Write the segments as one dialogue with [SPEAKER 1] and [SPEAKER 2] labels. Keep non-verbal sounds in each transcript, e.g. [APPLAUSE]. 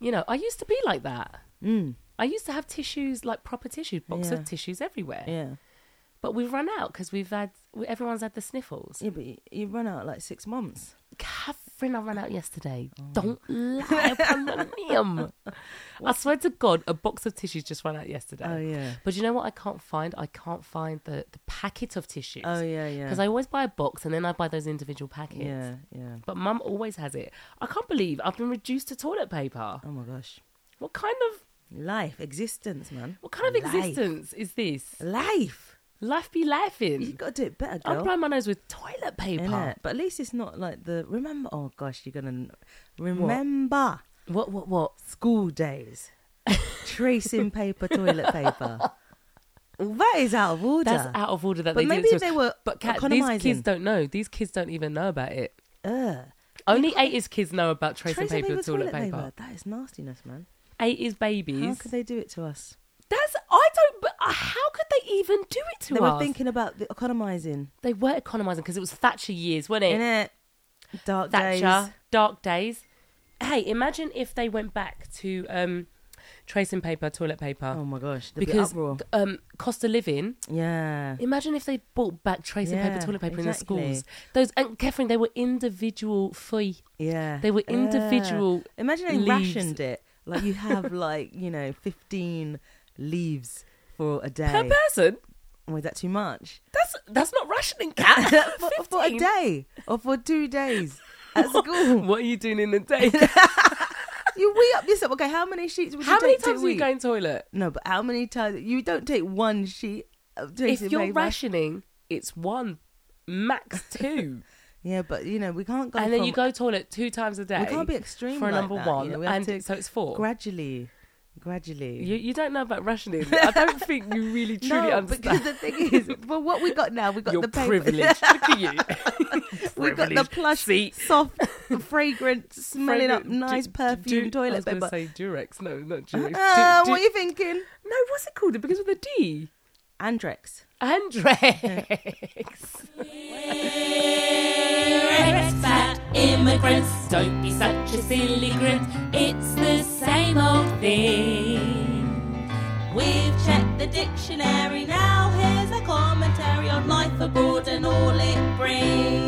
[SPEAKER 1] You know, I used to be like that.
[SPEAKER 2] Mm.
[SPEAKER 1] I used to have tissues, like proper tissues, box
[SPEAKER 2] Yeah.
[SPEAKER 1] of tissues everywhere.
[SPEAKER 2] Yeah.
[SPEAKER 1] But we've run out because we've had we- everyone's had the sniffles.
[SPEAKER 2] Yeah, but you, you run out like six months.
[SPEAKER 1] Catherine, I ran out yesterday.
[SPEAKER 2] Oh.
[SPEAKER 1] Don't lie upon
[SPEAKER 2] [LAUGHS]
[SPEAKER 1] him. I swear to God, a box of tissues just ran out yesterday.
[SPEAKER 2] Oh, yeah.
[SPEAKER 1] But you know what? I can't find. I can't find the the packet of tissues.
[SPEAKER 2] Oh yeah, yeah.
[SPEAKER 1] Because I always buy a box and then I buy those individual packets.
[SPEAKER 2] yeah, yeah.
[SPEAKER 1] But mum always has it. I can't believe I've been reduced to toilet paper.
[SPEAKER 2] Oh my gosh,
[SPEAKER 1] What kind of
[SPEAKER 2] life, existence, man.
[SPEAKER 1] what kind of
[SPEAKER 2] Life.
[SPEAKER 1] existence is this?
[SPEAKER 2] Life.
[SPEAKER 1] Life be laughing.
[SPEAKER 2] You gotta do it better,
[SPEAKER 1] I'm
[SPEAKER 2] girl.
[SPEAKER 1] blowing my nose with toilet paper.
[SPEAKER 2] Innit? But at least it's not like the remember. Oh gosh, you're gonna remember
[SPEAKER 1] What what what?
[SPEAKER 2] school [LAUGHS] days, tracing paper, toilet paper. That is out of order.
[SPEAKER 1] That's out of order. That
[SPEAKER 2] But
[SPEAKER 1] they did it
[SPEAKER 2] maybe
[SPEAKER 1] to us.
[SPEAKER 2] they were
[SPEAKER 1] But Kat, these kids
[SPEAKER 2] economising.
[SPEAKER 1] don't know. These kids don't even know about it.
[SPEAKER 2] Ugh.
[SPEAKER 1] Only 80s kids know about tracing
[SPEAKER 2] Tracing
[SPEAKER 1] paper, with toilet, paper.
[SPEAKER 2] That is nastiness, man.
[SPEAKER 1] 80s
[SPEAKER 2] How
[SPEAKER 1] babies.
[SPEAKER 2] could they do it to us?
[SPEAKER 1] That's I don't. But uh, how could they even do it to
[SPEAKER 2] They
[SPEAKER 1] us?
[SPEAKER 2] were thinking about the economizing,
[SPEAKER 1] they were economizing because it was Thatcher years, wasn't it?
[SPEAKER 2] innit? Dark
[SPEAKER 1] Eh. Thatcher,
[SPEAKER 2] days.
[SPEAKER 1] dark days. Hey, imagine if they went back to um, tracing paper, toilet paper,
[SPEAKER 2] Oh my gosh, there'd be
[SPEAKER 1] because
[SPEAKER 2] uproar.
[SPEAKER 1] um, cost of living.
[SPEAKER 2] Yeah.
[SPEAKER 1] Imagine if they bought back tracing
[SPEAKER 2] Yeah,
[SPEAKER 1] paper, toilet paper
[SPEAKER 2] exactly.
[SPEAKER 1] in the schools. Those and Catherine, they were individual free.
[SPEAKER 2] Yeah.
[SPEAKER 1] They were
[SPEAKER 2] Uh,
[SPEAKER 1] individual
[SPEAKER 2] imagine they
[SPEAKER 1] leaves.
[SPEAKER 2] rationed it. Like
[SPEAKER 1] [LAUGHS]
[SPEAKER 2] you have like, you know, 15 leaves for a day.
[SPEAKER 1] Per person,
[SPEAKER 2] Or is that too
[SPEAKER 1] [LAUGHS]
[SPEAKER 2] much?
[SPEAKER 1] that's that's not rationing,
[SPEAKER 2] [LAUGHS]
[SPEAKER 1] cat.
[SPEAKER 2] for, for a day or for two days at school.
[SPEAKER 1] [LAUGHS] What are you doing in the
[SPEAKER 2] [LAUGHS]
[SPEAKER 1] day?
[SPEAKER 2] you wee up yourself. Okay, how many sheets would
[SPEAKER 1] How
[SPEAKER 2] you
[SPEAKER 1] many
[SPEAKER 2] take to
[SPEAKER 1] times are you
[SPEAKER 2] week?
[SPEAKER 1] going toilet?
[SPEAKER 2] No, but how many times? You don't take one sheet of
[SPEAKER 1] If
[SPEAKER 2] tracing
[SPEAKER 1] you're
[SPEAKER 2] paper.
[SPEAKER 1] rationing, it's one,
[SPEAKER 2] [LAUGHS]
[SPEAKER 1] max two,
[SPEAKER 2] Yeah, but you know, we can't go
[SPEAKER 1] and then
[SPEAKER 2] from-
[SPEAKER 1] you go toilet two times a day.
[SPEAKER 2] We can't be extreme
[SPEAKER 1] for a
[SPEAKER 2] like
[SPEAKER 1] number
[SPEAKER 2] that, you
[SPEAKER 1] one,
[SPEAKER 2] know, we have
[SPEAKER 1] and
[SPEAKER 2] to
[SPEAKER 1] so it's four.
[SPEAKER 2] gradually, gradually.
[SPEAKER 1] you, you don't know about rationing. I don't think you really truly
[SPEAKER 2] [LAUGHS] no, because
[SPEAKER 1] understand.
[SPEAKER 2] the thing
[SPEAKER 1] [LAUGHS]
[SPEAKER 2] is, for what we got now, we got
[SPEAKER 1] Your
[SPEAKER 2] the paper.
[SPEAKER 1] privilege. Look at you.
[SPEAKER 2] [LAUGHS] we got the
[SPEAKER 1] Privilege.
[SPEAKER 2] plush,
[SPEAKER 1] See? [LAUGHS]
[SPEAKER 2] soft, fragrant, smelling up
[SPEAKER 1] Fragrant- du-
[SPEAKER 2] nice
[SPEAKER 1] du-
[SPEAKER 2] perfume
[SPEAKER 1] du- I was
[SPEAKER 2] toilet
[SPEAKER 1] gonna
[SPEAKER 2] paper.
[SPEAKER 1] say Durex. No, not Durex.
[SPEAKER 2] Uh,
[SPEAKER 1] Du-
[SPEAKER 2] what are
[SPEAKER 1] du-
[SPEAKER 2] you thinking?
[SPEAKER 1] No, what's it called? It begins with a D.
[SPEAKER 2] Andrex.
[SPEAKER 1] Andrex.
[SPEAKER 3] expat immigrants. Don't be such a silly grit. It's the same old thing. We've checked the dictionary now. Here's a commentary on life abroad and all it brings.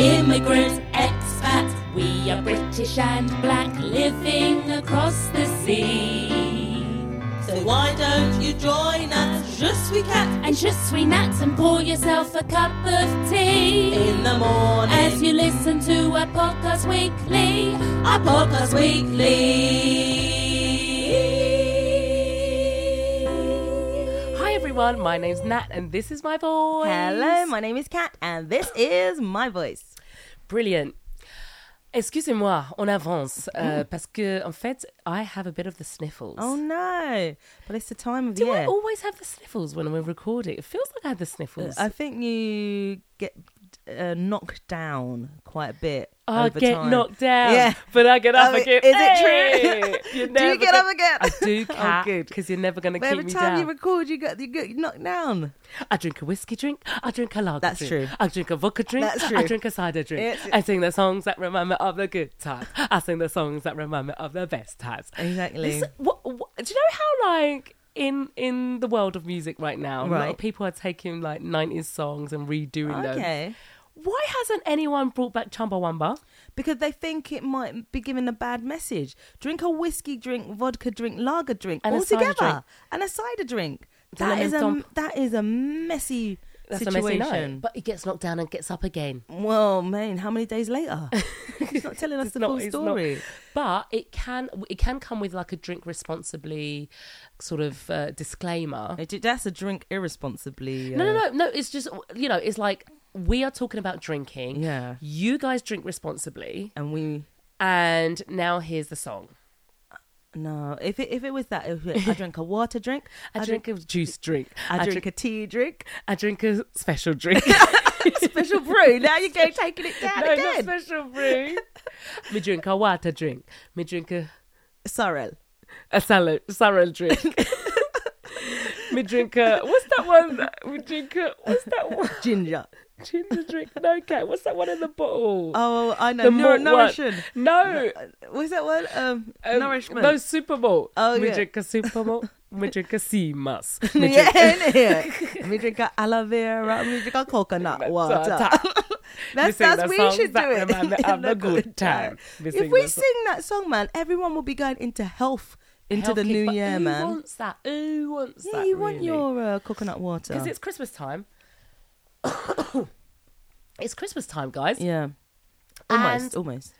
[SPEAKER 3] Immigrant expat, we are British and black, living across the sea. So why don't you join us? Je suis cat. And je suis nat and pour yourself a cup of tea. In the morning. As you listen to our podcast weekly. Our podcast
[SPEAKER 1] [LAUGHS]
[SPEAKER 3] weekly.
[SPEAKER 1] Hi everyone, my name's Nat and this is my voice.
[SPEAKER 2] Hello, my name is Kat, and this is my voice.
[SPEAKER 1] Brilliant. Excusez-moi, on avance, uh, parce que, en fait, I have a bit of the sniffles.
[SPEAKER 2] Mm. Oh no! But it's the time of
[SPEAKER 1] Do
[SPEAKER 2] year.
[SPEAKER 1] I always have the sniffles when we're recording? It feels like I had the sniffles.
[SPEAKER 2] I think you get uh, knocked down quite a bit.
[SPEAKER 1] I
[SPEAKER 2] over
[SPEAKER 1] get
[SPEAKER 2] time.
[SPEAKER 1] knocked down,
[SPEAKER 2] Yeah.
[SPEAKER 1] but I get up
[SPEAKER 2] Oh,
[SPEAKER 1] again.
[SPEAKER 2] is
[SPEAKER 1] [LAUGHS] Hey!
[SPEAKER 2] it true?
[SPEAKER 1] You're
[SPEAKER 2] do
[SPEAKER 1] never
[SPEAKER 2] you get
[SPEAKER 1] gonna-
[SPEAKER 2] up again?
[SPEAKER 1] I do,
[SPEAKER 2] [LAUGHS] Oh,
[SPEAKER 1] cat,
[SPEAKER 2] good.
[SPEAKER 1] because you're never going to
[SPEAKER 2] But
[SPEAKER 1] keep
[SPEAKER 2] every
[SPEAKER 1] me
[SPEAKER 2] time
[SPEAKER 1] down.
[SPEAKER 2] you record, you get you get knocked down.
[SPEAKER 1] I drink a whiskey drink. I drink a lager
[SPEAKER 2] That's
[SPEAKER 1] drink.
[SPEAKER 2] true.
[SPEAKER 1] I drink a vodka drink.
[SPEAKER 2] That's
[SPEAKER 1] I
[SPEAKER 2] true.
[SPEAKER 1] drink a cider drink.
[SPEAKER 2] It's-
[SPEAKER 1] I sing the songs that remind me of the good times. I sing the songs that remind me of the best times.
[SPEAKER 2] Exactly.
[SPEAKER 1] This- what- what- do you know how like in in the world of music right now, a lot of
[SPEAKER 2] Right.
[SPEAKER 1] people are taking like nineties songs and redoing them.
[SPEAKER 2] Okay.
[SPEAKER 1] Why hasn't anyone brought back Chumbawamba?
[SPEAKER 2] Because they think it might be giving a bad message. Drink a whiskey drink, vodka drink, lager drink,
[SPEAKER 1] And a
[SPEAKER 2] all
[SPEAKER 1] cider
[SPEAKER 2] together,
[SPEAKER 1] drink.
[SPEAKER 2] and a cider drink.
[SPEAKER 1] a
[SPEAKER 2] That
[SPEAKER 1] lemon
[SPEAKER 2] is a
[SPEAKER 1] stomp.
[SPEAKER 2] that is a messy
[SPEAKER 1] That's
[SPEAKER 2] situation.
[SPEAKER 1] a messy night. But he gets knocked down and gets up again.
[SPEAKER 2] well, man, how many days
[SPEAKER 1] [LAUGHS]
[SPEAKER 2] later? It's not telling us
[SPEAKER 1] It's
[SPEAKER 2] the
[SPEAKER 1] not-
[SPEAKER 2] full
[SPEAKER 1] it's not-
[SPEAKER 2] story.
[SPEAKER 1] But it can it can come with like a drink responsibly sort of uh, disclaimer.
[SPEAKER 2] It- That's a drink irresponsibly.
[SPEAKER 1] No,
[SPEAKER 2] uh,
[SPEAKER 1] no, no, no. It's just you know, it's like we are talking about drinking.
[SPEAKER 2] Yeah.
[SPEAKER 1] You guys drink responsibly,
[SPEAKER 2] And we
[SPEAKER 1] and now here's the song.
[SPEAKER 2] no. If it if it was that,
[SPEAKER 1] [LAUGHS]
[SPEAKER 2] if it, I drink a water drink,
[SPEAKER 1] I, drink, a juice drink.
[SPEAKER 2] I drink, a tea drink,
[SPEAKER 1] I drink a special
[SPEAKER 2] [LAUGHS]
[SPEAKER 1] drink.
[SPEAKER 2] special brew. Now you go taking it down
[SPEAKER 1] no, not
[SPEAKER 2] again.
[SPEAKER 1] special
[SPEAKER 2] [LAUGHS]
[SPEAKER 1] brew. me drink a water drink. Me drink a,
[SPEAKER 2] Sorrel.
[SPEAKER 1] a salad salad drink.
[SPEAKER 2] [LAUGHS]
[SPEAKER 1] me drink a what's that one? We drink a what's that one?
[SPEAKER 2] ginger.
[SPEAKER 1] ginger drink. No, Kat, what's that one in the bottle?
[SPEAKER 2] Oh, I know.
[SPEAKER 1] the
[SPEAKER 2] Nour-
[SPEAKER 1] malt one.
[SPEAKER 2] nourishment.
[SPEAKER 1] No,
[SPEAKER 2] What's that one? Um,
[SPEAKER 1] um,
[SPEAKER 2] nourishment.
[SPEAKER 1] No, super malt.
[SPEAKER 2] Oh,
[SPEAKER 1] We
[SPEAKER 2] yeah.
[SPEAKER 1] drink a super malt. We drink a sea mass. We
[SPEAKER 2] [LAUGHS] yeah,
[SPEAKER 1] drink-
[SPEAKER 2] innit? we drink a aloe vera, we drink a coconut water. [LAUGHS] That's,
[SPEAKER 1] sing
[SPEAKER 2] that's
[SPEAKER 1] the
[SPEAKER 2] we
[SPEAKER 1] songs
[SPEAKER 2] should do
[SPEAKER 1] that
[SPEAKER 2] it. [LAUGHS]
[SPEAKER 1] remind me
[SPEAKER 2] in
[SPEAKER 1] of
[SPEAKER 2] the
[SPEAKER 1] the good time. We
[SPEAKER 2] if
[SPEAKER 1] sing
[SPEAKER 2] we
[SPEAKER 1] the song.
[SPEAKER 2] sing that song, man, everyone will be going into health into the
[SPEAKER 1] Healthy,
[SPEAKER 2] new
[SPEAKER 1] but
[SPEAKER 2] year,
[SPEAKER 1] who
[SPEAKER 2] man.
[SPEAKER 1] Who wants that? Who wants
[SPEAKER 2] yeah,
[SPEAKER 1] that?
[SPEAKER 2] you want
[SPEAKER 1] really?
[SPEAKER 2] your uh, coconut water.
[SPEAKER 1] because it's Christmas time. [COUGHS] it's Christmas time, guys.
[SPEAKER 2] yeah, almost,
[SPEAKER 1] And-
[SPEAKER 2] almost.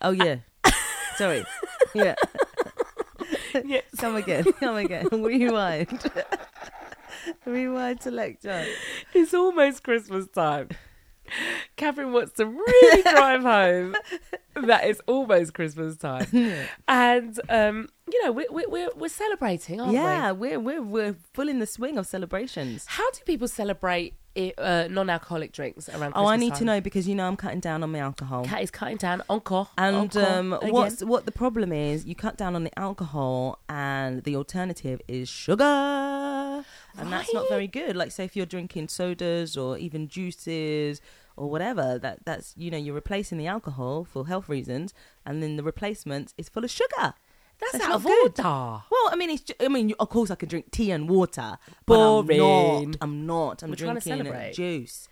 [SPEAKER 2] Oh yeah, sorry. Yeah,
[SPEAKER 1] Yes.
[SPEAKER 2] come again, come again. [LAUGHS] Rewind, [LAUGHS] rewind to lecture.
[SPEAKER 1] It's almost Christmas time. Catherine wants to
[SPEAKER 2] [LAUGHS]
[SPEAKER 1] really drive home that it's almost Christmas
[SPEAKER 2] [LAUGHS]
[SPEAKER 1] time, and um, you know we're we're we're, we're celebrating, aren't we?
[SPEAKER 2] Yeah, we're we're we're full in the swing of celebrations.
[SPEAKER 1] How do people celebrate i- uh, non-alcoholic drinks around?
[SPEAKER 2] Oh,
[SPEAKER 1] Christmas
[SPEAKER 2] I need to
[SPEAKER 1] time?
[SPEAKER 2] know because you know I'm cutting down on my alcohol.
[SPEAKER 1] Cat is cutting down encore,
[SPEAKER 2] And
[SPEAKER 1] encore
[SPEAKER 2] um,
[SPEAKER 1] again.
[SPEAKER 2] what's what the problem is? You cut down on the alcohol, and the alternative is sugar, and that's not very good. Like, say if you're drinking sodas or even juices or whatever, that that's you know you're replacing the alcohol for health reasons, and then the replacement is full of sugar.
[SPEAKER 1] that's,
[SPEAKER 2] that's
[SPEAKER 1] out
[SPEAKER 2] not
[SPEAKER 1] of
[SPEAKER 2] good.
[SPEAKER 1] order.
[SPEAKER 2] Well, I mean, it's ju- I mean, you- of course I can drink tea and water, but I'm
[SPEAKER 1] Boring.
[SPEAKER 2] not. I'm not. I'm
[SPEAKER 1] We're trying to
[SPEAKER 2] drinking
[SPEAKER 1] celebrate.
[SPEAKER 2] juice,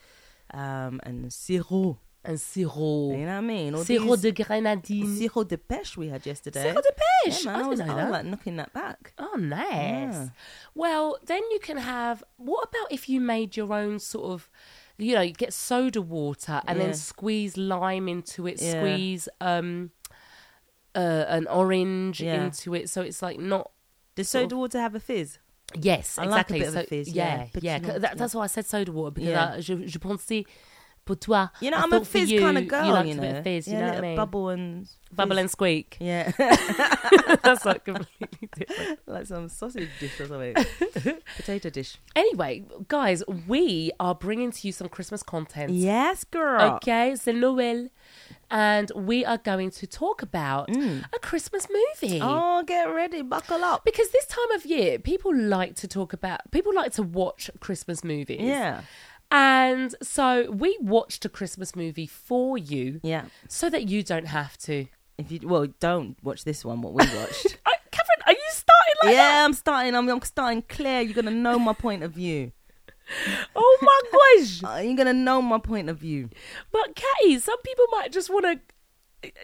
[SPEAKER 2] um, and sirop.
[SPEAKER 1] And sirop,
[SPEAKER 2] You know what I mean? All
[SPEAKER 1] sirop
[SPEAKER 2] these-
[SPEAKER 1] de grenadine.
[SPEAKER 2] Sirop de pêche we had yesterday.
[SPEAKER 1] Sirop de pêche?
[SPEAKER 2] Yeah,
[SPEAKER 1] I
[SPEAKER 2] man, Mm.
[SPEAKER 1] didn't
[SPEAKER 2] I, was,
[SPEAKER 1] know
[SPEAKER 2] I was
[SPEAKER 1] that.
[SPEAKER 2] like knocking that back.
[SPEAKER 1] Oh, nice.
[SPEAKER 2] Yeah.
[SPEAKER 1] Well, then you can have. What about if you made your own sort of, you know, you get soda water and
[SPEAKER 2] Yeah.
[SPEAKER 1] then squeeze lime into it,
[SPEAKER 2] Yeah.
[SPEAKER 1] squeeze um, uh, an orange
[SPEAKER 2] Yeah.
[SPEAKER 1] into it, so it's like not.
[SPEAKER 2] Does
[SPEAKER 1] Sort of-
[SPEAKER 2] soda water have a fizz?
[SPEAKER 1] Yes,
[SPEAKER 2] I like a
[SPEAKER 1] exactly.
[SPEAKER 2] bit of a
[SPEAKER 1] so,
[SPEAKER 2] fizz, yeah,
[SPEAKER 1] yeah,
[SPEAKER 2] but
[SPEAKER 1] yeah.
[SPEAKER 2] you know,
[SPEAKER 1] 'cause
[SPEAKER 2] yeah.
[SPEAKER 1] That, that's why I said soda water because
[SPEAKER 2] Yeah.
[SPEAKER 1] I, je, je pensais pour toi.
[SPEAKER 2] You know,
[SPEAKER 1] I
[SPEAKER 2] I'm a
[SPEAKER 1] thought for
[SPEAKER 2] fizz
[SPEAKER 1] you,
[SPEAKER 2] kind of girl.
[SPEAKER 1] You
[SPEAKER 2] You,
[SPEAKER 1] liked
[SPEAKER 2] know,
[SPEAKER 1] a bit of fizz.
[SPEAKER 2] yeah,
[SPEAKER 1] you know what I
[SPEAKER 2] little
[SPEAKER 1] mean?
[SPEAKER 2] bubble and
[SPEAKER 1] Bubble
[SPEAKER 2] fizz.
[SPEAKER 1] and squeak.
[SPEAKER 2] [LAUGHS]
[SPEAKER 1] [LAUGHS]
[SPEAKER 2] yeah,
[SPEAKER 1] that's like completely different.
[SPEAKER 2] like some sausage dish or something, [LAUGHS] potato dish.
[SPEAKER 1] Anyway, guys, we are bringing to you some Christmas content.
[SPEAKER 2] Yes, girl.
[SPEAKER 1] Okay, so Noel, and we are going to talk about a Christmas movie.
[SPEAKER 2] Mm. Oh, get ready, buckle up.
[SPEAKER 1] Because this time of year, people like to talk about, people like to watch Christmas movies.
[SPEAKER 2] Yeah,
[SPEAKER 1] And so we watched a Christmas movie for you
[SPEAKER 2] yeah.
[SPEAKER 1] so that you don't have to.
[SPEAKER 2] If you well, don't watch this one. What we
[SPEAKER 1] [LAUGHS]
[SPEAKER 2] watched.
[SPEAKER 1] Oh, Catherine, are you starting like that?
[SPEAKER 2] yeah, I'm starting. I'm, I'm starting clear. You're gonna know my point
[SPEAKER 1] [LAUGHS]
[SPEAKER 2] of view.
[SPEAKER 1] Oh my gosh.
[SPEAKER 2] Uh, you're gonna know my point of view.
[SPEAKER 1] But, Catty, some people might just want to,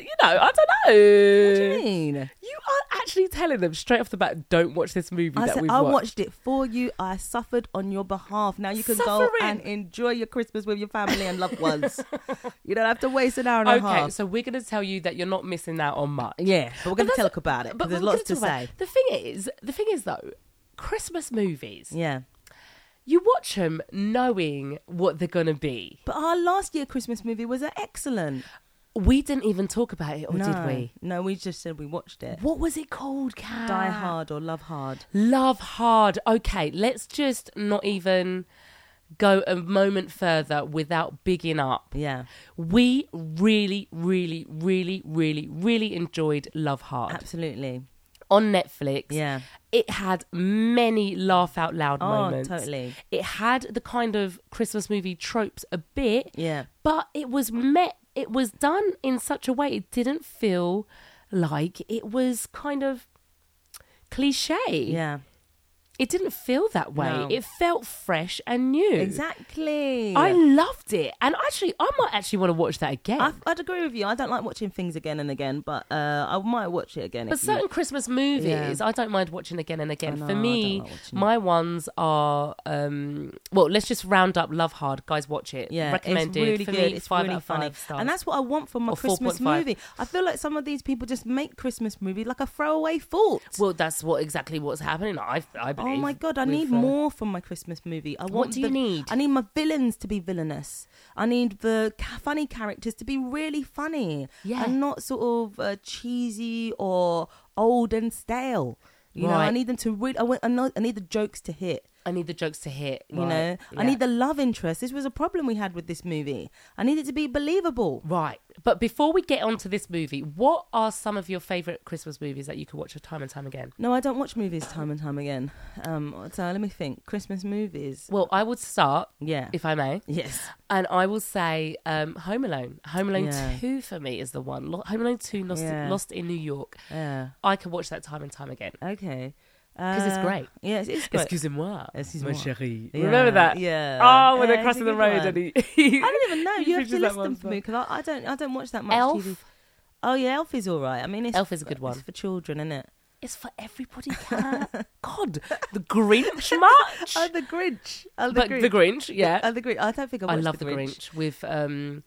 [SPEAKER 1] you know, I don't know.
[SPEAKER 2] What do you mean?
[SPEAKER 1] You are actually telling them straight off the bat, don't watch this movie
[SPEAKER 2] I
[SPEAKER 1] that
[SPEAKER 2] said
[SPEAKER 1] we've
[SPEAKER 2] I
[SPEAKER 1] watched.
[SPEAKER 2] watched it for you. I suffered on your behalf. Now you can go and
[SPEAKER 1] Suffering.
[SPEAKER 2] enjoy your Christmas with your family and loved ones. you don't have to waste an hour and a
[SPEAKER 1] Okay,
[SPEAKER 2] half.
[SPEAKER 1] so we're going to tell you that you're not missing out on much.
[SPEAKER 2] yeah, but we're going to
[SPEAKER 1] that's-
[SPEAKER 2] talk about it. But there's
[SPEAKER 1] we're
[SPEAKER 2] lots to
[SPEAKER 1] gonna talk
[SPEAKER 2] say.
[SPEAKER 1] about- The thing is, the thing is though, Christmas movies,
[SPEAKER 2] Yeah,
[SPEAKER 1] you watch them knowing what they're going to be.
[SPEAKER 2] but our last year Christmas movie was uh, excellent.
[SPEAKER 1] We didn't even talk about it, or
[SPEAKER 2] no,
[SPEAKER 1] Oh, did we? Ah.
[SPEAKER 2] No, we just said we watched it.
[SPEAKER 1] What was it called, Kat?
[SPEAKER 2] Die Hard or Love Hard.
[SPEAKER 1] Love Hard. Okay, let's just not even go a moment further without bigging up.
[SPEAKER 2] Yeah,
[SPEAKER 1] We really, really, really, really, really enjoyed Love Hard
[SPEAKER 2] absolutely.
[SPEAKER 1] on Netflix.
[SPEAKER 2] Yeah.
[SPEAKER 1] It had many laugh out loud
[SPEAKER 2] Oh,
[SPEAKER 1] moments.
[SPEAKER 2] totally.
[SPEAKER 1] It had the kind of Christmas movie tropes a bit.
[SPEAKER 2] Yeah.
[SPEAKER 1] But it was met, it was done in such a way it didn't feel like it was kind of cliche.
[SPEAKER 2] Yeah,
[SPEAKER 1] It didn't feel that way.
[SPEAKER 2] No.
[SPEAKER 1] It felt fresh and new.
[SPEAKER 2] exactly.
[SPEAKER 1] I loved it. And actually, I might actually want to watch that again.
[SPEAKER 2] I, would agree with you. I don't like watching things again and again, but uh, I might watch it again.
[SPEAKER 1] But
[SPEAKER 2] if you-
[SPEAKER 1] certain Christmas movies, I don't mind watching again and again.
[SPEAKER 2] know, I
[SPEAKER 1] For
[SPEAKER 2] don't
[SPEAKER 1] me,
[SPEAKER 2] like watching
[SPEAKER 1] my ones are um, well. Let's just round up Love Hard, guys. Watch it.
[SPEAKER 2] Yeah,
[SPEAKER 1] recommended.
[SPEAKER 2] It's really
[SPEAKER 1] For
[SPEAKER 2] good.
[SPEAKER 1] me,
[SPEAKER 2] it's
[SPEAKER 1] five
[SPEAKER 2] really
[SPEAKER 1] out of
[SPEAKER 2] funny,
[SPEAKER 1] five stars.
[SPEAKER 2] and that's what I want from a
[SPEAKER 1] Or
[SPEAKER 2] Christmas
[SPEAKER 1] 4.5.
[SPEAKER 2] movie. I feel like some of these people just make Christmas movies like a throwaway thought.
[SPEAKER 1] well, that's what exactly what's happening. I, I
[SPEAKER 2] Oh
[SPEAKER 1] believe.
[SPEAKER 2] my god! I
[SPEAKER 1] with,
[SPEAKER 2] need
[SPEAKER 1] uh,
[SPEAKER 2] more from my Christmas movie. I want
[SPEAKER 1] do you
[SPEAKER 2] the-
[SPEAKER 1] need?
[SPEAKER 2] I need my villains to be villainous. I need the ca- funny characters to be really funny,
[SPEAKER 1] Yeah.
[SPEAKER 2] and not sort of uh, cheesy or old and stale. You know, I
[SPEAKER 1] Right.
[SPEAKER 2] need them to really. I, want, I, know, I need the jokes to hit.
[SPEAKER 1] I need the jokes to hit.
[SPEAKER 2] You know, I need the love interest. This was a problem we had with this movie. I need it to be believable.
[SPEAKER 1] Right. But before we get onto this movie, what are some of your favourite Christmas movies that you could watch time and time again?
[SPEAKER 2] No, I don't watch movies time and time again. Um, so let me think. Christmas movies.
[SPEAKER 1] Well, I would start,
[SPEAKER 2] Yeah.
[SPEAKER 1] if I may,
[SPEAKER 2] yes.
[SPEAKER 1] and I will say um, Home Alone. Home Alone
[SPEAKER 2] Yeah.
[SPEAKER 1] 2 for me is the one. Lo- Home Alone 2, Lost,
[SPEAKER 2] Yeah.
[SPEAKER 1] Lost in New York.
[SPEAKER 2] Yeah.
[SPEAKER 1] I could watch that time and time again.
[SPEAKER 2] Okay. Uh,
[SPEAKER 1] 'Cause it's great.
[SPEAKER 2] Yes, it's great.
[SPEAKER 1] moi.
[SPEAKER 2] Excusez-moi.
[SPEAKER 1] chérie.
[SPEAKER 2] Yeah,
[SPEAKER 1] Remember that?
[SPEAKER 2] yeah.
[SPEAKER 1] Oh, when they're
[SPEAKER 2] Yeah, it's a
[SPEAKER 1] crossing the
[SPEAKER 2] good
[SPEAKER 1] road
[SPEAKER 2] one.
[SPEAKER 1] and he. he- [LAUGHS]
[SPEAKER 2] I don't even know.
[SPEAKER 1] he
[SPEAKER 2] You have to
[SPEAKER 1] pictures that
[SPEAKER 2] list them
[SPEAKER 1] one
[SPEAKER 2] for me because I, I don't. I don't watch that much.
[SPEAKER 1] Elf.
[SPEAKER 2] TV. Oh yeah, Elf is all right. I mean, it's
[SPEAKER 1] Elf is a good one.
[SPEAKER 2] It's for children, isn't it?
[SPEAKER 1] It's for everybody. Kat.
[SPEAKER 2] [LAUGHS]
[SPEAKER 1] God, the Grinch much.
[SPEAKER 2] Oh, the Grinch. Oh, the
[SPEAKER 1] but
[SPEAKER 2] Grinch.
[SPEAKER 1] the Grinch, yeah.
[SPEAKER 2] Oh, the Grinch. I don't think I
[SPEAKER 1] I
[SPEAKER 2] watched
[SPEAKER 1] love the Grinch. with um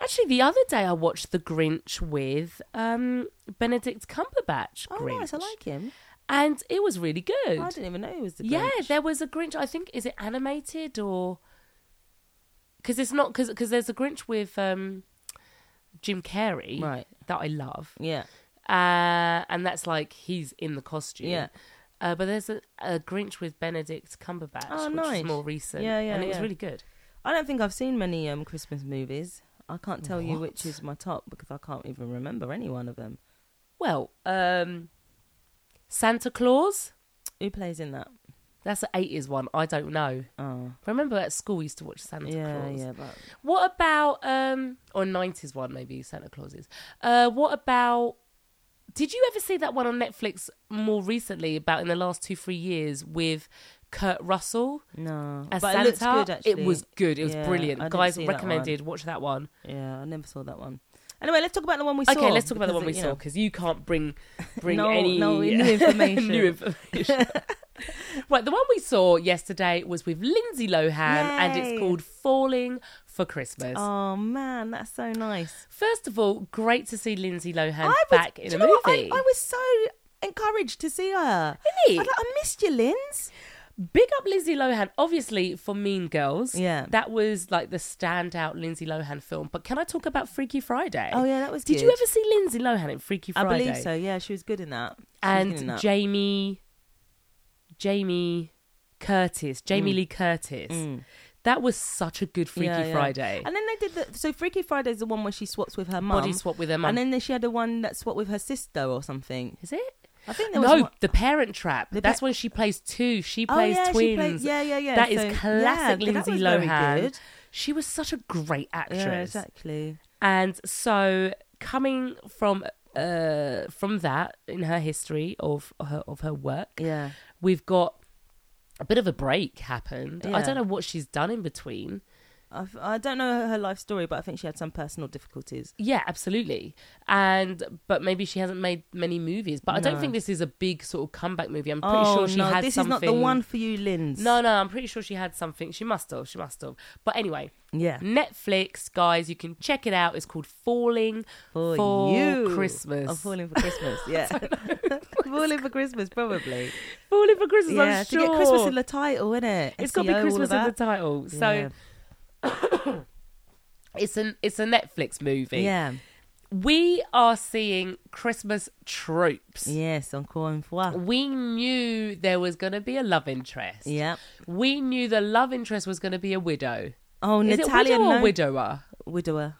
[SPEAKER 1] actually the other day I watched the Grinch with um Benedict Cumberbatch
[SPEAKER 2] Oh,
[SPEAKER 1] Grinch.
[SPEAKER 2] nice. I like him.
[SPEAKER 1] And it was really good.
[SPEAKER 2] I didn't even know he was the Grinch.
[SPEAKER 1] yeah, there was a Grinch. I think is it animated or cuz it's not cuz cuz there's a Grinch with um Jim Carrey
[SPEAKER 2] Right.
[SPEAKER 1] that I love.
[SPEAKER 2] Yeah.
[SPEAKER 1] Uh and that's like he's in the costume.
[SPEAKER 2] Yeah.
[SPEAKER 1] Uh, but there's a, a Grinch with Benedict Cumberbatch,
[SPEAKER 2] Oh,
[SPEAKER 1] which
[SPEAKER 2] nice.
[SPEAKER 1] is more recent.
[SPEAKER 2] Yeah, yeah,
[SPEAKER 1] And it was
[SPEAKER 2] yeah.
[SPEAKER 1] really good.
[SPEAKER 2] I don't think I've seen many um, Christmas movies. I can't tell you which is my top because I can't even remember any one of them.
[SPEAKER 1] Well, um, Santa Claus.
[SPEAKER 2] Who plays in that?
[SPEAKER 1] That's an eighties one. I don't know.
[SPEAKER 2] Oh,
[SPEAKER 1] Remember at school we used to watch Santa
[SPEAKER 2] yeah,
[SPEAKER 1] Claus.
[SPEAKER 2] yeah, but
[SPEAKER 1] What about um or nineties one maybe Santa Claus is. Uh, what about? Did you ever see that one on Netflix more recently? About in the last two three years with Kurt Russell
[SPEAKER 2] no.
[SPEAKER 1] as
[SPEAKER 2] but
[SPEAKER 1] Santa.
[SPEAKER 2] it looks good actually.
[SPEAKER 1] It was good. It was
[SPEAKER 2] Yeah, I
[SPEAKER 1] brilliant.
[SPEAKER 2] didn't
[SPEAKER 1] Guys
[SPEAKER 2] see that
[SPEAKER 1] recommended. watch that one.
[SPEAKER 2] one. Yeah, I never saw that one. Anyway, let's talk about the one we saw.
[SPEAKER 1] okay, let's talk about the
[SPEAKER 2] because
[SPEAKER 1] one we
[SPEAKER 2] it- you
[SPEAKER 1] saw
[SPEAKER 2] know,
[SPEAKER 1] because you can't
[SPEAKER 2] [LAUGHS]
[SPEAKER 1] bring bring
[SPEAKER 2] No,
[SPEAKER 1] any [LAUGHS]
[SPEAKER 2] no, new information.
[SPEAKER 1] new
[SPEAKER 2] [LAUGHS]
[SPEAKER 1] information. right, the one we saw yesterday was with Lindsay Lohan, and
[SPEAKER 2] Yay.
[SPEAKER 1] it's called "Falling for Christmas."
[SPEAKER 2] Oh man, that's so nice.
[SPEAKER 1] First of all, great to see Lindsay Lohan
[SPEAKER 2] was-
[SPEAKER 1] back
[SPEAKER 2] do
[SPEAKER 1] in
[SPEAKER 2] you
[SPEAKER 1] a
[SPEAKER 2] know what? I-
[SPEAKER 1] movie.
[SPEAKER 2] I, was so encouraged to see her.
[SPEAKER 1] Really?
[SPEAKER 2] I, was like, I missed you, Linz.
[SPEAKER 1] Big up Lindsay Lohan, obviously for Mean Girls.
[SPEAKER 2] Yeah.
[SPEAKER 1] that was like the standout Lindsay Lohan film. But can I talk about Freaky Friday?
[SPEAKER 2] Oh, yeah, that was
[SPEAKER 1] Did you
[SPEAKER 2] good.
[SPEAKER 1] ever see Lindsay Lohan in Freaky
[SPEAKER 2] I
[SPEAKER 1] Friday?
[SPEAKER 2] believe so. Yeah, she was good in that. She was good in
[SPEAKER 1] and
[SPEAKER 2] that.
[SPEAKER 1] Jamie, Jamie Curtis, Jamie Lee Curtis. That was such a good Freaky
[SPEAKER 2] Mm. Yeah, yeah.
[SPEAKER 1] Friday.
[SPEAKER 2] And then they did the so Freaky Friday is the one where she swaps with her mum.
[SPEAKER 1] Body swap with her mum.
[SPEAKER 2] And then she had the one that swapped with her sister or something.
[SPEAKER 1] Is it?
[SPEAKER 2] I think there was
[SPEAKER 1] No,
[SPEAKER 2] one-
[SPEAKER 1] the Parent Trap.
[SPEAKER 2] The
[SPEAKER 1] That's
[SPEAKER 2] pa-
[SPEAKER 1] when she plays two. She
[SPEAKER 2] Oh,
[SPEAKER 1] plays
[SPEAKER 2] yeah, she
[SPEAKER 1] twins.
[SPEAKER 2] plays- yeah, yeah, yeah.
[SPEAKER 1] That is
[SPEAKER 2] So- yeah,
[SPEAKER 1] classic
[SPEAKER 2] that
[SPEAKER 1] Lindsay
[SPEAKER 2] was very
[SPEAKER 1] Lohan.
[SPEAKER 2] good.
[SPEAKER 1] She was such a great actress.
[SPEAKER 2] Yeah, exactly.
[SPEAKER 1] And so coming from uh from that in her history of her of her work,
[SPEAKER 2] Yeah.
[SPEAKER 1] we've got a bit of a break happened. I
[SPEAKER 2] Yeah.
[SPEAKER 1] don't know what she's done in between.
[SPEAKER 2] I've, I don't know her, her life story, but I think she had some personal difficulties.
[SPEAKER 1] Yeah, absolutely. And but maybe she hasn't made many movies. But I don't
[SPEAKER 2] No. Oh,
[SPEAKER 1] think this is a big sort of comeback movie. I'm pretty sure she
[SPEAKER 2] no,
[SPEAKER 1] had
[SPEAKER 2] this
[SPEAKER 1] something.
[SPEAKER 2] is not the one for you, Linz.
[SPEAKER 1] No, no, I'm pretty sure she had something. She must have. She must have. But anyway,
[SPEAKER 2] Yeah.
[SPEAKER 1] Netflix guys, you can check it out. It's called Falling
[SPEAKER 2] for,
[SPEAKER 1] for,
[SPEAKER 2] you.
[SPEAKER 1] Christmas.
[SPEAKER 2] I'm falling for Christmas.
[SPEAKER 1] [LAUGHS]
[SPEAKER 2] Yeah, [LAUGHS] falling for Christmas probably.
[SPEAKER 1] Falling for Christmas.
[SPEAKER 2] yeah,
[SPEAKER 1] I'm sure.
[SPEAKER 2] to get Christmas in the E title, innit?
[SPEAKER 1] it's got to be Christmas in the title.
[SPEAKER 2] Yeah.
[SPEAKER 1] So it's an it's a Netflix movie.
[SPEAKER 2] Yeah.
[SPEAKER 1] We are seeing Christmas tropes.
[SPEAKER 2] Yes, encore une fois.
[SPEAKER 1] We knew there was going to be a love interest.
[SPEAKER 2] Yeah.
[SPEAKER 1] We knew the love interest was going to be a widow.
[SPEAKER 2] Oh,
[SPEAKER 1] Is
[SPEAKER 2] Natalia
[SPEAKER 1] it widow or
[SPEAKER 2] no-
[SPEAKER 1] widower?
[SPEAKER 2] widower.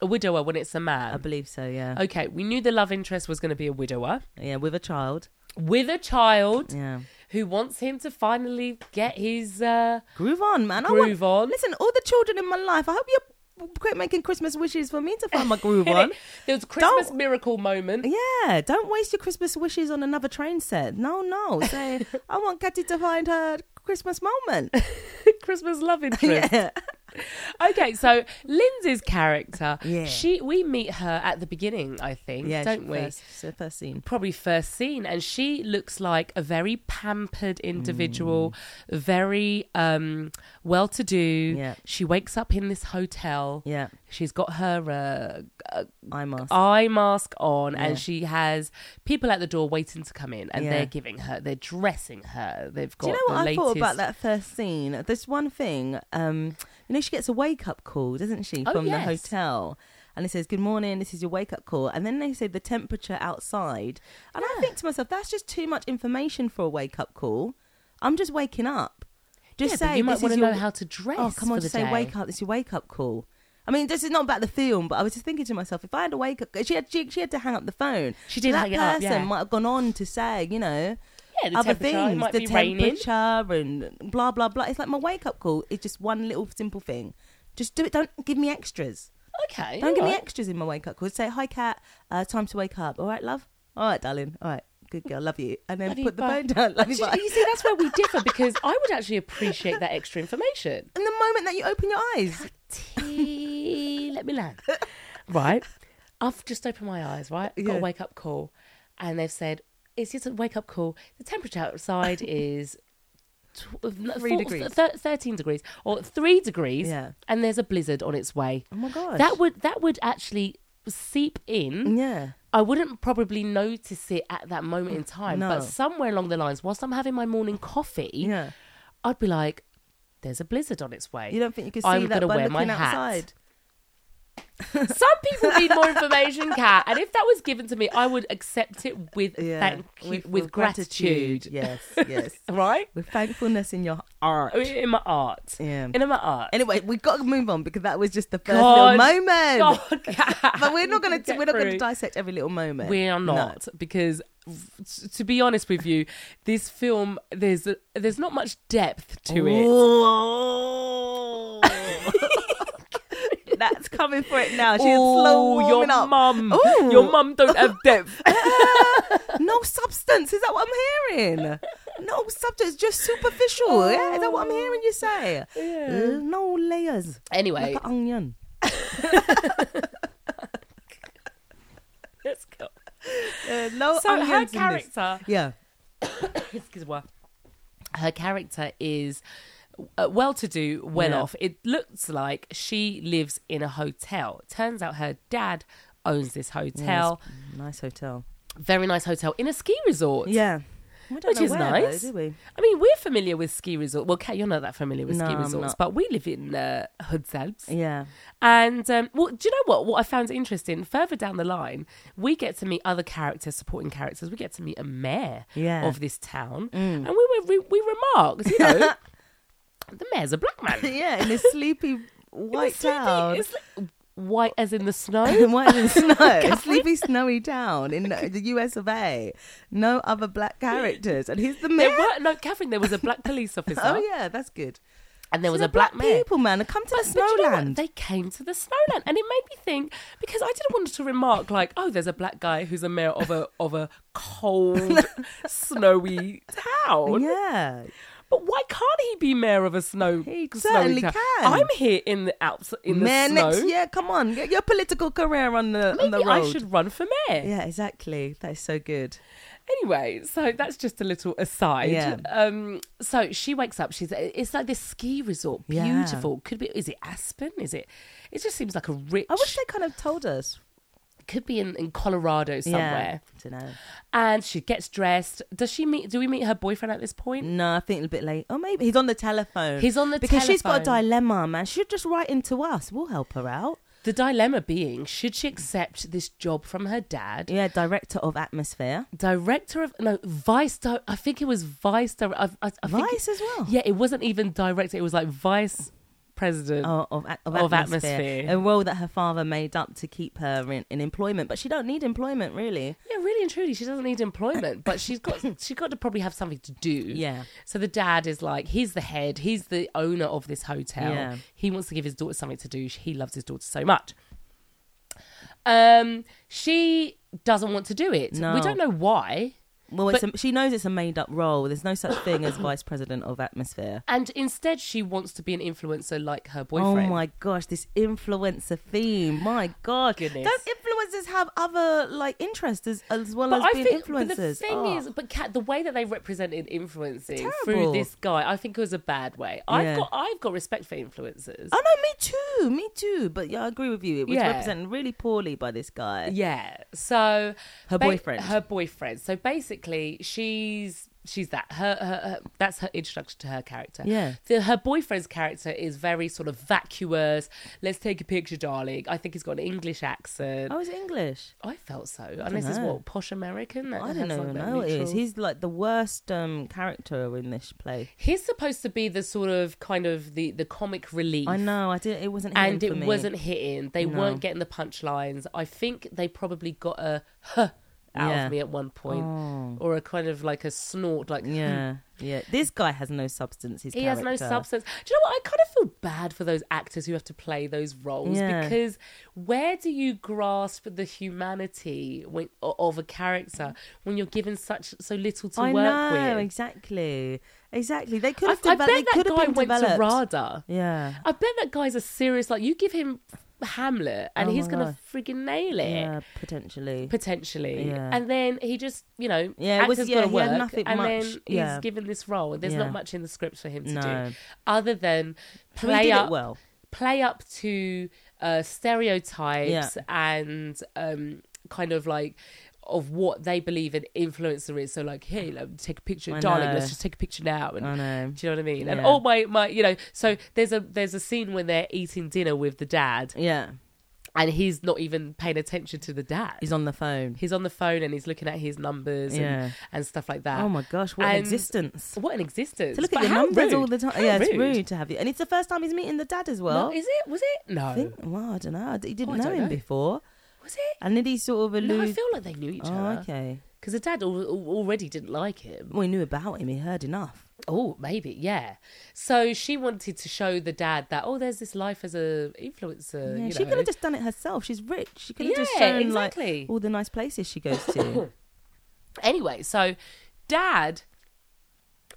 [SPEAKER 1] A widower when it's a
[SPEAKER 2] I
[SPEAKER 1] man.
[SPEAKER 2] believe so. Yeah.
[SPEAKER 1] Okay, we knew the love interest was going to be a widower
[SPEAKER 2] Yeah, with a child.
[SPEAKER 1] with a child
[SPEAKER 2] Yeah.
[SPEAKER 1] who wants him to finally get his. Uh,
[SPEAKER 2] Groove on, man. I
[SPEAKER 1] Groove
[SPEAKER 2] want,
[SPEAKER 1] on.
[SPEAKER 2] Listen, all the children in my life. I hope you quit making Christmas wishes for me to find my
[SPEAKER 1] [LAUGHS]
[SPEAKER 2] groove on.
[SPEAKER 1] there was a Christmas
[SPEAKER 2] [LAUGHS] Don't-
[SPEAKER 1] miracle moment.
[SPEAKER 2] Yeah, don't waste your Christmas wishes on another train set. No,
[SPEAKER 1] [LAUGHS]
[SPEAKER 2] no. Say, I want Katy to find her Christmas moment.
[SPEAKER 1] Christmas
[SPEAKER 2] [LAUGHS]
[SPEAKER 1] love interest. Okay, so Lindsay's character,
[SPEAKER 2] Yeah.
[SPEAKER 1] she we meet her at the beginning, I think,
[SPEAKER 2] Yeah,
[SPEAKER 1] don't we?
[SPEAKER 2] First, so first scene.
[SPEAKER 1] Probably first scene, and she looks like a very pampered individual, very um, well to do.
[SPEAKER 2] Mm. Yeah.
[SPEAKER 1] She wakes up in this hotel.
[SPEAKER 2] Yeah,
[SPEAKER 1] She's got her uh, uh,
[SPEAKER 2] I must.
[SPEAKER 1] eye mask on
[SPEAKER 2] Yeah.
[SPEAKER 1] and she has people at the door waiting to come in and
[SPEAKER 2] Yeah.
[SPEAKER 1] they're giving her they're dressing her they've got
[SPEAKER 2] Do you know
[SPEAKER 1] the
[SPEAKER 2] what I
[SPEAKER 1] latest
[SPEAKER 2] thought about that first scene? There's one thing. Um, you know, she gets a wake up call, doesn't she,
[SPEAKER 1] Oh,
[SPEAKER 2] from
[SPEAKER 1] yes.
[SPEAKER 2] the hotel? And it says, Good morning, this is your wake up call. And then they say the temperature outside. And I think to myself, that's just too much information for a wake up call. I'm just waking up. Just
[SPEAKER 1] yeah,
[SPEAKER 2] say
[SPEAKER 1] but you might
[SPEAKER 2] this
[SPEAKER 1] want
[SPEAKER 2] is
[SPEAKER 1] to
[SPEAKER 2] your-
[SPEAKER 1] know how to dress.
[SPEAKER 2] Oh, come on,
[SPEAKER 1] for
[SPEAKER 2] just
[SPEAKER 1] the
[SPEAKER 2] say
[SPEAKER 1] day.
[SPEAKER 2] wake up. This is your wake up call. I mean, this is not about the film, but I was just thinking to myself, if I had to wake up, she had she, she had to hang up the phone.
[SPEAKER 1] She did
[SPEAKER 2] that
[SPEAKER 1] hang it up,
[SPEAKER 2] person
[SPEAKER 1] yeah.
[SPEAKER 2] might have gone on to say, you know,
[SPEAKER 1] Yeah, the
[SPEAKER 2] other
[SPEAKER 1] temperature. It
[SPEAKER 2] things,
[SPEAKER 1] might
[SPEAKER 2] the
[SPEAKER 1] be raining.
[SPEAKER 2] temperature and blah blah blah. It's like my wake up call is just one little simple thing. Just do it. Don't give me extras.
[SPEAKER 1] Okay.
[SPEAKER 2] Don't give me
[SPEAKER 1] alright.
[SPEAKER 2] extras in my wake up call. Say hi, cat. Uh, time to wake up. All right, love. All right, darling. All right, good girl. Love you. And then
[SPEAKER 1] Love
[SPEAKER 2] put
[SPEAKER 1] you,
[SPEAKER 2] the
[SPEAKER 1] bye.
[SPEAKER 2] phone down. [LAUGHS] Love you.
[SPEAKER 1] Do you-
[SPEAKER 2] bye.
[SPEAKER 1] you see, that's where we
[SPEAKER 2] [LAUGHS]
[SPEAKER 1] differ because I would actually appreciate that extra information.
[SPEAKER 2] And the moment that you open your eyes,
[SPEAKER 1] Tea, let me land. Right. I've just opened my eyes, right? Got
[SPEAKER 2] Yeah.
[SPEAKER 1] a wake up call. And they've said, it's just a wake up call. The temperature outside
[SPEAKER 2] [LAUGHS]
[SPEAKER 1] is. tw- no,
[SPEAKER 2] Three
[SPEAKER 1] four-
[SPEAKER 2] degrees.
[SPEAKER 1] thir- 13 degrees or 3 degrees
[SPEAKER 2] Yeah.
[SPEAKER 1] and there's a blizzard on its way.
[SPEAKER 2] oh my god,
[SPEAKER 1] That would that would actually seep in.
[SPEAKER 2] Mm, yeah.
[SPEAKER 1] I wouldn't probably notice it at that moment in time,
[SPEAKER 2] No.
[SPEAKER 1] but somewhere along the lines whilst I'm having my morning coffee,
[SPEAKER 2] Yeah.
[SPEAKER 1] I'd be like, "There's a blizzard on its way."
[SPEAKER 2] You don't think you can see
[SPEAKER 1] I'm
[SPEAKER 2] that
[SPEAKER 1] gonna
[SPEAKER 2] by
[SPEAKER 1] wear
[SPEAKER 2] looking
[SPEAKER 1] my hat.
[SPEAKER 2] outside?
[SPEAKER 1] [LAUGHS] Some people need more
[SPEAKER 2] [LAUGHS]
[SPEAKER 1] information, Kat, and if that was given to me, I would accept it with thank you, with, gratitude.
[SPEAKER 2] Yes, yes.
[SPEAKER 1] [LAUGHS] Right?
[SPEAKER 2] with thankfulness in your heart.
[SPEAKER 1] In my art.
[SPEAKER 2] Yeah.
[SPEAKER 1] In my art.
[SPEAKER 2] Anyway, we've got to move on because that was just the first
[SPEAKER 1] God.
[SPEAKER 2] little moment.
[SPEAKER 1] God, Kat. [LAUGHS]
[SPEAKER 2] But we're not going to
[SPEAKER 1] Get
[SPEAKER 2] we're not going to
[SPEAKER 1] through.
[SPEAKER 2] dissect every little moment.
[SPEAKER 1] We are
[SPEAKER 2] No.
[SPEAKER 1] not because, f- to be honest with you, this film there's there's not much depth to it.
[SPEAKER 2] Ooh. [LAUGHS] That's coming for it now. She's slow
[SPEAKER 1] Ooh,
[SPEAKER 2] warming
[SPEAKER 1] your
[SPEAKER 2] up.
[SPEAKER 1] mum,
[SPEAKER 2] Ooh.
[SPEAKER 1] your mum don't have depth.
[SPEAKER 2] [LAUGHS] No substance. Is that what I'm hearing? No substance. Just superficial. Yeah, is that
[SPEAKER 1] Oh.
[SPEAKER 2] what I'm hearing you say? Uh, no layers.
[SPEAKER 1] anyway,
[SPEAKER 2] Like an onion.
[SPEAKER 1] let's go.
[SPEAKER 2] Uh, no
[SPEAKER 1] So her
[SPEAKER 2] onions in this.
[SPEAKER 1] character
[SPEAKER 2] Yeah.
[SPEAKER 1] Excuse me. Her character is uh, well to do, well
[SPEAKER 2] Yeah.
[SPEAKER 1] off. It looks like she lives in a hotel. Turns out her dad owns this hotel.
[SPEAKER 2] Nice hotel.
[SPEAKER 1] Very nice hotel in a ski resort.
[SPEAKER 2] Yeah. We don't
[SPEAKER 1] Which
[SPEAKER 2] know
[SPEAKER 1] is
[SPEAKER 2] where,
[SPEAKER 1] nice.
[SPEAKER 2] Though, do we?
[SPEAKER 1] I mean, we're familiar with ski resort. Well, Kat, you're not that familiar with
[SPEAKER 2] No,
[SPEAKER 1] ski
[SPEAKER 2] I'm
[SPEAKER 1] resorts,
[SPEAKER 2] not.
[SPEAKER 1] but we live in uh, Hoods Alps.
[SPEAKER 2] Yeah.
[SPEAKER 1] And um, well, do you know what? What I found interesting further down the line, we get to meet other characters, supporting characters. We get to meet a mayor
[SPEAKER 2] Yeah. Mm.
[SPEAKER 1] of this town, and we were we, we remarked, you
[SPEAKER 2] [LAUGHS]
[SPEAKER 1] know, the mayor's a black man.
[SPEAKER 2] Yeah,
[SPEAKER 1] [LAUGHS]
[SPEAKER 2] in a sleepy white
[SPEAKER 1] It's like-
[SPEAKER 2] town. [LAUGHS]
[SPEAKER 1] it's like- white as in the snow.
[SPEAKER 2] White
[SPEAKER 1] [LAUGHS]
[SPEAKER 2] and snow, sleepy, snowy town in the US of A. No other black characters, and he's the
[SPEAKER 1] There
[SPEAKER 2] mayor.
[SPEAKER 1] [LAUGHS] were no, Catherine. There was a black police officer,
[SPEAKER 2] [LAUGHS] Oh yeah, that's good.
[SPEAKER 1] and there was
[SPEAKER 2] So
[SPEAKER 1] a
[SPEAKER 2] the
[SPEAKER 1] black, mayor.
[SPEAKER 2] people, man. Come to the
[SPEAKER 1] But you know what?
[SPEAKER 2] snowland.
[SPEAKER 1] They came to the snowland, and it made me think because I didn't want to remark like, "Oh, there's a black guy who's a mayor of a of a
[SPEAKER 2] [LAUGHS]
[SPEAKER 1] cold, snowy town."
[SPEAKER 2] yeah,
[SPEAKER 1] But why can't he be mayor of a snow?
[SPEAKER 2] He
[SPEAKER 1] snowy
[SPEAKER 2] certainly
[SPEAKER 1] town?
[SPEAKER 2] can.
[SPEAKER 1] I'm here in the Alps in
[SPEAKER 2] man.
[SPEAKER 1] the snow.
[SPEAKER 2] Next year, come on, get your political career on the on the
[SPEAKER 1] Maybe I
[SPEAKER 2] road.
[SPEAKER 1] should run for mayor.
[SPEAKER 2] Yeah, exactly. That is so good.
[SPEAKER 1] Anyway, so that's just a little aside.
[SPEAKER 2] Yeah.
[SPEAKER 1] Um. So she wakes up. She's. It's like this ski resort.
[SPEAKER 2] Yeah.
[SPEAKER 1] Beautiful. Could be. Is it Aspen? Is it? It just seems like a rich.
[SPEAKER 2] I wish they kind of told us
[SPEAKER 1] could be in, in Colorado somewhere.
[SPEAKER 2] Yeah, don't know.
[SPEAKER 1] And she gets dressed. Does she meet? Do we meet her boyfriend at this point?
[SPEAKER 2] No, I think a bit late. Oh, maybe he's on the telephone.
[SPEAKER 1] He's on the
[SPEAKER 2] because she's got a
[SPEAKER 1] telephone.
[SPEAKER 2] dilemma, man. She'll just write into us. We'll help her out.
[SPEAKER 1] The dilemma being: should she accept this job from her dad?
[SPEAKER 2] Yeah, director of atmosphere.
[SPEAKER 1] director of no vice di- i think it was vice director I, I, I think
[SPEAKER 2] Vice
[SPEAKER 1] it-
[SPEAKER 2] as well?
[SPEAKER 1] yeah it wasn't even director it was like vice president
[SPEAKER 2] Oh, of, a- of,
[SPEAKER 1] Of
[SPEAKER 2] atmosphere.
[SPEAKER 1] atmosphere.
[SPEAKER 2] A role that her father made up to keep her in, in employment, but she don't need employment really.
[SPEAKER 1] yeah really and truly she doesn't need employment but she's
[SPEAKER 2] [LAUGHS]
[SPEAKER 1] got she's got to probably have something to do
[SPEAKER 2] Yeah.
[SPEAKER 1] so the dad is like he's the head he's the owner of this hotel
[SPEAKER 2] Yeah.
[SPEAKER 1] he wants to give his daughter something to do he loves his daughter so much um she doesn't want to do it
[SPEAKER 2] No.
[SPEAKER 1] we don't know why
[SPEAKER 2] Well, it's a, she knows it's a made up role. There's no such
[SPEAKER 1] [COUGHS]
[SPEAKER 2] thing as vice president of atmosphere.
[SPEAKER 1] and instead she wants to be an influencer like her
[SPEAKER 2] Oh
[SPEAKER 1] boyfriend
[SPEAKER 2] my gosh, this influencer theme. My God.
[SPEAKER 1] Goodness.
[SPEAKER 2] Don't influencers have other like interests as, as well as being influencers?
[SPEAKER 1] But the thing
[SPEAKER 2] Oh.
[SPEAKER 1] is, but Kat, the way that they represented influencing
[SPEAKER 2] Terrible.
[SPEAKER 1] through this guy, I think it was a bad way. I've
[SPEAKER 2] Yeah.
[SPEAKER 1] got I've got respect for influencers.
[SPEAKER 2] Oh no, me too, me too. But yeah, I agree with you. It was
[SPEAKER 1] Yeah.
[SPEAKER 2] represented really poorly by this guy.
[SPEAKER 1] yeah. So
[SPEAKER 2] Her boyfriend.
[SPEAKER 1] her boyfriend. So basically, she's she's that. Her, her, her that's her introduction to her character.
[SPEAKER 2] Yeah.
[SPEAKER 1] The, her boyfriend's character is very sort of vacuous. Let's take a picture, darling. I think he's got an English accent.
[SPEAKER 2] Oh, is it English?
[SPEAKER 1] I felt so. Unless it's
[SPEAKER 2] know.
[SPEAKER 1] what posh American. That
[SPEAKER 2] I don't
[SPEAKER 1] has,
[SPEAKER 2] know.
[SPEAKER 1] like, that
[SPEAKER 2] no, it is.
[SPEAKER 1] neutral-
[SPEAKER 2] He's like the worst um, character in this play.
[SPEAKER 1] He's supposed to be the sort of kind of the the comic relief.
[SPEAKER 2] I know. I did. It wasn't. him
[SPEAKER 1] and
[SPEAKER 2] for
[SPEAKER 1] it
[SPEAKER 2] me.
[SPEAKER 1] wasn't hitting. They
[SPEAKER 2] No.
[SPEAKER 1] weren't getting the punchlines. I think they probably got a huh out
[SPEAKER 2] Yeah. Oh.
[SPEAKER 1] of me at one point, or a kind of like a snort, like "Hmm."
[SPEAKER 2] [LAUGHS] Yeah, yeah. This guy has no substance. His
[SPEAKER 1] He
[SPEAKER 2] character.
[SPEAKER 1] has no substance. Do you know what? I kind of feel bad for those actors who have to play those roles
[SPEAKER 2] Yeah.
[SPEAKER 1] because where do you grasp the humanity when, o- of a character when you're given such so little to
[SPEAKER 2] I
[SPEAKER 1] work
[SPEAKER 2] know
[SPEAKER 1] with?
[SPEAKER 2] exactly, exactly. They could
[SPEAKER 1] I,
[SPEAKER 2] have
[SPEAKER 1] I
[SPEAKER 2] developed.
[SPEAKER 1] bet
[SPEAKER 2] they
[SPEAKER 1] that
[SPEAKER 2] could have
[SPEAKER 1] guy
[SPEAKER 2] been
[SPEAKER 1] went
[SPEAKER 2] developed.
[SPEAKER 1] to RADA.
[SPEAKER 2] Yeah,
[SPEAKER 1] I bet that guy's a serious like you give him Hamlet and
[SPEAKER 2] Oh
[SPEAKER 1] he's
[SPEAKER 2] my
[SPEAKER 1] gonna
[SPEAKER 2] God.
[SPEAKER 1] friggin' nail it.
[SPEAKER 2] yeah, potentially.
[SPEAKER 1] potentially.
[SPEAKER 2] Yeah.
[SPEAKER 1] And then he just, you know,
[SPEAKER 2] Yeah, it was-
[SPEAKER 1] actors
[SPEAKER 2] yeah,
[SPEAKER 1] got to
[SPEAKER 2] he had
[SPEAKER 1] work,
[SPEAKER 2] nothing
[SPEAKER 1] and
[SPEAKER 2] much.
[SPEAKER 1] then
[SPEAKER 2] Yeah.
[SPEAKER 1] he's given this role, and there's
[SPEAKER 2] Yeah.
[SPEAKER 1] not much in the script for him to
[SPEAKER 2] No.
[SPEAKER 1] do, other than
[SPEAKER 2] But he
[SPEAKER 1] play
[SPEAKER 2] did
[SPEAKER 1] up,
[SPEAKER 2] it well.
[SPEAKER 1] play up to uh, stereotypes
[SPEAKER 2] Yeah.
[SPEAKER 1] and um, kind of like. Of what they believe an influencer is, so like, hey, let take a picture,
[SPEAKER 2] I
[SPEAKER 1] darling.
[SPEAKER 2] know.
[SPEAKER 1] Let's just take a picture now. And
[SPEAKER 2] I know.
[SPEAKER 1] do you know what I mean? And
[SPEAKER 2] Yeah.
[SPEAKER 1] oh my, my, you know. So there's a there's a scene when they're eating dinner with the dad,
[SPEAKER 2] Yeah,
[SPEAKER 1] and he's not even paying attention to the dad
[SPEAKER 2] he's on the phone.
[SPEAKER 1] he's on the phone and he's looking at his numbers
[SPEAKER 2] Yeah.
[SPEAKER 1] and, and stuff like that.
[SPEAKER 2] Oh my gosh, what an
[SPEAKER 1] And-
[SPEAKER 2] existence!
[SPEAKER 1] What an existence!
[SPEAKER 2] To look
[SPEAKER 1] But
[SPEAKER 2] at your
[SPEAKER 1] how
[SPEAKER 2] numbers
[SPEAKER 1] rude.
[SPEAKER 2] all the time.
[SPEAKER 1] How
[SPEAKER 2] yeah, it's rude to have you. And it's the first time he's meeting the dad as well.
[SPEAKER 1] No, is it? Was it? No.
[SPEAKER 2] I think. Well, I don't know. He didn't
[SPEAKER 1] Oh, I
[SPEAKER 2] know
[SPEAKER 1] don't
[SPEAKER 2] him
[SPEAKER 1] know.
[SPEAKER 2] before.
[SPEAKER 1] was it?
[SPEAKER 2] And did he sort of
[SPEAKER 1] No,
[SPEAKER 2] allude?
[SPEAKER 1] I feel like they knew each
[SPEAKER 2] oh,
[SPEAKER 1] other.
[SPEAKER 2] okay.
[SPEAKER 1] Because the dad al- al- already didn't like him.
[SPEAKER 2] Well, he knew about him. He heard enough.
[SPEAKER 1] Oh, maybe, yeah. So she wanted to show the dad that oh, there's this life as a influencer.
[SPEAKER 2] Yeah,
[SPEAKER 1] you
[SPEAKER 2] she
[SPEAKER 1] know.
[SPEAKER 2] could have just done it herself. She's rich. She could have just
[SPEAKER 1] Yeah,
[SPEAKER 2] shown
[SPEAKER 1] exactly.
[SPEAKER 2] like all the nice places she goes to. [COUGHS]
[SPEAKER 1] Anyway, so dad.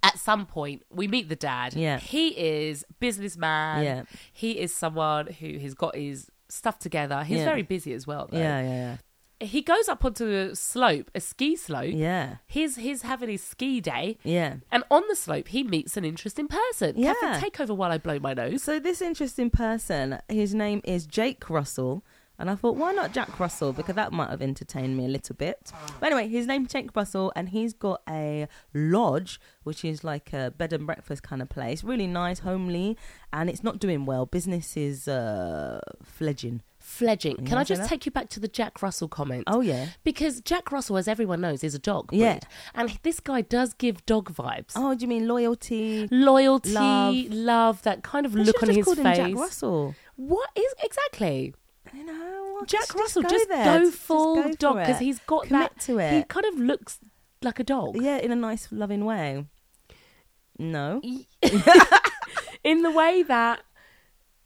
[SPEAKER 1] At some point, we meet the dad.
[SPEAKER 2] Yeah.
[SPEAKER 1] He is businessman.
[SPEAKER 2] Yeah.
[SPEAKER 1] He is someone who has got his stuff together. He's
[SPEAKER 2] Yeah.
[SPEAKER 1] very busy as well, though.
[SPEAKER 2] yeah, yeah,
[SPEAKER 1] He goes up onto a slope, a ski slope.
[SPEAKER 2] yeah,
[SPEAKER 1] He's he's having his ski day.
[SPEAKER 2] yeah.
[SPEAKER 1] And on the slope, he meets an interesting person.
[SPEAKER 2] Yeah.
[SPEAKER 1] Catherine, take over while I blow my nose.
[SPEAKER 2] So this interesting person, his name is Jake Russell. And I thought, why not Jack Russell? Because that might have entertained me a little bit. But anyway, his name's Jake Russell, and he's got a lodge, which is like a bed and breakfast kind of place. Really nice, homely, and it's not doing well. Business is uh, fledging.
[SPEAKER 1] Fledging. Can
[SPEAKER 2] wanna
[SPEAKER 1] I
[SPEAKER 2] say
[SPEAKER 1] just
[SPEAKER 2] that?
[SPEAKER 1] take you back to the Jack Russell comment?
[SPEAKER 2] Oh, yeah.
[SPEAKER 1] Because Jack Russell, as everyone knows, is a dog.
[SPEAKER 2] Yeah.
[SPEAKER 1] breed. And this guy does give dog vibes.
[SPEAKER 2] Oh, do you mean loyalty?
[SPEAKER 1] Loyalty,
[SPEAKER 2] Love.
[SPEAKER 1] love. that kind of
[SPEAKER 2] They
[SPEAKER 1] look on
[SPEAKER 2] should've just
[SPEAKER 1] his
[SPEAKER 2] called
[SPEAKER 1] face.
[SPEAKER 2] Him Jack Russell.
[SPEAKER 1] What is exactly?
[SPEAKER 2] You know,
[SPEAKER 1] Jack
[SPEAKER 2] just-
[SPEAKER 1] Russell,
[SPEAKER 2] go
[SPEAKER 1] just go,
[SPEAKER 2] there.
[SPEAKER 1] full
[SPEAKER 2] go for
[SPEAKER 1] dog because
[SPEAKER 2] it.
[SPEAKER 1] he's got
[SPEAKER 2] Commit
[SPEAKER 1] that.
[SPEAKER 2] to
[SPEAKER 1] He
[SPEAKER 2] it.
[SPEAKER 1] kind of looks like a dog.
[SPEAKER 2] Yeah, in a nice, loving way. No.
[SPEAKER 1] [LAUGHS] in the way that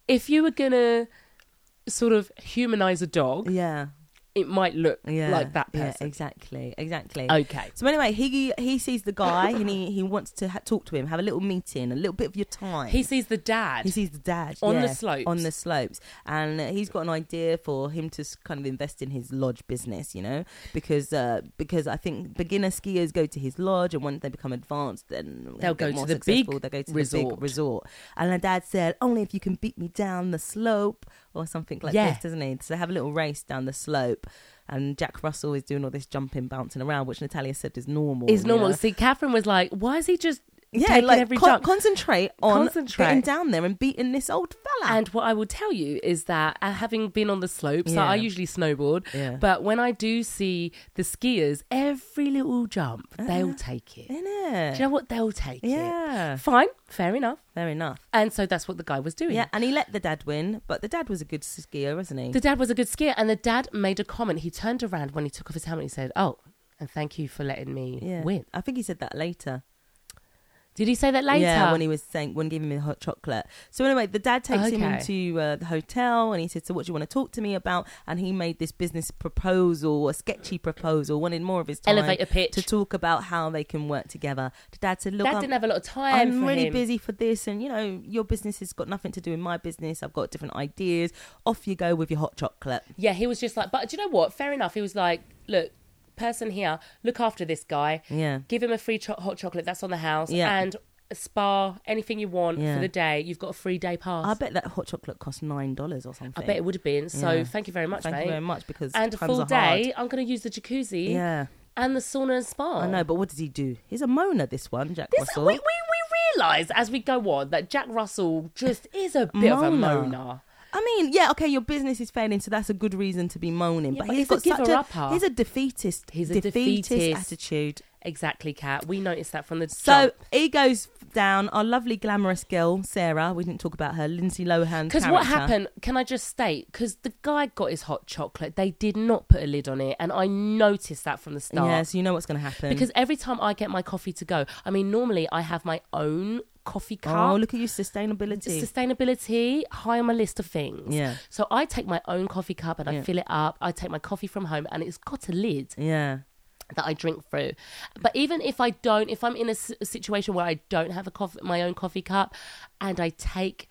[SPEAKER 1] if you were gonna sort of humanize a dog,
[SPEAKER 2] Yeah.
[SPEAKER 1] it might look
[SPEAKER 2] Yeah.
[SPEAKER 1] like that
[SPEAKER 2] Yeah,
[SPEAKER 1] person. Oh.
[SPEAKER 2] exactly. Exactly.
[SPEAKER 1] Okay.
[SPEAKER 2] So anyway, he he sees the guy and he, he wants to ha- talk to him, have a little meeting, a little bit of your time.
[SPEAKER 1] He sees the dad.
[SPEAKER 2] He sees the dad
[SPEAKER 1] On the
[SPEAKER 2] yeah,
[SPEAKER 1] slopes.
[SPEAKER 2] on the slopes, and he's got an idea for him to s- kind of invest in his lodge business, you know, because uh, because I think beginner skiers go to his lodge, and once they become advanced, then when they
[SPEAKER 1] They'll
[SPEAKER 2] get
[SPEAKER 1] go to
[SPEAKER 2] more
[SPEAKER 1] the
[SPEAKER 2] successful,
[SPEAKER 1] big
[SPEAKER 2] They go to the
[SPEAKER 1] resort.
[SPEAKER 2] big resort, and the dad said, "Only if you can beat me down the slope or something like
[SPEAKER 1] Yeah.
[SPEAKER 2] this, doesn't he?" So they have a little race down the slope. And Jack Russell is doing all this jumping, bouncing around, which Natalia said is normal.
[SPEAKER 1] is
[SPEAKER 2] you
[SPEAKER 1] normal.
[SPEAKER 2] know?
[SPEAKER 1] See, Catherine was like, "Why is he just
[SPEAKER 2] Yeah,
[SPEAKER 1] taking
[SPEAKER 2] like
[SPEAKER 1] every
[SPEAKER 2] con-
[SPEAKER 1] jump?"
[SPEAKER 2] concentrate on
[SPEAKER 1] Concentrate.
[SPEAKER 2] getting down there and beating this old fella.
[SPEAKER 1] And what I will tell you is that uh, having been on the slopes, so
[SPEAKER 2] Yeah.
[SPEAKER 1] I usually snowboard,
[SPEAKER 2] Yeah.
[SPEAKER 1] but when I do see the skiers, every little jump, they'll take it.
[SPEAKER 2] in it.
[SPEAKER 1] Do you know what? They'll take
[SPEAKER 2] Uh-huh. Yeah.
[SPEAKER 1] it. Fine, fair enough.
[SPEAKER 2] Fair enough.
[SPEAKER 1] And so that's what the guy was doing.
[SPEAKER 2] Yeah, and he let the dad win, but the dad was a good skier, wasn't he?
[SPEAKER 1] The dad was a good skier, and the dad made a comment. He turned around when he took off his helmet. He said, "Oh, and thank you for letting me
[SPEAKER 2] yeah.
[SPEAKER 1] win."
[SPEAKER 2] I think he said that later.
[SPEAKER 1] Did he say that later?
[SPEAKER 2] Yeah, when he was saying, when giving him the hot chocolate. So anyway, the dad takes him
[SPEAKER 1] Okay.
[SPEAKER 2] into uh, the hotel and he said, so what do you want to talk to me about? And he made this business proposal, a sketchy proposal, wanted more of his time.
[SPEAKER 1] Elevator pitch.
[SPEAKER 2] To talk about how they can work together. The dad said, look,
[SPEAKER 1] dad
[SPEAKER 2] I'm-
[SPEAKER 1] didn't have a lot of time.
[SPEAKER 2] I'm
[SPEAKER 1] for
[SPEAKER 2] really
[SPEAKER 1] him.
[SPEAKER 2] busy for this, and you know, your business has got nothing to do with my business. I've got different ideas. Off you go with your hot chocolate.
[SPEAKER 1] Yeah, he was just like, but do you know what? Fair enough. He was like, look, person here, look after this guy.
[SPEAKER 2] Yeah.
[SPEAKER 1] Give him a free cho- hot chocolate that's on the house.
[SPEAKER 2] Yeah.
[SPEAKER 1] And a spa, anything you want
[SPEAKER 2] Yeah.
[SPEAKER 1] for the day. You've got a free day pass.
[SPEAKER 2] I bet that hot chocolate cost nine dollars or something.
[SPEAKER 1] I bet it would have been. So
[SPEAKER 2] Yeah.
[SPEAKER 1] thank you very much,
[SPEAKER 2] Thank
[SPEAKER 1] mate.
[SPEAKER 2] you very much because
[SPEAKER 1] And a
[SPEAKER 2] times
[SPEAKER 1] full
[SPEAKER 2] are hard.
[SPEAKER 1] day, I'm going to use the jacuzzi.
[SPEAKER 2] Yeah.
[SPEAKER 1] and the sauna and spa.
[SPEAKER 2] I know, but what does he do? He's a moaner, this one, Jack
[SPEAKER 1] Oh. This,
[SPEAKER 2] Russell.
[SPEAKER 1] we we, we realise as we go on that Jack Russell just is a bit of a
[SPEAKER 2] Moaner.
[SPEAKER 1] moaner.
[SPEAKER 2] I mean, yeah, okay, your business is failing, so that's a good reason to be moaning.
[SPEAKER 1] Yeah,
[SPEAKER 2] but,
[SPEAKER 1] but
[SPEAKER 2] he's got
[SPEAKER 1] he's a
[SPEAKER 2] such a
[SPEAKER 1] giver-upper.
[SPEAKER 2] he's a defeatist.
[SPEAKER 1] He's a defeatist.
[SPEAKER 2] attitude.
[SPEAKER 1] Exactly, Kat. We noticed that from the
[SPEAKER 2] So he goes down. Our lovely glamorous girl Sarah. We didn't talk about her. Lindsay Lohan.
[SPEAKER 1] Because what happened, can I just state? Because the guy got his hot chocolate. They did not put a lid on it. And I noticed that from the start.
[SPEAKER 2] Yeah, so you know what's going to happen.
[SPEAKER 1] Because every time I get my coffee to go, I mean, normally I have my own coffee cup.
[SPEAKER 2] oh, look at you, sustainability.
[SPEAKER 1] Sustainability, high on my list of things.
[SPEAKER 2] Yeah.
[SPEAKER 1] So I take my own coffee cup and I
[SPEAKER 2] Yeah.
[SPEAKER 1] fill it up. I take my coffee from home and it's got a lid
[SPEAKER 2] yeah.
[SPEAKER 1] that I drink through. But even if I don't, if I'm in a, s- a situation where I don't have a coffee, my own coffee cup, and I take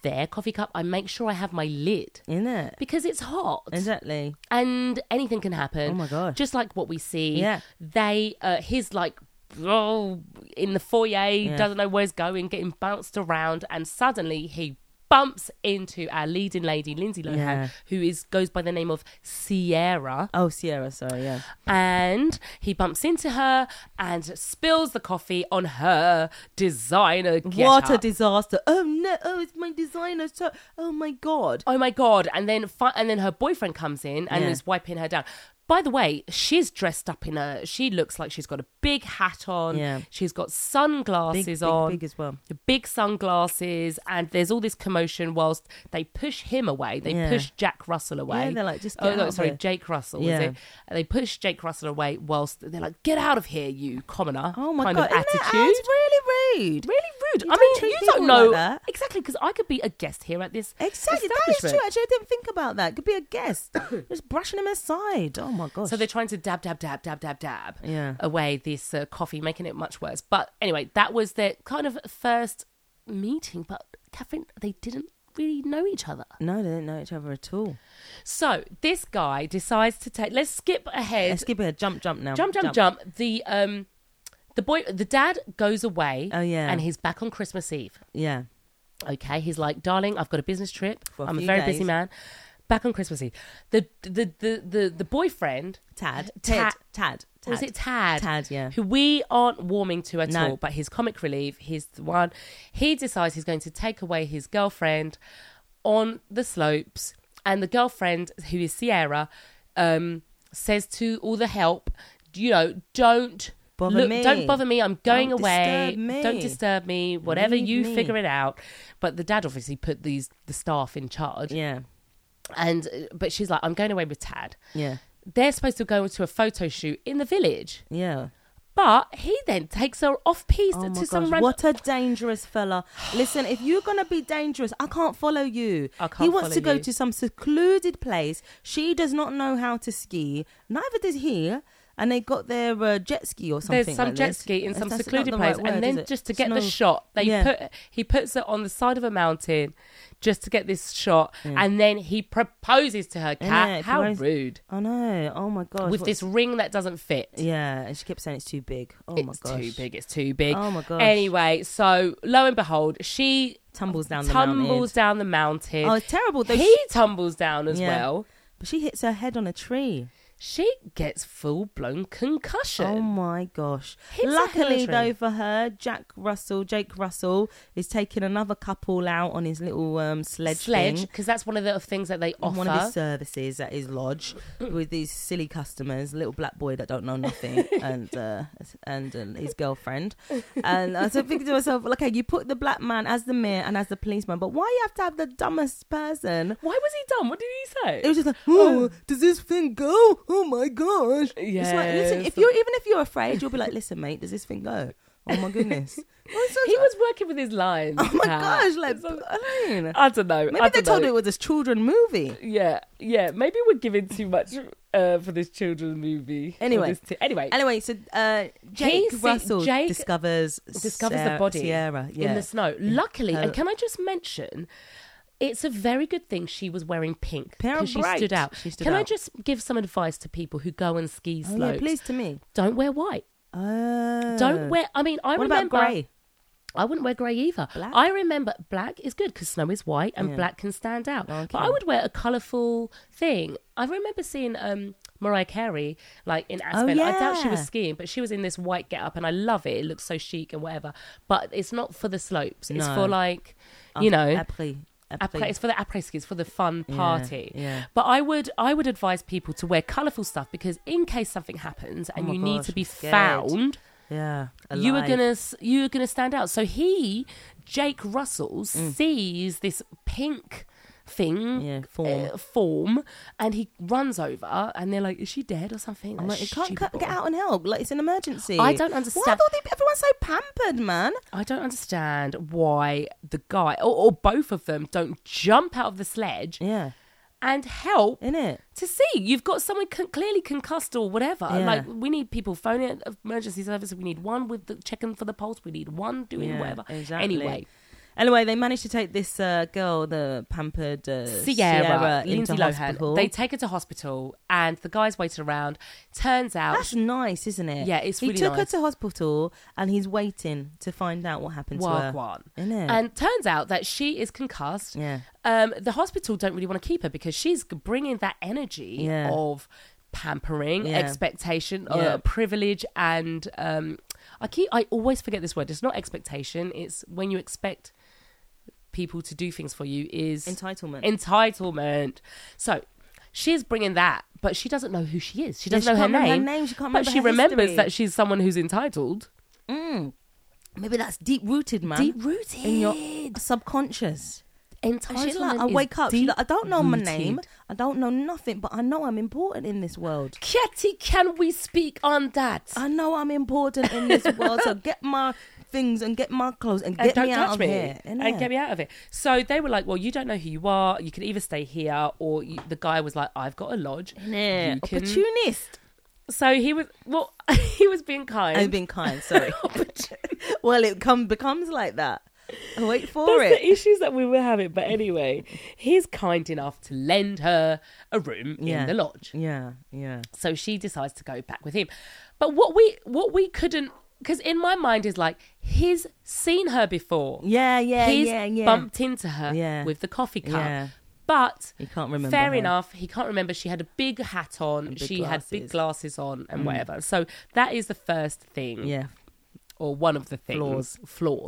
[SPEAKER 1] their coffee cup, I make sure I have my lid
[SPEAKER 2] In it.
[SPEAKER 1] because it's hot
[SPEAKER 2] Exactly.
[SPEAKER 1] and anything can happen.
[SPEAKER 2] Oh my God.
[SPEAKER 1] Just like what we see.
[SPEAKER 2] Yeah.
[SPEAKER 1] They, uh, his like. Oh, in the foyer, doesn't know where he's going, getting bounced around, and suddenly he bumps into our leading lady, Lindsay Lohan,
[SPEAKER 2] Yeah.
[SPEAKER 1] who is goes by the name of Sierra
[SPEAKER 2] Oh, Sierra. Sorry. Yeah.
[SPEAKER 1] and he bumps into her and spills the coffee on her designer get
[SPEAKER 2] what a
[SPEAKER 1] up.
[SPEAKER 2] disaster! Oh no! Oh, it's my designer. So, oh my god!
[SPEAKER 1] oh my god and then fi- and then her boyfriend comes in and
[SPEAKER 2] Yeah.
[SPEAKER 1] is wiping her down by the way she's dressed up in a she looks like she's got a big hat on
[SPEAKER 2] Yeah.
[SPEAKER 1] she's got
[SPEAKER 2] Big,
[SPEAKER 1] sunglasses
[SPEAKER 2] big,
[SPEAKER 1] on
[SPEAKER 2] big as well.
[SPEAKER 1] big sunglasses and there's all this commotion whilst they push him away they
[SPEAKER 2] Yeah.
[SPEAKER 1] push jack russell away
[SPEAKER 2] Yeah, they're like, "Just
[SPEAKER 1] oh
[SPEAKER 2] get
[SPEAKER 1] no,
[SPEAKER 2] out of
[SPEAKER 1] sorry
[SPEAKER 2] here."
[SPEAKER 1] jake russell
[SPEAKER 2] Yeah.
[SPEAKER 1] is it And they push jake russell away whilst they're like get out of here you commoner
[SPEAKER 2] Oh my
[SPEAKER 1] kind
[SPEAKER 2] god!
[SPEAKER 1] of
[SPEAKER 2] isn't that-
[SPEAKER 1] attitude
[SPEAKER 2] oh, it's really rude.
[SPEAKER 1] really rude
[SPEAKER 2] You
[SPEAKER 1] i
[SPEAKER 2] don't
[SPEAKER 1] mean
[SPEAKER 2] treat
[SPEAKER 1] you
[SPEAKER 2] people
[SPEAKER 1] don't know
[SPEAKER 2] like that.
[SPEAKER 1] exactly because i could be a guest here at this
[SPEAKER 2] Exactly. That is true.
[SPEAKER 1] establishment.
[SPEAKER 2] Actually, I didn't think about that. Could be a guest. [COUGHS] Just brushing him aside. Oh my gosh.
[SPEAKER 1] So they're trying to dab, dab, dab, dab, dab, dab
[SPEAKER 2] Yeah.
[SPEAKER 1] away this uh, coffee, making it much worse. But anyway, that was their kind of first meeting. But Catherine, they didn't really know each other.
[SPEAKER 2] no, they didn't know each other at all.
[SPEAKER 1] So this guy decides to take. Let's skip ahead.
[SPEAKER 2] Let's skip ahead. Jump, jump now.
[SPEAKER 1] jump, jump, jump, The um, the boy, the dad goes away.
[SPEAKER 2] Oh, yeah.
[SPEAKER 1] and he's back on Christmas Eve.
[SPEAKER 2] Yeah.
[SPEAKER 1] Okay, he's like, darling, I've got a business trip.
[SPEAKER 2] For a
[SPEAKER 1] I'm a
[SPEAKER 2] few
[SPEAKER 1] very
[SPEAKER 2] days."
[SPEAKER 1] busy man. Back on Christmas Eve, the the the the, the boyfriend
[SPEAKER 2] Tad.
[SPEAKER 1] Tad-
[SPEAKER 2] Tad. Tad. Tad.
[SPEAKER 1] Was it Tad?
[SPEAKER 2] Tad, yeah.
[SPEAKER 1] Who we aren't warming to at
[SPEAKER 2] No.
[SPEAKER 1] all, but his comic relief, he's the one. He decides he's going to take away his girlfriend on the slopes, and the girlfriend, who is Sierra, um, says to all the help, you know, don't.
[SPEAKER 2] Bother me.
[SPEAKER 1] Don't bother me. I'm going
[SPEAKER 2] Don't
[SPEAKER 1] away.
[SPEAKER 2] disturb me.
[SPEAKER 1] Don't disturb me. Whatever
[SPEAKER 2] Leave
[SPEAKER 1] you
[SPEAKER 2] me."
[SPEAKER 1] figure it out. But the dad obviously put these the staff in charge.
[SPEAKER 2] Yeah.
[SPEAKER 1] And uh, but she's like, I'm going away with Tad.
[SPEAKER 2] Yeah.
[SPEAKER 1] They're supposed to go to a photo shoot in the village.
[SPEAKER 2] Yeah.
[SPEAKER 1] But he then takes her off piece
[SPEAKER 2] Oh
[SPEAKER 1] to
[SPEAKER 2] my
[SPEAKER 1] some
[SPEAKER 2] gosh,
[SPEAKER 1] random.
[SPEAKER 2] what a
[SPEAKER 1] [SIGHS]
[SPEAKER 2] dangerous fella. Listen, if you're going to be dangerous, I can't follow you.
[SPEAKER 1] I can't
[SPEAKER 2] he wants
[SPEAKER 1] follow
[SPEAKER 2] to go
[SPEAKER 1] you.
[SPEAKER 2] to some secluded place. She does not know how to ski. Neither does he. And they got their uh, jet ski or something.
[SPEAKER 1] There's some
[SPEAKER 2] like
[SPEAKER 1] jet
[SPEAKER 2] this.
[SPEAKER 1] ski in
[SPEAKER 2] That's-
[SPEAKER 1] some
[SPEAKER 2] that's not
[SPEAKER 1] secluded
[SPEAKER 2] the
[SPEAKER 1] place,
[SPEAKER 2] right word,
[SPEAKER 1] and
[SPEAKER 2] is
[SPEAKER 1] then
[SPEAKER 2] it?
[SPEAKER 1] just to
[SPEAKER 2] It's
[SPEAKER 1] get the
[SPEAKER 2] not-
[SPEAKER 1] shot, they
[SPEAKER 2] Yeah.
[SPEAKER 1] put he puts her on the side of a mountain just to get this shot, and then he proposes to her. Cat,
[SPEAKER 2] Yeah,
[SPEAKER 1] how
[SPEAKER 2] propose-
[SPEAKER 1] rude!
[SPEAKER 2] I know. Oh my gosh.
[SPEAKER 1] With
[SPEAKER 2] what-
[SPEAKER 1] this ring that doesn't fit.
[SPEAKER 2] Yeah, and she kept saying it's too big. Oh my
[SPEAKER 1] it's
[SPEAKER 2] gosh.
[SPEAKER 1] too big. It's too big.
[SPEAKER 2] Oh my gosh.
[SPEAKER 1] Anyway, so lo and behold, she
[SPEAKER 2] Tumbles down the mountain.
[SPEAKER 1] tumbles down the mountain.
[SPEAKER 2] Oh, it's terrible. Though
[SPEAKER 1] he
[SPEAKER 2] she,
[SPEAKER 1] tumbles down as
[SPEAKER 2] Yeah.
[SPEAKER 1] well.
[SPEAKER 2] but she hits her head on a tree.
[SPEAKER 1] She gets full blown concussion.
[SPEAKER 2] Oh my gosh.
[SPEAKER 1] Hits her head on a
[SPEAKER 2] Luckily,
[SPEAKER 1] tree.
[SPEAKER 2] though, for her, Jack Russell, Jake Russell, is taking another couple out on his little um, sledge.
[SPEAKER 1] sledge
[SPEAKER 2] thing
[SPEAKER 1] because that's one of the things that they
[SPEAKER 2] On
[SPEAKER 1] offer.
[SPEAKER 2] one of his services at
[SPEAKER 1] [CLEARS THROAT]
[SPEAKER 2] his lodge with these silly customers, little black boy that don't
[SPEAKER 1] [LAUGHS]
[SPEAKER 2] know nothing, and uh, and uh, his girlfriend. And I was thinking to myself, okay, you put the black man as the mayor and as the policeman, but why you have to have the dumbest person
[SPEAKER 1] Why was he dumb? What did he say?
[SPEAKER 2] it was just like, oh, does this thing go? Oh my gosh! It's like, listen,
[SPEAKER 1] Yes.
[SPEAKER 2] if you're even if you're afraid, you'll be like, listen, mate, does this thing go? Oh
[SPEAKER 1] [LAUGHS]
[SPEAKER 2] my goodness! Well, it's
[SPEAKER 1] he
[SPEAKER 2] such-
[SPEAKER 1] was working with his lines.
[SPEAKER 2] Oh my
[SPEAKER 1] Kat.
[SPEAKER 2] gosh! Like,
[SPEAKER 1] It's a-
[SPEAKER 2] I mean,
[SPEAKER 1] I don't know.
[SPEAKER 2] maybe
[SPEAKER 1] I
[SPEAKER 2] they
[SPEAKER 1] don't
[SPEAKER 2] told her
[SPEAKER 1] know.
[SPEAKER 2] it was a children movie.
[SPEAKER 1] Yeah, yeah. Maybe we're giving too much uh, for this children's movie. or
[SPEAKER 2] Anyway.
[SPEAKER 1] this t- anyway,
[SPEAKER 2] Anyway, so uh, Jake
[SPEAKER 1] see-
[SPEAKER 2] Russell
[SPEAKER 1] Jake
[SPEAKER 2] discovers
[SPEAKER 1] discovers
[SPEAKER 2] Sarah-
[SPEAKER 1] the body
[SPEAKER 2] Sierra, yeah.
[SPEAKER 1] in the snow. Luckily,
[SPEAKER 2] Her-
[SPEAKER 1] and can I just mention? It's a very good thing she was wearing pink
[SPEAKER 2] Pair of
[SPEAKER 1] because she
[SPEAKER 2] bright.
[SPEAKER 1] stood out.
[SPEAKER 2] She stood
[SPEAKER 1] Can I
[SPEAKER 2] out.
[SPEAKER 1] just give some advice to people who go and ski
[SPEAKER 2] Oh,
[SPEAKER 1] slopes?
[SPEAKER 2] yeah, please to me.
[SPEAKER 1] Don't wear white.
[SPEAKER 2] Oh.
[SPEAKER 1] Don't wear. I mean, I
[SPEAKER 2] What about
[SPEAKER 1] remember.
[SPEAKER 2] grey?
[SPEAKER 1] I wouldn't wear grey either.
[SPEAKER 2] Black?
[SPEAKER 1] I remember black is good because snow is white and
[SPEAKER 2] Yeah.
[SPEAKER 1] black can stand out.
[SPEAKER 2] Okay.
[SPEAKER 1] But I would wear a colourful thing. I remember seeing um, Mariah Carey, like
[SPEAKER 2] Oh,
[SPEAKER 1] in Aspen. I doubt she was skiing, but she was in this white get up, and I love it. It looks so chic and whatever. But it's not for the slopes. It's
[SPEAKER 2] No.
[SPEAKER 1] for like,
[SPEAKER 2] Oh,
[SPEAKER 1] you know,
[SPEAKER 2] Après,
[SPEAKER 1] Après, it's for the après ski. It's for the fun party.
[SPEAKER 2] yeah.
[SPEAKER 1] But I would I would advise people to wear colourful stuff because in case something happens and
[SPEAKER 2] Oh my
[SPEAKER 1] you need
[SPEAKER 2] gosh,
[SPEAKER 1] to be
[SPEAKER 2] I'm scared.
[SPEAKER 1] found,
[SPEAKER 2] yeah.
[SPEAKER 1] you are
[SPEAKER 2] alive.
[SPEAKER 1] gonna s- you are gonna stand out. So he, Jake Russell, sees this pink thing
[SPEAKER 2] Mm. Yeah, form.
[SPEAKER 1] uh, form, and he runs over, and they're like, "Is she dead or something?"
[SPEAKER 2] I'm
[SPEAKER 1] That's
[SPEAKER 2] like, you can't
[SPEAKER 1] stupid
[SPEAKER 2] cut, get
[SPEAKER 1] boy.
[SPEAKER 2] out and help. Like it's an emergency.
[SPEAKER 1] I don't
[SPEAKER 2] Why
[SPEAKER 1] understand-
[SPEAKER 2] are they, everyone's so pampered, man?
[SPEAKER 1] I don't understand why the guy or, or both of them don't jump out of the sledge
[SPEAKER 2] Yeah,
[SPEAKER 1] and help
[SPEAKER 2] in it.
[SPEAKER 1] to see. You've got someone con- clearly concussed or whatever.
[SPEAKER 2] Yeah.
[SPEAKER 1] Like we need people phoning it emergency service. We need one with the checking for the pulse. We need one doing
[SPEAKER 2] Yeah,
[SPEAKER 1] whatever.
[SPEAKER 2] exactly.
[SPEAKER 1] Anyway,
[SPEAKER 2] Anyway, they managed to take this uh, girl, the pampered uh,
[SPEAKER 1] Sierra,
[SPEAKER 2] into
[SPEAKER 1] Lindsay Lohan.
[SPEAKER 2] hospital.
[SPEAKER 1] They take her to hospital, and the guy's waiting around. Turns out,
[SPEAKER 2] That's nice, isn't it?
[SPEAKER 1] Yeah, it's
[SPEAKER 2] he
[SPEAKER 1] really
[SPEAKER 2] took
[SPEAKER 1] nice.
[SPEAKER 2] her to hospital, and he's waiting to find out what happened to her.
[SPEAKER 1] Wagwan.
[SPEAKER 2] Innit?
[SPEAKER 1] And turns out that she is concussed.
[SPEAKER 2] Yeah.
[SPEAKER 1] Um, the hospital don't really want to keep her because she's bringing that energy
[SPEAKER 2] Yeah.
[SPEAKER 1] of pampering,
[SPEAKER 2] Yeah.
[SPEAKER 1] expectation,
[SPEAKER 2] Yeah.
[SPEAKER 1] uh, privilege, and um, I keep I always forget this word. It's not expectation. It's when you expect people to do things for you. Is
[SPEAKER 2] Entitlement.
[SPEAKER 1] Entitlement. So. She's bringing that, but she doesn't know who she is. She
[SPEAKER 2] Yeah,
[SPEAKER 1] doesn't
[SPEAKER 2] she
[SPEAKER 1] know her
[SPEAKER 2] can't remember her
[SPEAKER 1] name.
[SPEAKER 2] name, she can't
[SPEAKER 1] but
[SPEAKER 2] remember
[SPEAKER 1] she
[SPEAKER 2] her
[SPEAKER 1] remembers
[SPEAKER 2] history. Mm.
[SPEAKER 1] that she's someone who's entitled.
[SPEAKER 2] Maybe that's deep rooted, man.
[SPEAKER 1] Deep rooted.
[SPEAKER 2] in your subconscious.
[SPEAKER 1] entitlement.
[SPEAKER 2] She's like, I
[SPEAKER 1] is
[SPEAKER 2] wake up. She's like, I don't know my name.
[SPEAKER 1] deep-rooted.
[SPEAKER 2] I don't know nothing, but I know I'm important in this world.
[SPEAKER 1] Katie, can we speak on that?
[SPEAKER 2] I know I'm important in this world, so get my things and get my clothes and
[SPEAKER 1] And
[SPEAKER 2] get
[SPEAKER 1] don't
[SPEAKER 2] me
[SPEAKER 1] touch
[SPEAKER 2] out of
[SPEAKER 1] me
[SPEAKER 2] here.
[SPEAKER 1] and
[SPEAKER 2] innit?
[SPEAKER 1] get me out of it. So they were like, "Well, you don't know who you are. You can either stay here, or you, the guy was like, "I've got a lodge."
[SPEAKER 2] Yeah,
[SPEAKER 1] You can-
[SPEAKER 2] opportunist.
[SPEAKER 1] So he was well, [LAUGHS] he was being kind.
[SPEAKER 2] I've been kind.
[SPEAKER 1] [LAUGHS]
[SPEAKER 2] Oh, Sorry.
[SPEAKER 1] Opportunist.
[SPEAKER 2] well, it come becomes like that. I wait for
[SPEAKER 1] That's
[SPEAKER 2] it.
[SPEAKER 1] the issues that we were having. But anyway, he's kind enough to lend her a room
[SPEAKER 2] Yeah.
[SPEAKER 1] in the lodge.
[SPEAKER 2] Yeah, yeah.
[SPEAKER 1] So she decides to go back with him. But what we what we couldn't because in my mind is like he's seen her before.
[SPEAKER 2] Yeah, yeah,
[SPEAKER 1] he's
[SPEAKER 2] yeah, yeah.
[SPEAKER 1] bumped into her
[SPEAKER 2] Yeah.
[SPEAKER 1] with the coffee cup.
[SPEAKER 2] Yeah.
[SPEAKER 1] But
[SPEAKER 2] He can't remember
[SPEAKER 1] Fair
[SPEAKER 2] her.
[SPEAKER 1] enough. He can't remember. She had a big hat on.
[SPEAKER 2] big
[SPEAKER 1] she had big
[SPEAKER 2] glasses.
[SPEAKER 1] glasses
[SPEAKER 2] Mm.
[SPEAKER 1] on and whatever. So that is the first thing
[SPEAKER 2] Yeah.
[SPEAKER 1] or one of the things
[SPEAKER 2] Flaws.
[SPEAKER 1] flaws,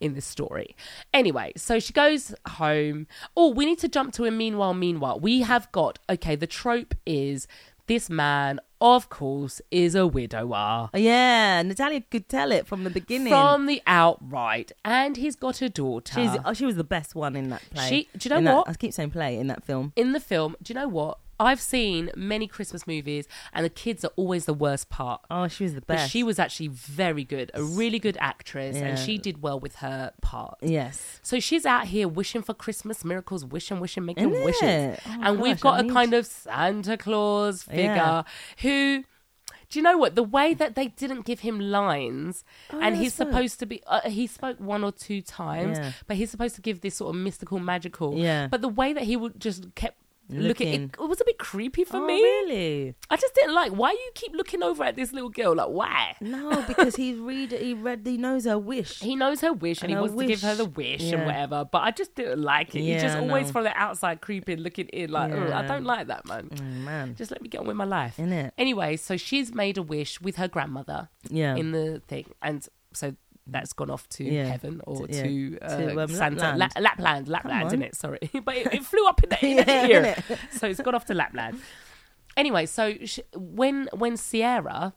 [SPEAKER 1] in this story. Anyway, so she goes home. Oh, we need to jump to a meanwhile, meanwhile. We have got okay, the trope is this man, of course, is a widower.
[SPEAKER 2] Oh, Yeah, Natalia could tell it from the beginning.
[SPEAKER 1] From the outright, and he's got a daughter.
[SPEAKER 2] She's, oh, she was the best one in that play.
[SPEAKER 1] Uh-huh. She- do you know
[SPEAKER 2] In that-
[SPEAKER 1] what?
[SPEAKER 2] I keep saying play in that film.
[SPEAKER 1] in the film, do you know what? I've seen many Christmas movies, and the kids are always the worst part.
[SPEAKER 2] Oh, she was the
[SPEAKER 1] But
[SPEAKER 2] best.
[SPEAKER 1] she was actually very good, a really good actress,
[SPEAKER 2] Yeah.
[SPEAKER 1] and she did well with her part.
[SPEAKER 2] yes.
[SPEAKER 1] So she's out here wishing for Christmas miracles, wishing, wishing, making
[SPEAKER 2] Isn't
[SPEAKER 1] wishes.
[SPEAKER 2] it? Oh my
[SPEAKER 1] and we've
[SPEAKER 2] gosh, I
[SPEAKER 1] got a
[SPEAKER 2] need-
[SPEAKER 1] kind of Santa Claus figure
[SPEAKER 2] Yeah.
[SPEAKER 1] who. Do you know what? The way that they didn't give him lines, and
[SPEAKER 2] yeah,
[SPEAKER 1] he's
[SPEAKER 2] Oh, that's right.
[SPEAKER 1] supposed to be, uh, he spoke one or two times,
[SPEAKER 2] Yeah.
[SPEAKER 1] but he's supposed to give this sort of mystical, magical.
[SPEAKER 2] Yeah.
[SPEAKER 1] But the way that he would just kept looking,
[SPEAKER 2] Looking.
[SPEAKER 1] it, it was a bit creepy for
[SPEAKER 2] oh,
[SPEAKER 1] me.
[SPEAKER 2] really?
[SPEAKER 1] I just didn't like, why you keep looking over at this little girl? Like, why? [LAUGHS]
[SPEAKER 2] No, because he read he read he knows her wish.
[SPEAKER 1] He knows her wish and,
[SPEAKER 2] And
[SPEAKER 1] he
[SPEAKER 2] her
[SPEAKER 1] wants to give her the wish
[SPEAKER 2] Yeah.
[SPEAKER 1] and whatever, but I just didn't like it.
[SPEAKER 2] Yeah,
[SPEAKER 1] He just
[SPEAKER 2] I
[SPEAKER 1] always
[SPEAKER 2] know.
[SPEAKER 1] from the outside creeping, looking in, like, "Ugh, I
[SPEAKER 2] Yeah.
[SPEAKER 1] don't like that, man.
[SPEAKER 2] Oh, man,
[SPEAKER 1] Just let me get on with my life.
[SPEAKER 2] Innit?
[SPEAKER 1] Anyway, so she's made a wish with her grandmother
[SPEAKER 2] yeah. [LAUGHS]
[SPEAKER 1] in the thing. And so that's gone off to
[SPEAKER 2] Yeah.
[SPEAKER 1] heaven or
[SPEAKER 2] To- yeah.
[SPEAKER 1] to, uh,
[SPEAKER 2] To, um,
[SPEAKER 1] Santa,
[SPEAKER 2] Lapland.
[SPEAKER 1] Lapland, Lapland, Lapland
[SPEAKER 2] on.
[SPEAKER 1] isn't it? Sorry. [LAUGHS] but it,
[SPEAKER 2] [LAUGHS]
[SPEAKER 1] it flew up in the, in the
[SPEAKER 2] Yeah,
[SPEAKER 1] ear. So it's gone off to Lapland. Anyway, so sh when when Sierra,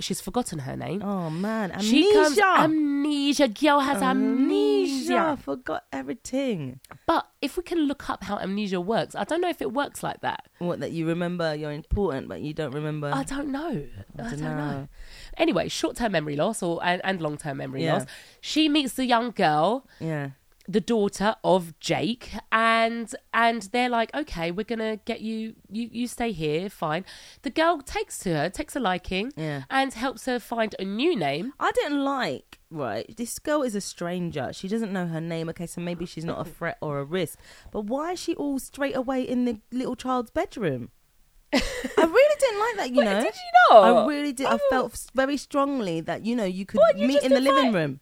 [SPEAKER 1] she's forgotten her name.
[SPEAKER 2] Mm. oh man, amnesia.
[SPEAKER 1] She comes amnesia. Girl has amnesia.
[SPEAKER 2] amnesia. Forgot everything.
[SPEAKER 1] But if we can look up how amnesia works, I don't know if it works like that.
[SPEAKER 2] What that you remember? You're important, but you don't remember.
[SPEAKER 1] I don't know. I don't, know.
[SPEAKER 2] Uh, dunno.
[SPEAKER 1] Anyway, short-term memory loss or and, and long-term memory
[SPEAKER 2] Yeah.
[SPEAKER 1] loss. She meets the young girl,
[SPEAKER 2] yeah.
[SPEAKER 1] the daughter of Jake, and and they're like, okay, we're gonna get you. You you stay here, fine. The girl takes to her, takes a liking,
[SPEAKER 2] Yeah.
[SPEAKER 1] and helps her find a new
[SPEAKER 2] [LAUGHS]
[SPEAKER 1] name.
[SPEAKER 2] I didn't like, right? This girl is a stranger. She doesn't know her name. Okay, so maybe she's
[SPEAKER 1] [LAUGHS]
[SPEAKER 2] not a threat or a risk. But why is she all straight away in the little child's bedroom?
[SPEAKER 1] [LAUGHS]
[SPEAKER 2] I really didn't like that, you know.
[SPEAKER 1] did you not?
[SPEAKER 2] I really did. I,
[SPEAKER 1] Oh.
[SPEAKER 2] felt s- very strongly that, you know, you could
[SPEAKER 1] What, you
[SPEAKER 2] meet
[SPEAKER 1] just
[SPEAKER 2] in the
[SPEAKER 1] invite-
[SPEAKER 2] living room.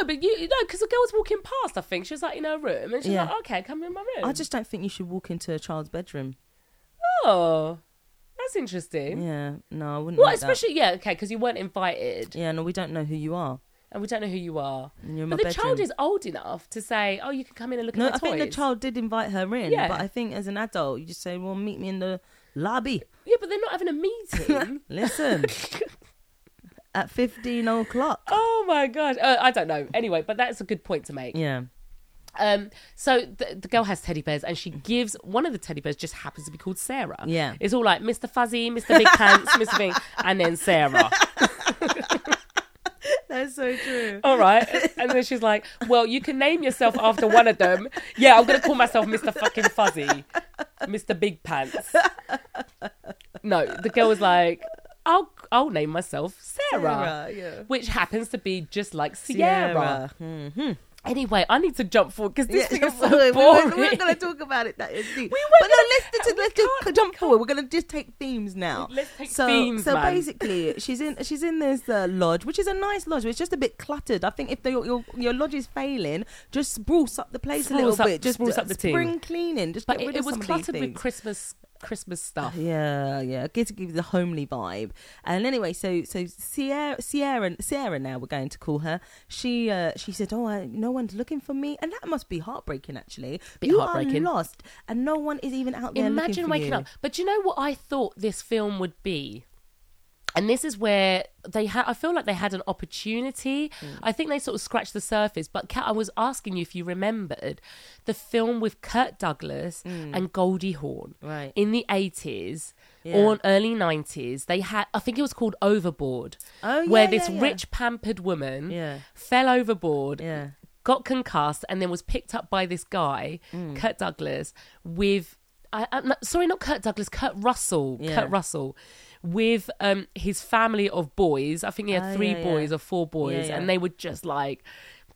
[SPEAKER 1] No, but you, you know, because the girl was walking past, I think. She was like in her room and she's
[SPEAKER 2] Yeah.
[SPEAKER 1] like, okay, come in my room.
[SPEAKER 2] I just don't think you should walk into a child's bedroom.
[SPEAKER 1] Oh. That's interesting.
[SPEAKER 2] Yeah, no, I wouldn't.
[SPEAKER 1] What,
[SPEAKER 2] Mm, like that.
[SPEAKER 1] especially, yeah, okay, because you weren't invited
[SPEAKER 2] Yeah, no, we don't know who you are.
[SPEAKER 1] and we don't know who you are.
[SPEAKER 2] And you're Mm, in
[SPEAKER 1] But the
[SPEAKER 2] my
[SPEAKER 1] child
[SPEAKER 2] bedroom.
[SPEAKER 1] is old enough to say, oh, you can come in and look
[SPEAKER 2] No,
[SPEAKER 1] at
[SPEAKER 2] I
[SPEAKER 1] my toys.
[SPEAKER 2] think the child did invite her in,
[SPEAKER 1] Yeah.
[SPEAKER 2] but I think as an adult, you just say, "Well, meet me in the lobby."
[SPEAKER 1] Yeah, but they're not having a
[SPEAKER 2] [LAUGHS]
[SPEAKER 1] meeting. [LAUGHS]
[SPEAKER 2] Listen, at fifteen o'clock.
[SPEAKER 1] oh my gosh. Uh, I don't know. Anyway, but that's a good point to make.
[SPEAKER 2] Yeah,
[SPEAKER 1] Um, so the, the girl has teddy bears, and she gives one of the teddy bears just happens to be called Sarah.
[SPEAKER 2] Yeah.
[SPEAKER 1] it's all like Mr. Fuzzy, Mr. Big Pants, Mr. Big, and then Sarah.
[SPEAKER 2] that's so true.
[SPEAKER 1] All right, and then she's like, "Well, you can name yourself after one of them." Yeah, I'm gonna call myself Mr. Fucking Fuzzy, Mr. Big Pants. No, the girl was like, "I'll I'll name myself Sarah,",
[SPEAKER 2] Sarah, yeah.
[SPEAKER 1] which happens to be just like Sierra.
[SPEAKER 2] Sierra. Mm-hmm.
[SPEAKER 1] Anyway, I need to jump forward because this
[SPEAKER 2] [LAUGHS] Yeah,
[SPEAKER 1] thing is so
[SPEAKER 2] we
[SPEAKER 1] boring.
[SPEAKER 2] were, we were going to talk about it. That is deep.
[SPEAKER 1] weren't
[SPEAKER 2] but no,
[SPEAKER 1] gonna-
[SPEAKER 2] let's, just,
[SPEAKER 1] we
[SPEAKER 2] let's
[SPEAKER 1] can't-
[SPEAKER 2] just jump forward. We're going to just take themes now.
[SPEAKER 1] Let's take
[SPEAKER 2] so,
[SPEAKER 1] themes,
[SPEAKER 2] So
[SPEAKER 1] man.
[SPEAKER 2] basically, she's in she's in this uh, lodge, which is a nice lodge, but it's just a bit cluttered. I think if the, your, your your lodge is failing, just spruce up the place a
[SPEAKER 1] Spruce
[SPEAKER 2] little
[SPEAKER 1] up-
[SPEAKER 2] bit. Just
[SPEAKER 1] spruce up the team.
[SPEAKER 2] spring cleaning. Just
[SPEAKER 1] but
[SPEAKER 2] get
[SPEAKER 1] it,
[SPEAKER 2] rid
[SPEAKER 1] it
[SPEAKER 2] of
[SPEAKER 1] was
[SPEAKER 2] some of these
[SPEAKER 1] cluttered with
[SPEAKER 2] things.
[SPEAKER 1] Christmas Christmas stuff.
[SPEAKER 2] Yeah, yeah. Gives gives the homely vibe. And anyway, so so Sierra Sierra Sierra now we're going to call her. She uh, she said, "Oh, I, no one's looking for me," and that must be heartbreaking. Actually,
[SPEAKER 1] Bit
[SPEAKER 2] you
[SPEAKER 1] heartbreaking.
[SPEAKER 2] are lost, and no one is even out there. looking
[SPEAKER 1] Imagine
[SPEAKER 2] for
[SPEAKER 1] waking
[SPEAKER 2] you.
[SPEAKER 1] up. But do you know what I thought this film would be? And this is where they had. I feel like they had an opportunity.
[SPEAKER 2] Hmm.
[SPEAKER 1] I think they sort of scratched the surface. But Kat, I was asking you if you remembered the film with Kurt Douglas and Goldie Hawn,
[SPEAKER 2] Hmm. Right.
[SPEAKER 1] In the eighties
[SPEAKER 2] Yeah.
[SPEAKER 1] or early nineties, they had. I think it was called Overboard.
[SPEAKER 2] Oh,
[SPEAKER 1] where
[SPEAKER 2] yeah,
[SPEAKER 1] this
[SPEAKER 2] yeah, yeah.
[SPEAKER 1] rich pampered woman
[SPEAKER 2] Yeah.
[SPEAKER 1] fell overboard,
[SPEAKER 2] Yeah.
[SPEAKER 1] got concussed and then was picked up by this guy,
[SPEAKER 2] Mm.
[SPEAKER 1] Kurt Douglas, with I, I'm not, sorry, not Kurt Douglas, Kurt Russell,
[SPEAKER 2] Yeah.
[SPEAKER 1] Kurt Russell, with um his family of boys. I think he had
[SPEAKER 2] Oh,
[SPEAKER 1] three
[SPEAKER 2] yeah, yeah.
[SPEAKER 1] boys or four boys,
[SPEAKER 2] yeah.
[SPEAKER 1] and they were just like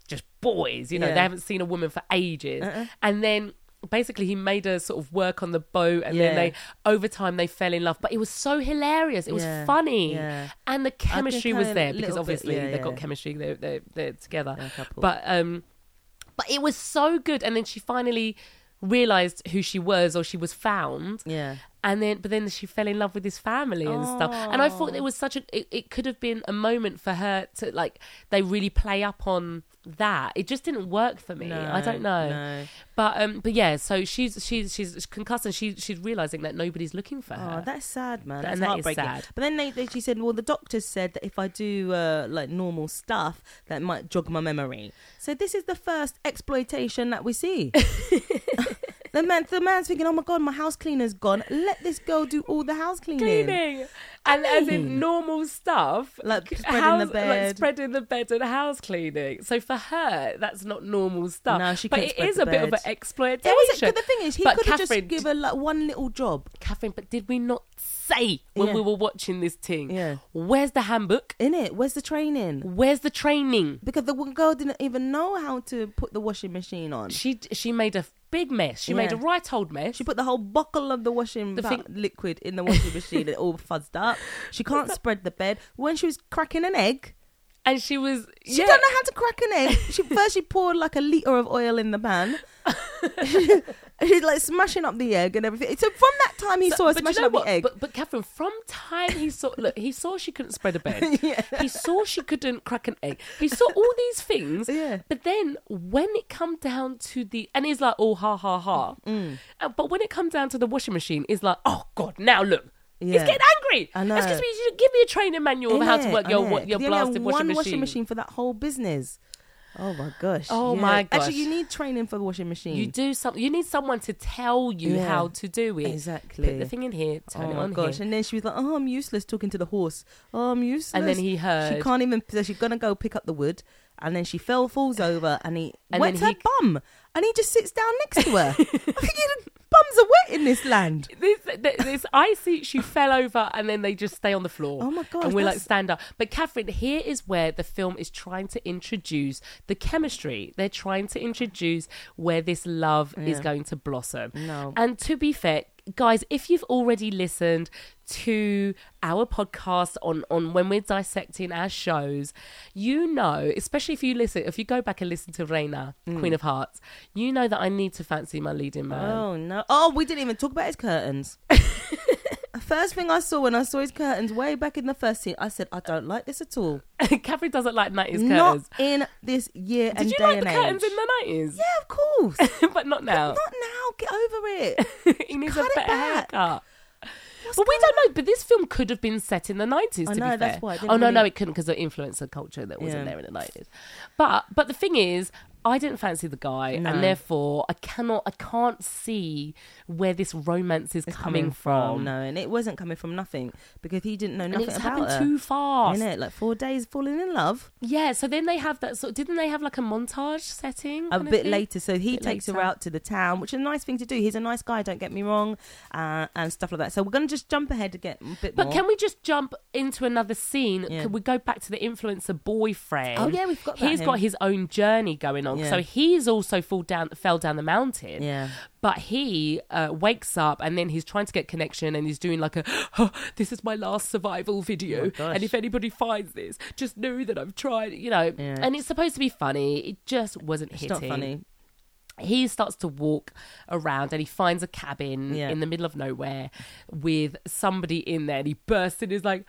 [SPEAKER 1] just boys, you know. They
[SPEAKER 2] Yeah. Uh-uh.
[SPEAKER 1] haven't seen a woman for ages, and then. Basically, he made her sort of work on the boat, and then
[SPEAKER 2] Yeah.
[SPEAKER 1] they, over time, they fell in love. But it was so hilarious; it was
[SPEAKER 2] Yeah,
[SPEAKER 1] funny,
[SPEAKER 2] yeah.
[SPEAKER 1] and the chemistry
[SPEAKER 2] I
[SPEAKER 1] was
[SPEAKER 2] had
[SPEAKER 1] there
[SPEAKER 2] a
[SPEAKER 1] because
[SPEAKER 2] little bit-
[SPEAKER 1] obviously
[SPEAKER 2] yeah,
[SPEAKER 1] they've got
[SPEAKER 2] yeah.
[SPEAKER 1] chemistry; they're they're, they're together.
[SPEAKER 2] They're a couple.
[SPEAKER 1] But um, but it was so good and then she finally realized who she was or she was found
[SPEAKER 2] Yeah.
[SPEAKER 1] and then but then she fell in love with his family and stuff and i thought it was such a it, it could have been a moment for her to like they really play up on that it just didn't work for me i don't know
[SPEAKER 2] no.
[SPEAKER 1] but um but yeah so she's she's she's concussed and she, she's realizing that nobody's looking for her
[SPEAKER 2] Oh, that's sad, man.
[SPEAKER 1] Th-
[SPEAKER 2] That's
[SPEAKER 1] and that is
[SPEAKER 2] heartbreaking.
[SPEAKER 1] sad.
[SPEAKER 2] But then they, they, she said, well, the doctor said that if I do uh, like normal stuff, that might jog my memory. So this is the first exploitation that
[SPEAKER 1] [LAUGHS]
[SPEAKER 2] we see. the man, the man's thinking, oh my god, my house cleaner's gone. Let this girl do all the house cleaning.
[SPEAKER 1] cleaning and as in normal stuff
[SPEAKER 2] Like
[SPEAKER 1] c-
[SPEAKER 2] spreading the
[SPEAKER 1] like
[SPEAKER 2] bed.
[SPEAKER 1] spreading the bed and house cleaning so for her that's not normal stuff
[SPEAKER 2] No, she
[SPEAKER 1] but
[SPEAKER 2] couldn't
[SPEAKER 1] it
[SPEAKER 2] spread
[SPEAKER 1] is
[SPEAKER 2] the
[SPEAKER 1] a bit of
[SPEAKER 2] bed.
[SPEAKER 1] an exploitation
[SPEAKER 2] There was a, but the thing is, he
[SPEAKER 1] But
[SPEAKER 2] could have just
[SPEAKER 1] Catherine,
[SPEAKER 2] give her like one little job
[SPEAKER 1] Catherine but did we not say when
[SPEAKER 2] Yeah.
[SPEAKER 1] we were watching this thing
[SPEAKER 2] Yeah.
[SPEAKER 1] where's the handbook
[SPEAKER 2] in it. Where's the training?
[SPEAKER 1] where's the training
[SPEAKER 2] Because the one girl didn't even know how to put the washing machine on.
[SPEAKER 1] she she made a big mess she made a
[SPEAKER 2] Yeah.
[SPEAKER 1] right old mess
[SPEAKER 2] She put the whole buckle of the washing
[SPEAKER 1] The
[SPEAKER 2] va-
[SPEAKER 1] thing-
[SPEAKER 2] liquid in the washing machine. it all fuzzed up. She can't spread the bed. When she was cracking an egg,
[SPEAKER 1] and she was
[SPEAKER 2] she
[SPEAKER 1] yeah.
[SPEAKER 2] don't know how to crack an egg.
[SPEAKER 1] [LAUGHS]
[SPEAKER 2] She first she poured like a liter of oil in the pan. She- She's like smashing up the egg and everything. So from that time he
[SPEAKER 1] So-
[SPEAKER 2] saw her
[SPEAKER 1] but you
[SPEAKER 2] smashing
[SPEAKER 1] know
[SPEAKER 2] up
[SPEAKER 1] what?
[SPEAKER 2] the egg.
[SPEAKER 1] But, but Catherine, from time he saw, look, he saw she couldn't spread a bed.
[SPEAKER 2] [LAUGHS] Yeah.
[SPEAKER 1] He saw she couldn't crack an egg. He saw all these things.
[SPEAKER 2] Yeah.
[SPEAKER 1] But then when it come down to the, and he's like, oh, ha, ha, ha.
[SPEAKER 2] Mm.
[SPEAKER 1] Uh, but when it come down to the washing machine, it's like, oh, God, now look. He's
[SPEAKER 2] Yeah.
[SPEAKER 1] getting angry.
[SPEAKER 2] I know.
[SPEAKER 1] Excuse me, you give me a training manual of how to
[SPEAKER 2] Innit?
[SPEAKER 1] work your, wa-
[SPEAKER 2] Innit?
[SPEAKER 1] your
[SPEAKER 2] They only had
[SPEAKER 1] blasted
[SPEAKER 2] one
[SPEAKER 1] washing machine.
[SPEAKER 2] washing machine for that whole business. Oh my gosh.
[SPEAKER 1] Oh my gosh.
[SPEAKER 2] Actually, you need training for the washing machine.
[SPEAKER 1] You do some. You need someone to tell you
[SPEAKER 2] Yeah.
[SPEAKER 1] how to do it. Put
[SPEAKER 2] Exactly.
[SPEAKER 1] the thing in here. Turn
[SPEAKER 2] Oh
[SPEAKER 1] it
[SPEAKER 2] my
[SPEAKER 1] on
[SPEAKER 2] gosh!
[SPEAKER 1] here.
[SPEAKER 2] And then she was like, "Oh, I'm useless," talking to the horse. Oh, I'm useless.
[SPEAKER 1] then he
[SPEAKER 2] she
[SPEAKER 1] heard-
[SPEAKER 2] can't even. So she's gonna go pick up the wood, and then she fell, falls over, and he
[SPEAKER 1] And
[SPEAKER 2] wets
[SPEAKER 1] then
[SPEAKER 2] her
[SPEAKER 1] he-
[SPEAKER 2] bum, and he just sits down next to
[SPEAKER 1] [LAUGHS]
[SPEAKER 2] her. I think your bums are wet in this land.
[SPEAKER 1] this, th- this ice sheet, she fell over and then they just stay on the floor.
[SPEAKER 2] Oh my gosh,
[SPEAKER 1] And we're like,
[SPEAKER 2] that's-
[SPEAKER 1] stand up. But Catherine, here is where the film is trying to introduce the chemistry. They're trying to introduce where this love is going to blossom.
[SPEAKER 2] No.
[SPEAKER 1] And to be fair, guys, if you've already listened to our podcast on on when we're dissecting our shows, you know, especially if you listen, if you go back and listen to Reina,
[SPEAKER 2] Mm.
[SPEAKER 1] Queen of Hearts, you Um, know that I need to fancy my leading man. [LAUGHS]
[SPEAKER 2] Oh no! Oh, we didn't even talk about his curtains. First thing I saw when I saw his curtains way back in the first scene, I said, I don't like this at all.
[SPEAKER 1] [LAUGHS] Catherine doesn't like 90s
[SPEAKER 2] Not
[SPEAKER 1] curtains.
[SPEAKER 2] in this year and
[SPEAKER 1] Did you
[SPEAKER 2] day
[SPEAKER 1] like
[SPEAKER 2] and
[SPEAKER 1] the
[SPEAKER 2] age.
[SPEAKER 1] curtains in the 90s?
[SPEAKER 2] yeah,
[SPEAKER 1] [LAUGHS]
[SPEAKER 2] of course.
[SPEAKER 1] but not now.
[SPEAKER 2] Not now. Get over it.
[SPEAKER 1] he needs a
[SPEAKER 2] cut it
[SPEAKER 1] better
[SPEAKER 2] back.
[SPEAKER 1] haircut. Well, we don't know, but this film could have been set in the nineties.
[SPEAKER 2] I
[SPEAKER 1] To
[SPEAKER 2] know,
[SPEAKER 1] be
[SPEAKER 2] that's
[SPEAKER 1] fair,
[SPEAKER 2] why it didn't
[SPEAKER 1] oh no, no,
[SPEAKER 2] really-
[SPEAKER 1] it couldn't because of influencer culture that wasn't
[SPEAKER 2] Yeah.
[SPEAKER 1] there in the nineties. But but the thing is, I didn't fancy the guy,
[SPEAKER 2] No.
[SPEAKER 1] and therefore I cannot, I can't see where this romance is coming, from.
[SPEAKER 2] no, and it wasn't coming from nothing because he didn't know
[SPEAKER 1] And
[SPEAKER 2] nothing
[SPEAKER 1] it's
[SPEAKER 2] about
[SPEAKER 1] happened
[SPEAKER 2] her.
[SPEAKER 1] too fast.
[SPEAKER 2] In it, like four days falling in love.
[SPEAKER 1] Yeah, so then they have that sort. Didn't they have like a montage setting
[SPEAKER 2] A
[SPEAKER 1] kind of
[SPEAKER 2] bit
[SPEAKER 1] thing?
[SPEAKER 2] later, so he
[SPEAKER 1] Mm-hmm. Bit
[SPEAKER 2] takes her
[SPEAKER 1] later.
[SPEAKER 2] out to the town, which is a nice thing to do. He's a nice guy, don't get me wrong, uh, and stuff like that. So we're gonna just jump ahead to get a bit
[SPEAKER 1] But
[SPEAKER 2] more. [LAUGHS]
[SPEAKER 1] can we just jump into another scene?
[SPEAKER 2] Yeah.
[SPEAKER 1] Can we go back to the influencer boyfriend?
[SPEAKER 2] Oh, yeah, we've got that,
[SPEAKER 1] He's
[SPEAKER 2] him.
[SPEAKER 1] got his own journey going on.
[SPEAKER 2] Yeah.
[SPEAKER 1] So he's also fall down, fell down the mountain.
[SPEAKER 2] Yeah.
[SPEAKER 1] But he uh, wakes up and then he's trying to get connection and he's doing like a, [GASPS] "Oh, this is my last survival video.
[SPEAKER 2] Oh gosh.
[SPEAKER 1] and if anybody finds this, just know that I've tried, you know.
[SPEAKER 2] Yeah.
[SPEAKER 1] And it's supposed to be funny. It just wasn't
[SPEAKER 2] it's
[SPEAKER 1] hitting
[SPEAKER 2] not funny.
[SPEAKER 1] he starts to walk around and he finds a cabin
[SPEAKER 2] Yeah.
[SPEAKER 1] in the middle of nowhere with somebody in there and he bursts in and is like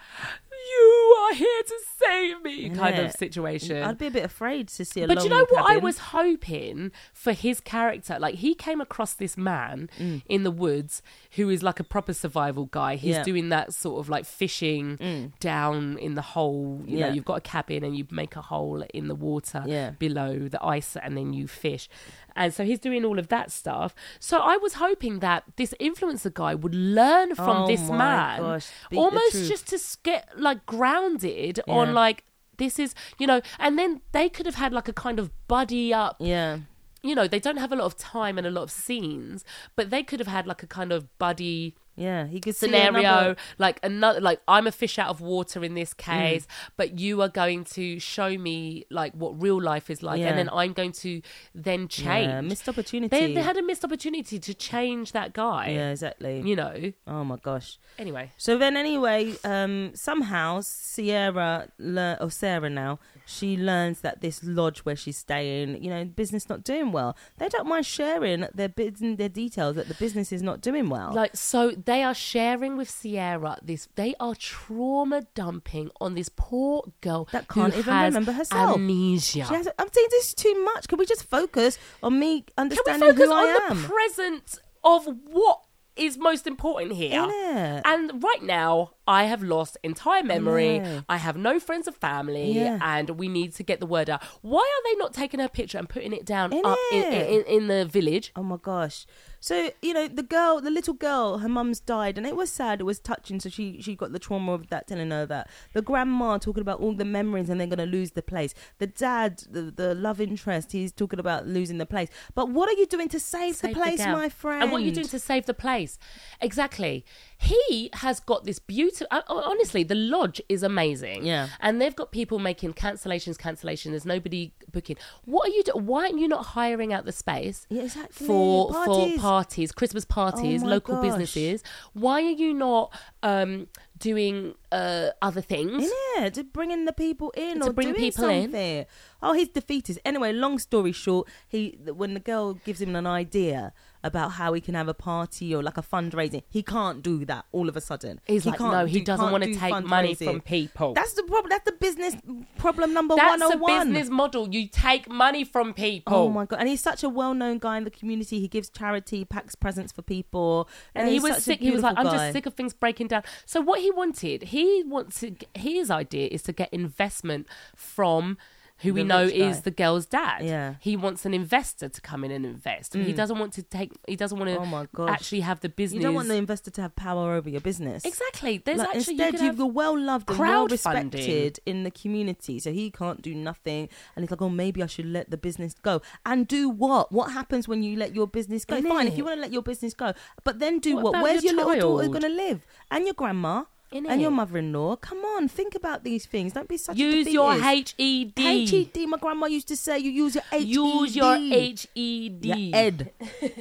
[SPEAKER 1] you are here to save me kind
[SPEAKER 2] Yeah.
[SPEAKER 1] of situation
[SPEAKER 2] I'd be a bit afraid to see a.
[SPEAKER 1] but you
[SPEAKER 2] lonely
[SPEAKER 1] know what I
[SPEAKER 2] cabin.
[SPEAKER 1] was hoping for his character? Like he came across this man in the woods who is like a proper survival guy. He's
[SPEAKER 2] Mm. Yeah. Mm.
[SPEAKER 1] doing that sort of like fishing down in the hole. You
[SPEAKER 2] Yeah.
[SPEAKER 1] know, you've got a cabin and you make a hole in the water
[SPEAKER 2] Yeah.
[SPEAKER 1] below the ice and then you fish. And so he's doing all of that stuff. So I was hoping that this influencer guy would learn from
[SPEAKER 2] Oh
[SPEAKER 1] this
[SPEAKER 2] my
[SPEAKER 1] man
[SPEAKER 2] gosh, speak the
[SPEAKER 1] almost
[SPEAKER 2] truth.
[SPEAKER 1] just just to s- get like grounded
[SPEAKER 2] Yeah.
[SPEAKER 1] on like this is you know and then they could have had like a kind of buddy up
[SPEAKER 2] Yeah.
[SPEAKER 1] you know they don't have a lot of time and a lot of scenes but they could have had like a kind of buddy
[SPEAKER 2] Yeah, he could
[SPEAKER 1] scenario
[SPEAKER 2] See another, Mm.
[SPEAKER 1] like another like i'm a fish out of water in this case but you are going to show me like what real life is like
[SPEAKER 2] Yeah.
[SPEAKER 1] and then i'm going to then change
[SPEAKER 2] Yeah, missed opportunity.
[SPEAKER 1] they, they had a missed opportunity to change that guy
[SPEAKER 2] yeah, exactly.
[SPEAKER 1] you know
[SPEAKER 2] Oh my gosh.
[SPEAKER 1] anyway
[SPEAKER 2] So then, anyway, um, somehow Sierra lear- or Sarah now she learns that this lodge where she's staying, you know, business not doing well. They don't mind sharing their bits and their details that the business is not doing well.
[SPEAKER 1] Like so, they are sharing with Sierra this. They are trauma dumping on this poor girl
[SPEAKER 2] That can't
[SPEAKER 1] who
[SPEAKER 2] even
[SPEAKER 1] has
[SPEAKER 2] remember herself.
[SPEAKER 1] Amnesia.
[SPEAKER 2] She has, I'm saying this is too much. Can we just focus on me
[SPEAKER 1] Can we
[SPEAKER 2] understanding
[SPEAKER 1] focus
[SPEAKER 2] who I
[SPEAKER 1] on
[SPEAKER 2] am?
[SPEAKER 1] the present of what is most important here?
[SPEAKER 2] Innit?
[SPEAKER 1] And right now, I have lost entire memory.
[SPEAKER 2] know.
[SPEAKER 1] I have no friends or family,
[SPEAKER 2] Yeah.
[SPEAKER 1] and we need to get the word out. Why are they not taking her picture and putting it down up in,
[SPEAKER 2] Innit?
[SPEAKER 1] in, in the village?
[SPEAKER 2] Oh my gosh. So, you know, the girl, the little girl, her mum's died and it was sad, it was touching, so she she got the trauma of that telling her that. The grandma talking about all the memories and they're gonna lose the place. The dad, the, the love interest, he's talking about losing the place. But what are you doing to save,
[SPEAKER 1] Save
[SPEAKER 2] the place,
[SPEAKER 1] girl.
[SPEAKER 2] my friend?
[SPEAKER 1] And what you're doing to save the place. Exactly. He has got this beautiful, honestly, the lodge is amazing.
[SPEAKER 2] Yeah.
[SPEAKER 1] And they've got people making cancellations, cancellation. There's nobody booking. What are you doing? Why aren't you not hiring out the space?
[SPEAKER 2] Yeah, exactly.
[SPEAKER 1] For
[SPEAKER 2] Parties. Oh
[SPEAKER 1] for parties, Christmas parties,
[SPEAKER 2] my
[SPEAKER 1] local
[SPEAKER 2] gosh.
[SPEAKER 1] businesses. Why are you not um, doing uh, other things?
[SPEAKER 2] Yeah, to bringing the people in
[SPEAKER 1] To
[SPEAKER 2] or
[SPEAKER 1] bring
[SPEAKER 2] doing
[SPEAKER 1] people in.
[SPEAKER 2] something. Oh, he's defeatist. Anyway, long story short, he when the girl gives him an idea about how he can have a party or like a fundraising, he can't do that all of a sudden.
[SPEAKER 1] He's
[SPEAKER 2] He
[SPEAKER 1] like,
[SPEAKER 2] can't
[SPEAKER 1] no, he
[SPEAKER 2] do-
[SPEAKER 1] doesn't
[SPEAKER 2] can't
[SPEAKER 1] wanna
[SPEAKER 2] do
[SPEAKER 1] take money
[SPEAKER 2] fundraising.
[SPEAKER 1] from people.
[SPEAKER 2] That's the problem. That's the business problem number
[SPEAKER 1] That's a
[SPEAKER 2] 101.
[SPEAKER 1] business model. You take money from people.
[SPEAKER 2] Oh my god! And he's such a well-known guy in the community. He gives charity, packs presents for people,
[SPEAKER 1] and
[SPEAKER 2] No,
[SPEAKER 1] he
[SPEAKER 2] he's
[SPEAKER 1] was
[SPEAKER 2] such a
[SPEAKER 1] sick. He was like,
[SPEAKER 2] beautiful
[SPEAKER 1] "I'm
[SPEAKER 2] guy.
[SPEAKER 1] just sick of things breaking down." So what he wanted, he wants to. His idea is to get investment from who we
[SPEAKER 2] The
[SPEAKER 1] know
[SPEAKER 2] rich guy.
[SPEAKER 1] is the girl's dad.
[SPEAKER 2] Yeah. Mm.
[SPEAKER 1] he wants an investor to come in and invest. He doesn't want to take. He doesn't want to
[SPEAKER 2] Oh my gosh.
[SPEAKER 1] actually have the business.
[SPEAKER 2] You don't want the investor to have power over your business.
[SPEAKER 1] exactly. There's
[SPEAKER 2] Like,
[SPEAKER 1] actually you
[SPEAKER 2] instead,
[SPEAKER 1] could
[SPEAKER 2] you
[SPEAKER 1] have-
[SPEAKER 2] are well loved and well
[SPEAKER 1] crowdfunding.
[SPEAKER 2] respected in the community, so he can't do nothing. And he's like, oh, maybe I should let the business go. And do what? What happens when you let your business go?
[SPEAKER 1] Innit?
[SPEAKER 2] Fine, if you want to let your business go, but then do
[SPEAKER 1] What
[SPEAKER 2] what?
[SPEAKER 1] about
[SPEAKER 2] Where's your,
[SPEAKER 1] your
[SPEAKER 2] little daughter
[SPEAKER 1] child?
[SPEAKER 2] going to live? And your grandma?
[SPEAKER 1] innit?
[SPEAKER 2] and your mother-in-law. Come on, think about these things. Don't be such
[SPEAKER 1] Use
[SPEAKER 2] a
[SPEAKER 1] your H
[SPEAKER 2] defeatist.
[SPEAKER 1] E
[SPEAKER 2] H
[SPEAKER 1] D.
[SPEAKER 2] E D. My grandma used to say, "You use your H E D.
[SPEAKER 1] Use your H E
[SPEAKER 2] Your
[SPEAKER 1] D. [LAUGHS]
[SPEAKER 2] Ed.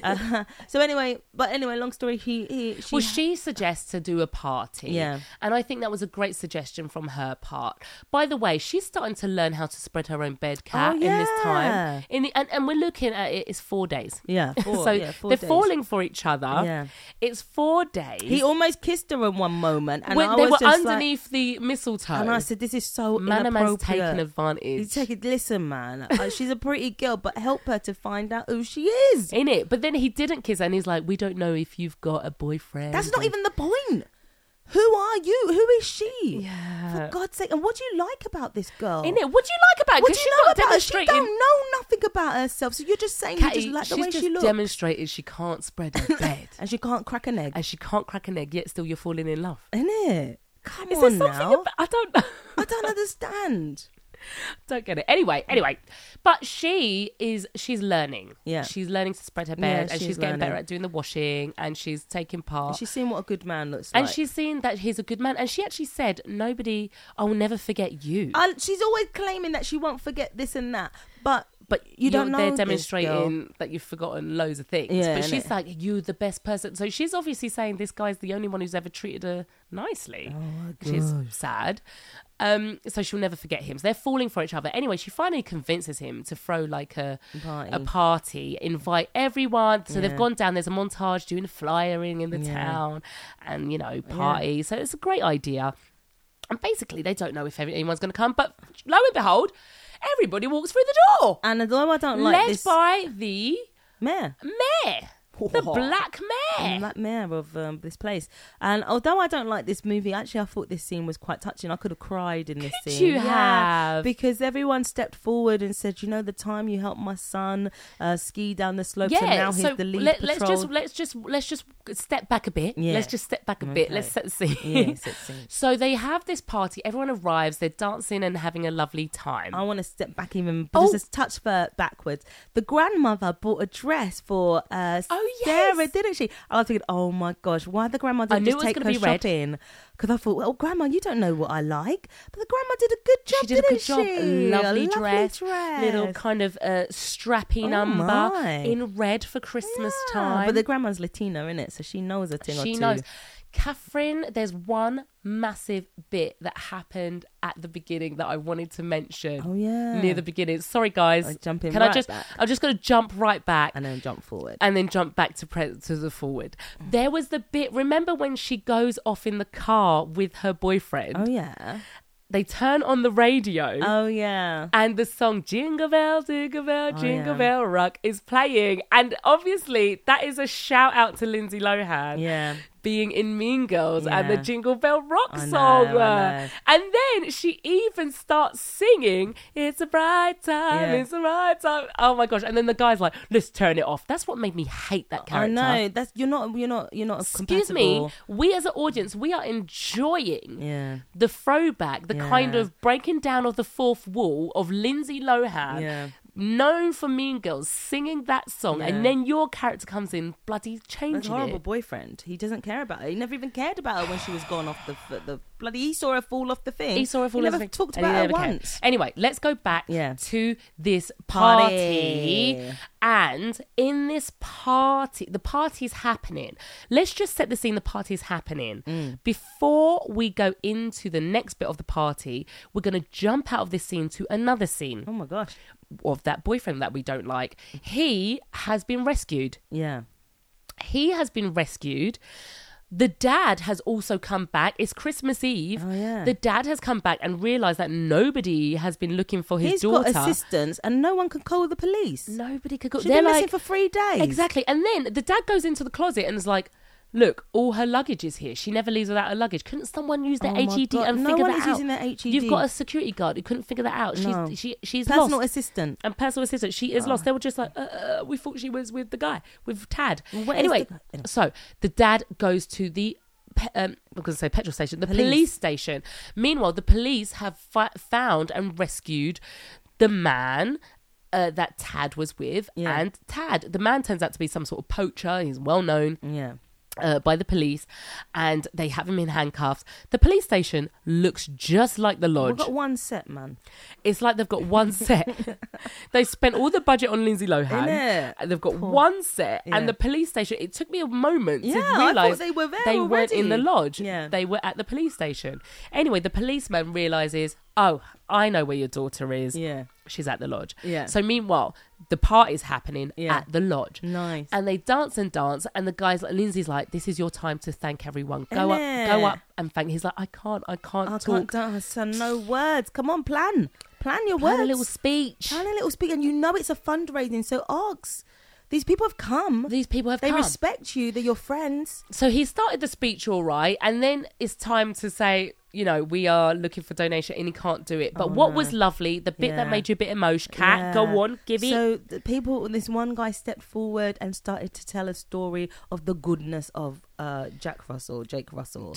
[SPEAKER 2] Uh, so anyway, but anyway, long story. He, he she,
[SPEAKER 1] Well, she suggests to do a party.
[SPEAKER 2] Yeah.
[SPEAKER 1] And I think that was a great suggestion from her part. By the way, she's starting to learn how to spread her own bed cat
[SPEAKER 2] Oh,
[SPEAKER 1] in this
[SPEAKER 2] yeah.
[SPEAKER 1] time. In the, and, and we're looking at it, it's four days.
[SPEAKER 2] yeah.
[SPEAKER 1] [LAUGHS]
[SPEAKER 2] Four,
[SPEAKER 1] so
[SPEAKER 2] yeah, 4
[SPEAKER 1] they're
[SPEAKER 2] days.
[SPEAKER 1] falling for each other.
[SPEAKER 2] Yeah.
[SPEAKER 1] It's four days.
[SPEAKER 2] He almost kissed her in one moment, and
[SPEAKER 1] when
[SPEAKER 2] I
[SPEAKER 1] they
[SPEAKER 2] was
[SPEAKER 1] were
[SPEAKER 2] just
[SPEAKER 1] underneath the mistletoe.
[SPEAKER 2] Like, and I said, "This is so
[SPEAKER 1] Manaman's
[SPEAKER 2] inappropriate."
[SPEAKER 1] taken
[SPEAKER 2] You
[SPEAKER 1] advantage.
[SPEAKER 2] take it. Listen, man,
[SPEAKER 1] [LAUGHS]
[SPEAKER 2] uh, she's a pretty girl, but help her to find out who she is.
[SPEAKER 1] in it, but then he didn't kiss, her and he's like, "We don't know if you've got a boyfriend."
[SPEAKER 2] That's not
[SPEAKER 1] or-
[SPEAKER 2] even the point. Who are you? Who is she? For
[SPEAKER 1] Yeah.
[SPEAKER 2] God's sake! And what do you like about this girl?
[SPEAKER 1] in it. What do you like about? it?
[SPEAKER 2] What do
[SPEAKER 1] 'Cause she's
[SPEAKER 2] you know
[SPEAKER 1] not
[SPEAKER 2] about her? She
[SPEAKER 1] demonstrating-
[SPEAKER 2] don't know nothing about herself. So you're just saying
[SPEAKER 1] Catty,
[SPEAKER 2] you just like
[SPEAKER 1] she's
[SPEAKER 2] the way
[SPEAKER 1] just
[SPEAKER 2] she looks,
[SPEAKER 1] demonstrated she can't spread her bed [LAUGHS]
[SPEAKER 2] and she can't crack an egg.
[SPEAKER 1] and she can't crack an egg. Yet still, you're falling in love.
[SPEAKER 2] In it? Come
[SPEAKER 1] Is there
[SPEAKER 2] on
[SPEAKER 1] something?
[SPEAKER 2] now.
[SPEAKER 1] About, I don't know. [LAUGHS]
[SPEAKER 2] I don't understand.
[SPEAKER 1] don't get it. Anyway, anyway, but she is she's learning.
[SPEAKER 2] Yeah.
[SPEAKER 1] she's learning to spread her
[SPEAKER 2] Yeah,
[SPEAKER 1] bed, and
[SPEAKER 2] she's
[SPEAKER 1] she's, getting better
[SPEAKER 2] learning.
[SPEAKER 1] at doing the washing, and she's taking part.
[SPEAKER 2] She's seen what a good man looks like.
[SPEAKER 1] Oh. and she's seen that he's a good man, and she actually said, "Nobody, I will never forget you."
[SPEAKER 2] I, she's always claiming that she won't forget this and that, but
[SPEAKER 1] but
[SPEAKER 2] you don't
[SPEAKER 1] you're-
[SPEAKER 2] know
[SPEAKER 1] They're
[SPEAKER 2] this
[SPEAKER 1] demonstrating that you've forgotten loads of things.
[SPEAKER 2] Yeah,
[SPEAKER 1] but
[SPEAKER 2] innit?
[SPEAKER 1] she's like, "You the best person." So she's obviously saying this guy's the only one who's ever treated her nicely,
[SPEAKER 2] Oh
[SPEAKER 1] which is sad. Um, so she'll never forget him. So they're falling for each other. Anyway, she finally convinces him to throw like a
[SPEAKER 2] Party.
[SPEAKER 1] a party, invite everyone. So
[SPEAKER 2] Yeah.
[SPEAKER 1] they've gone down. There's a montage doing flyering in the
[SPEAKER 2] Yeah.
[SPEAKER 1] town, and you know party. So it's a great idea. And basically, they don't know if anyone's going to come. But lo and behold, everybody walks through the door
[SPEAKER 2] and although I don't like
[SPEAKER 1] led
[SPEAKER 2] this
[SPEAKER 1] by the
[SPEAKER 2] mayor,
[SPEAKER 1] mayor, the black
[SPEAKER 2] I'm
[SPEAKER 1] mayor.
[SPEAKER 2] like mayor of um, this place, and although I don't like this movie, actually I thought this scene was quite touching. I could have cried in this
[SPEAKER 1] Could
[SPEAKER 2] scene.
[SPEAKER 1] you have?
[SPEAKER 2] because everyone stepped forward and said, "You know, the time you helped my son uh, ski down the slopes, and now
[SPEAKER 1] Yeah,
[SPEAKER 2] he's
[SPEAKER 1] so
[SPEAKER 2] the lead
[SPEAKER 1] let,
[SPEAKER 2] patrol."
[SPEAKER 1] let's just let's just let's just step back a bit.
[SPEAKER 2] Yeah.
[SPEAKER 1] Let's just step back a bit.
[SPEAKER 2] Okay.
[SPEAKER 1] Let's set the scene.
[SPEAKER 2] Yeah, set the scene.
[SPEAKER 1] [LAUGHS] so they have this party. Everyone arrives. They're dancing and having a lovely time.
[SPEAKER 2] I want to step back even because
[SPEAKER 1] Oh.
[SPEAKER 2] it's touch for backwards. The grandmother bought a dress for uh,
[SPEAKER 1] Oh,
[SPEAKER 2] Sarah,
[SPEAKER 1] yes.
[SPEAKER 2] didn't she? And I was thinking, oh my gosh, why the grandma
[SPEAKER 1] I
[SPEAKER 2] didn't
[SPEAKER 1] knew
[SPEAKER 2] just
[SPEAKER 1] it was
[SPEAKER 2] take
[SPEAKER 1] gonna be
[SPEAKER 2] her
[SPEAKER 1] red.
[SPEAKER 2] shopping? Because I thought, well, grandma, you don't know what I like, but the grandma did a good job.
[SPEAKER 1] she did a good
[SPEAKER 2] didn't
[SPEAKER 1] job.
[SPEAKER 2] she?
[SPEAKER 1] Lovely,
[SPEAKER 2] a
[SPEAKER 1] dress, Little
[SPEAKER 2] dress.
[SPEAKER 1] kind of uh, strappy
[SPEAKER 2] Oh,
[SPEAKER 1] number
[SPEAKER 2] my.
[SPEAKER 1] in red for Christmas
[SPEAKER 2] Yeah,
[SPEAKER 1] time.
[SPEAKER 2] But the grandma's Latina, in it, so she knows a thing or two.
[SPEAKER 1] She knows. Catherine, there's one massive bit that happened at the beginning that I wanted to mention.
[SPEAKER 2] Oh, yeah.
[SPEAKER 1] Near the beginning. Sorry guys.
[SPEAKER 2] I'll jump in
[SPEAKER 1] Can I
[SPEAKER 2] right
[SPEAKER 1] just
[SPEAKER 2] back.
[SPEAKER 1] I'm just gonna jump right back
[SPEAKER 2] And then jump forward.
[SPEAKER 1] and then jump back to pre- to the forward.
[SPEAKER 2] Mm.
[SPEAKER 1] There was the bit remember when she goes off in the car with her boyfriend.
[SPEAKER 2] Oh yeah.
[SPEAKER 1] They turn on the radio
[SPEAKER 2] Oh yeah.
[SPEAKER 1] and the song Jingle Bell, Jingle Bell,
[SPEAKER 2] Oh,
[SPEAKER 1] Jingle
[SPEAKER 2] yeah.
[SPEAKER 1] Bell Rock is playing. And obviously, that is a shout out to Lindsay Lohan
[SPEAKER 2] Yeah.
[SPEAKER 1] being in Mean Girls and the
[SPEAKER 2] Yeah.
[SPEAKER 1] Jingle Bell Rock
[SPEAKER 2] I know,
[SPEAKER 1] song.
[SPEAKER 2] I know.
[SPEAKER 1] And then she even starts singing, It's a bright time,
[SPEAKER 2] Yeah.
[SPEAKER 1] it's a bright time. Oh my gosh. And then the guy's like, Let's turn it off. That's what made me hate that character.
[SPEAKER 2] I know. That's you're not. You're not. You're not.
[SPEAKER 1] Excuse me,
[SPEAKER 2] compatible.
[SPEAKER 1] we as an audience, we are enjoying
[SPEAKER 2] Yeah.
[SPEAKER 1] the throwback, the kind
[SPEAKER 2] Yeah.
[SPEAKER 1] of breaking down of the fourth wall of Lindsay Lohan,
[SPEAKER 2] Yeah.
[SPEAKER 1] known for Mean Girls, singing that song,
[SPEAKER 2] Yeah.
[SPEAKER 1] and then your character comes in, bloody
[SPEAKER 2] That's a
[SPEAKER 1] changing
[SPEAKER 2] horrible
[SPEAKER 1] it.
[SPEAKER 2] boyfriend. He doesn't care about her. He never even cared about her when she was gone off the f- the bloody. He saw her fall off the thing.
[SPEAKER 1] He saw her fall
[SPEAKER 2] He
[SPEAKER 1] off
[SPEAKER 2] never
[SPEAKER 1] the-
[SPEAKER 2] talked
[SPEAKER 1] and he
[SPEAKER 2] about her
[SPEAKER 1] never cared.
[SPEAKER 2] once.
[SPEAKER 1] Anyway, let's go back
[SPEAKER 2] Yeah.
[SPEAKER 1] to this
[SPEAKER 2] Party.
[SPEAKER 1] party. And in this party, the party's happening. Let's just set the scene the party's happening.
[SPEAKER 2] Mm.
[SPEAKER 1] Before we go into the next bit of the party, we're going to jump out of this scene to another scene
[SPEAKER 2] Oh my gosh.
[SPEAKER 1] of that boyfriend that we don't like.
[SPEAKER 2] Mm.
[SPEAKER 1] He has been rescued.
[SPEAKER 2] Yeah.
[SPEAKER 1] He has been rescued. The dad has also come back. It's Christmas Eve.
[SPEAKER 2] Oh, yeah.
[SPEAKER 1] The dad has come back and realized that nobody has been looking for his
[SPEAKER 2] He's
[SPEAKER 1] daughter.
[SPEAKER 2] got assistance, and no one can call the police.
[SPEAKER 1] nobody could go.
[SPEAKER 2] She's
[SPEAKER 1] They're
[SPEAKER 2] been missing
[SPEAKER 1] like,
[SPEAKER 2] for three days.
[SPEAKER 1] Exactly. And then the dad goes into the closet and is like, Look, all her luggage is here. She never leaves without her luggage. Couldn't someone use their
[SPEAKER 2] Oh my
[SPEAKER 1] HED
[SPEAKER 2] God,
[SPEAKER 1] and
[SPEAKER 2] no
[SPEAKER 1] figure
[SPEAKER 2] one
[SPEAKER 1] that
[SPEAKER 2] is
[SPEAKER 1] out?
[SPEAKER 2] using their HED.
[SPEAKER 1] You've got a security guard who couldn't figure that out. She's
[SPEAKER 2] No.
[SPEAKER 1] she, she's
[SPEAKER 2] Personal
[SPEAKER 1] lost.
[SPEAKER 2] assistant.
[SPEAKER 1] and personal assistant. She is
[SPEAKER 2] Ah.
[SPEAKER 1] lost. They were just like, uh, uh, we thought she was with the guy, with Tad.
[SPEAKER 2] Where is
[SPEAKER 1] anyway,
[SPEAKER 2] the guy? Anyway.
[SPEAKER 1] so the dad goes to the. Pe- um, I'm going to say petrol station, the
[SPEAKER 2] Police.
[SPEAKER 1] police, station. Meanwhile, the police have fi- found and rescued the man uh, that Tad was with,
[SPEAKER 2] Yeah.
[SPEAKER 1] and Tad, the man turns out to be some sort of poacher. He's well known
[SPEAKER 2] Yeah.
[SPEAKER 1] uh, by the police, and they have him in handcuffs. The police station looks just like the
[SPEAKER 2] We've
[SPEAKER 1] lodge.
[SPEAKER 2] got one set, man.
[SPEAKER 1] It's like they've got one
[SPEAKER 2] [LAUGHS]
[SPEAKER 1] set. they spent all the budget on Lindsay Lohan.
[SPEAKER 2] Innit?
[SPEAKER 1] And They've got
[SPEAKER 2] Poor-
[SPEAKER 1] one set,
[SPEAKER 2] Yeah.
[SPEAKER 1] and the police station. It took me a moment
[SPEAKER 2] Yeah, I
[SPEAKER 1] to
[SPEAKER 2] thought
[SPEAKER 1] realize
[SPEAKER 2] they were there
[SPEAKER 1] They weren't in the
[SPEAKER 2] already.
[SPEAKER 1] lodge.
[SPEAKER 2] Yeah.
[SPEAKER 1] they were at the police station. Anyway, the policeman realizes, oh, I know where your daughter is.
[SPEAKER 2] Yeah.
[SPEAKER 1] She's at the lodge.
[SPEAKER 2] Yeah.
[SPEAKER 1] So meanwhile, the party's happening
[SPEAKER 2] Yeah.
[SPEAKER 1] at the lodge.
[SPEAKER 2] Nice.
[SPEAKER 1] And they dance and dance, and the guys, like Lindsay's like, "This is your time to thank everyone. Go
[SPEAKER 2] Innit?
[SPEAKER 1] up, go up, and thank." He's like, "I can't, I can't
[SPEAKER 2] I
[SPEAKER 1] talk.
[SPEAKER 2] can't dance. and no words. Come on, plan. Plan your
[SPEAKER 1] Plan
[SPEAKER 2] words.
[SPEAKER 1] a little speech."
[SPEAKER 2] Plan a little speak, and you know it's a fundraising. So, Ox, these people have come.
[SPEAKER 1] These people have
[SPEAKER 2] they
[SPEAKER 1] come.
[SPEAKER 2] respect you. They're your friends.
[SPEAKER 1] so he started the speech all right, and then it's time to say, you know, we are looking for donation, and he can't do it. But what was lovely, the bit that
[SPEAKER 2] Oh, Yeah.
[SPEAKER 1] made you a bit emotional, cat, go
[SPEAKER 2] Yeah.
[SPEAKER 1] on, give it.
[SPEAKER 2] So the people, this one guy stepped forward and started to tell a story of the goodness of uh, Jack Russell, Jake
[SPEAKER 1] [LAUGHS]
[SPEAKER 2] Russell,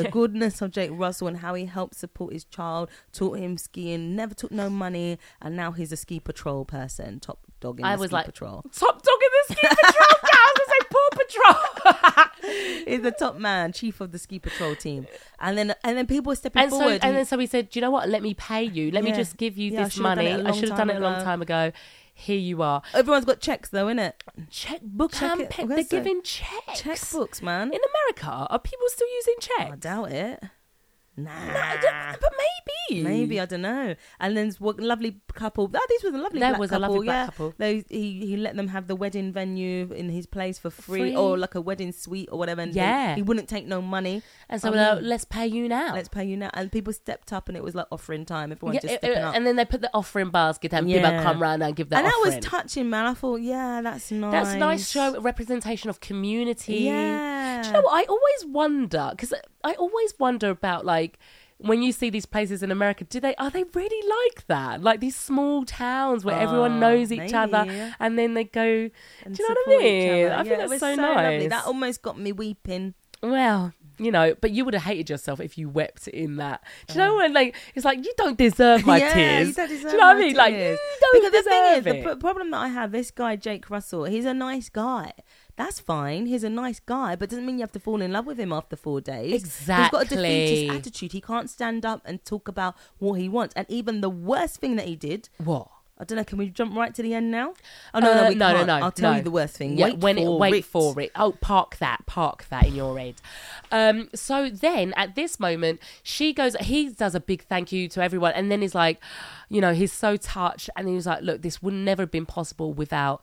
[SPEAKER 2] the goodness of Jake Russell and how he helped support his child, taught him skiing, never took no money, and now he's a ski patrol person, top dog in
[SPEAKER 1] I
[SPEAKER 2] the
[SPEAKER 1] was
[SPEAKER 2] ski
[SPEAKER 1] like,
[SPEAKER 2] patrol.
[SPEAKER 1] top dog in the ski patrol. cat. I was gonna say paw
[SPEAKER 2] [LAUGHS]
[SPEAKER 1] patrol.
[SPEAKER 2] He's the top man, chief of the ski patrol team, and then and then people were stepping
[SPEAKER 1] and so,
[SPEAKER 2] forward.
[SPEAKER 1] and then so he said, "Do you know what? Let me pay you. Let me
[SPEAKER 2] Yeah.
[SPEAKER 1] just give you
[SPEAKER 2] Yeah, I
[SPEAKER 1] this
[SPEAKER 2] should've done
[SPEAKER 1] money.
[SPEAKER 2] it a
[SPEAKER 1] I
[SPEAKER 2] long
[SPEAKER 1] should have done it
[SPEAKER 2] time
[SPEAKER 1] a long
[SPEAKER 2] ago."
[SPEAKER 1] time ago. Here you are.
[SPEAKER 2] Everyone's got checks though, innit?
[SPEAKER 1] Checkbook
[SPEAKER 2] Check
[SPEAKER 1] and
[SPEAKER 2] it-
[SPEAKER 1] pe-
[SPEAKER 2] where's
[SPEAKER 1] They're
[SPEAKER 2] the-
[SPEAKER 1] giving checks.
[SPEAKER 2] Checkbooks, man.
[SPEAKER 1] in America. Are people still using checks?
[SPEAKER 2] I doubt it. Nah.
[SPEAKER 1] I don't- but maybe.
[SPEAKER 2] Maybe I don't know. And then what lovely couple? Oh, these were the lovely.
[SPEAKER 1] There
[SPEAKER 2] black
[SPEAKER 1] was a
[SPEAKER 2] couple,
[SPEAKER 1] lovely black
[SPEAKER 2] yeah.
[SPEAKER 1] couple.
[SPEAKER 2] They, he he let them have the wedding venue in his place for free,
[SPEAKER 1] Free.
[SPEAKER 2] or like a wedding suite or whatever. And they-
[SPEAKER 1] Yeah.
[SPEAKER 2] he wouldn't take no money.
[SPEAKER 1] And so
[SPEAKER 2] I
[SPEAKER 1] we're like,
[SPEAKER 2] mean,
[SPEAKER 1] let's pay you now.
[SPEAKER 2] let's pay you now. And people stepped up, and it was like offering time. Everyone
[SPEAKER 1] Yeah,
[SPEAKER 2] just
[SPEAKER 1] uh,
[SPEAKER 2] stepping
[SPEAKER 1] uh,
[SPEAKER 2] up.
[SPEAKER 1] and then they put the offering basket and people
[SPEAKER 2] Yeah.
[SPEAKER 1] come round and give that
[SPEAKER 2] and that was
[SPEAKER 1] offering.
[SPEAKER 2] touching, man. I thought, yeah, that's nice.
[SPEAKER 1] That's nice show representation of community.
[SPEAKER 2] Yeah.
[SPEAKER 1] Do you know what? I always wonder because I always wonder about like when you see these places in America, do they are they really like that? Like these small towns where everyone
[SPEAKER 2] Oh,
[SPEAKER 1] knows each
[SPEAKER 2] maybe.
[SPEAKER 1] other, and then they go.
[SPEAKER 2] And
[SPEAKER 1] do you know what I
[SPEAKER 2] support each
[SPEAKER 1] mean? I
[SPEAKER 2] other.
[SPEAKER 1] think
[SPEAKER 2] Yeah, it
[SPEAKER 1] that's
[SPEAKER 2] was
[SPEAKER 1] so,
[SPEAKER 2] lovely.
[SPEAKER 1] nice.
[SPEAKER 2] That almost got me weeping.
[SPEAKER 1] Well, you know, but you would have hated yourself if you wept in that. Do you know when like it's like you don't deserve my
[SPEAKER 2] [LAUGHS] yeah,
[SPEAKER 1] tears.
[SPEAKER 2] You don't deserve
[SPEAKER 1] Do you know what I
[SPEAKER 2] my
[SPEAKER 1] mean? Like you
[SPEAKER 2] tears.
[SPEAKER 1] don't
[SPEAKER 2] because
[SPEAKER 1] deserve
[SPEAKER 2] the thing is,
[SPEAKER 1] it.
[SPEAKER 2] the pro- problem that I have, this guy Jake Russell, he's a nice guy. That's fine. He's a nice guy, but doesn't mean you have to fall in love with him after four days. He's got a defeatist
[SPEAKER 1] Exactly.
[SPEAKER 2] attitude. He can't stand up and talk about what he wants. And even the worst thing that he did,
[SPEAKER 1] what?
[SPEAKER 2] I don't know. Can we jump right to the end now? Oh no,
[SPEAKER 1] Uh,
[SPEAKER 2] no, we can't. I'll tell you the worst thing.
[SPEAKER 1] Yeah,
[SPEAKER 2] wait
[SPEAKER 1] when
[SPEAKER 2] for
[SPEAKER 1] it, wait
[SPEAKER 2] it.
[SPEAKER 1] for it. Oh, park that, park that in your head. Um, so then at this moment, she goes. He does a big thank you to everyone, and then he's like, you know, he's so touched, and he was like, look, this would never have been possible without.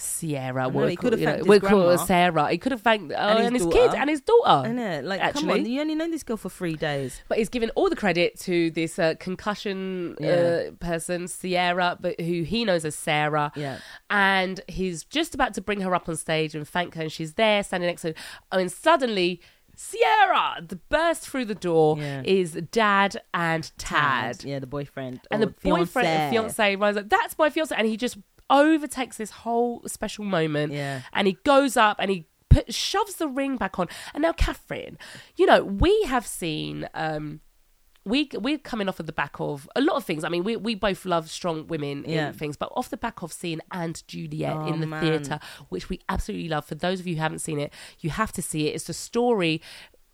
[SPEAKER 1] Sierra,
[SPEAKER 2] know,
[SPEAKER 1] what
[SPEAKER 2] he
[SPEAKER 1] we
[SPEAKER 2] could
[SPEAKER 1] call-
[SPEAKER 2] have
[SPEAKER 1] you know,
[SPEAKER 2] thanked
[SPEAKER 1] we
[SPEAKER 2] his
[SPEAKER 1] call her
[SPEAKER 2] grandma.
[SPEAKER 1] Sarah. He could have thanked oh,
[SPEAKER 2] his
[SPEAKER 1] and his,
[SPEAKER 2] daughter.
[SPEAKER 1] kid and his daughter.
[SPEAKER 2] Innit? Like, come
[SPEAKER 1] Oh. Actually.
[SPEAKER 2] on, you only know this girl for three days.
[SPEAKER 1] But he's given all the credit to this uh, concussion
[SPEAKER 2] Yeah.
[SPEAKER 1] uh, person, Sierra, but who he knows as Sarah.
[SPEAKER 2] Yeah.
[SPEAKER 1] And he's just about to bring her up on stage and thank her, and she's there standing next to him. Oh, and suddenly. Sierra, the burst through the door
[SPEAKER 2] Yeah.
[SPEAKER 1] is Dad and Tad,
[SPEAKER 2] Yeah, the boyfriend
[SPEAKER 1] and
[SPEAKER 2] or
[SPEAKER 1] the boyfriend and fiance runs up. That's my fiance, and he just overtakes this whole special moment.
[SPEAKER 2] Yeah.
[SPEAKER 1] and he goes up and he put, shoves the ring back on. And now, Catherine, you know we have seen. Um, we, we're coming off of the back of a lot of things. I mean, we, we both love strong women
[SPEAKER 2] Yeah.
[SPEAKER 1] in things, but off the back of seeing and Juliet
[SPEAKER 2] Oh,
[SPEAKER 1] in the
[SPEAKER 2] man.
[SPEAKER 1] theatre, which we absolutely love. For those of you who haven't seen it, you have to see it. It's the story,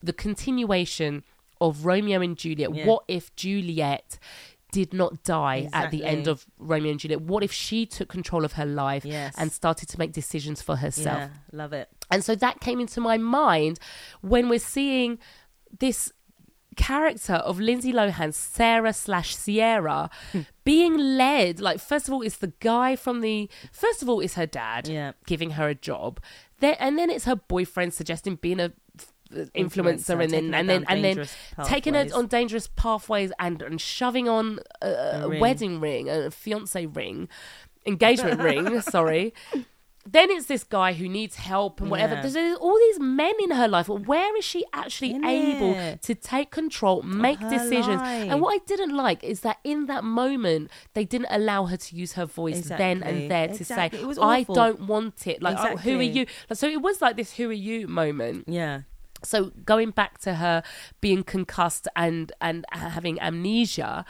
[SPEAKER 1] the continuation of Romeo and Juliet.
[SPEAKER 2] Yeah.
[SPEAKER 1] What if Juliet did not die at the end
[SPEAKER 2] Exactly.
[SPEAKER 1] of Romeo and Juliet? What if she took control of her life
[SPEAKER 2] Yes.
[SPEAKER 1] and started to make decisions for herself?
[SPEAKER 2] Yeah, love it.
[SPEAKER 1] And so that came into my mind when we're seeing this character of Lindsay Lohan, Sarah slash Sierra,
[SPEAKER 2] Hmm.
[SPEAKER 1] being led. Like, first of all, it's the guy from the. First of all, it's her dad
[SPEAKER 2] Yeah.
[SPEAKER 1] giving her a job. Then, and then it's her boyfriend suggesting being a f- influencer,
[SPEAKER 2] Influencer,
[SPEAKER 1] and then
[SPEAKER 2] taking
[SPEAKER 1] and
[SPEAKER 2] her
[SPEAKER 1] then
[SPEAKER 2] down
[SPEAKER 1] and then
[SPEAKER 2] dangerous
[SPEAKER 1] taking her
[SPEAKER 2] pathways.
[SPEAKER 1] on dangerous pathways and and shoving on a, a
[SPEAKER 2] ring.
[SPEAKER 1] wedding ring a fiance ring engagement
[SPEAKER 2] [LAUGHS]
[SPEAKER 1] ring sorry then it's this guy who needs help and whatever.
[SPEAKER 2] Yeah.
[SPEAKER 1] There's, there's all these men in her life. Where is she actually
[SPEAKER 2] Isn't
[SPEAKER 1] able
[SPEAKER 2] it?
[SPEAKER 1] to take control, make
[SPEAKER 2] her
[SPEAKER 1] decisions?
[SPEAKER 2] life.
[SPEAKER 1] And what I didn't like is that in that moment, they didn't allow her to use her voice then
[SPEAKER 2] Exactly.
[SPEAKER 1] and there to
[SPEAKER 2] Exactly.
[SPEAKER 1] say,
[SPEAKER 2] It was
[SPEAKER 1] I
[SPEAKER 2] awful.
[SPEAKER 1] don't want it. Like, oh, who are
[SPEAKER 2] Exactly.
[SPEAKER 1] you? Like, So it was like this who are you moment.
[SPEAKER 2] Yeah.
[SPEAKER 1] So going back to her being concussed and, and having amnesia.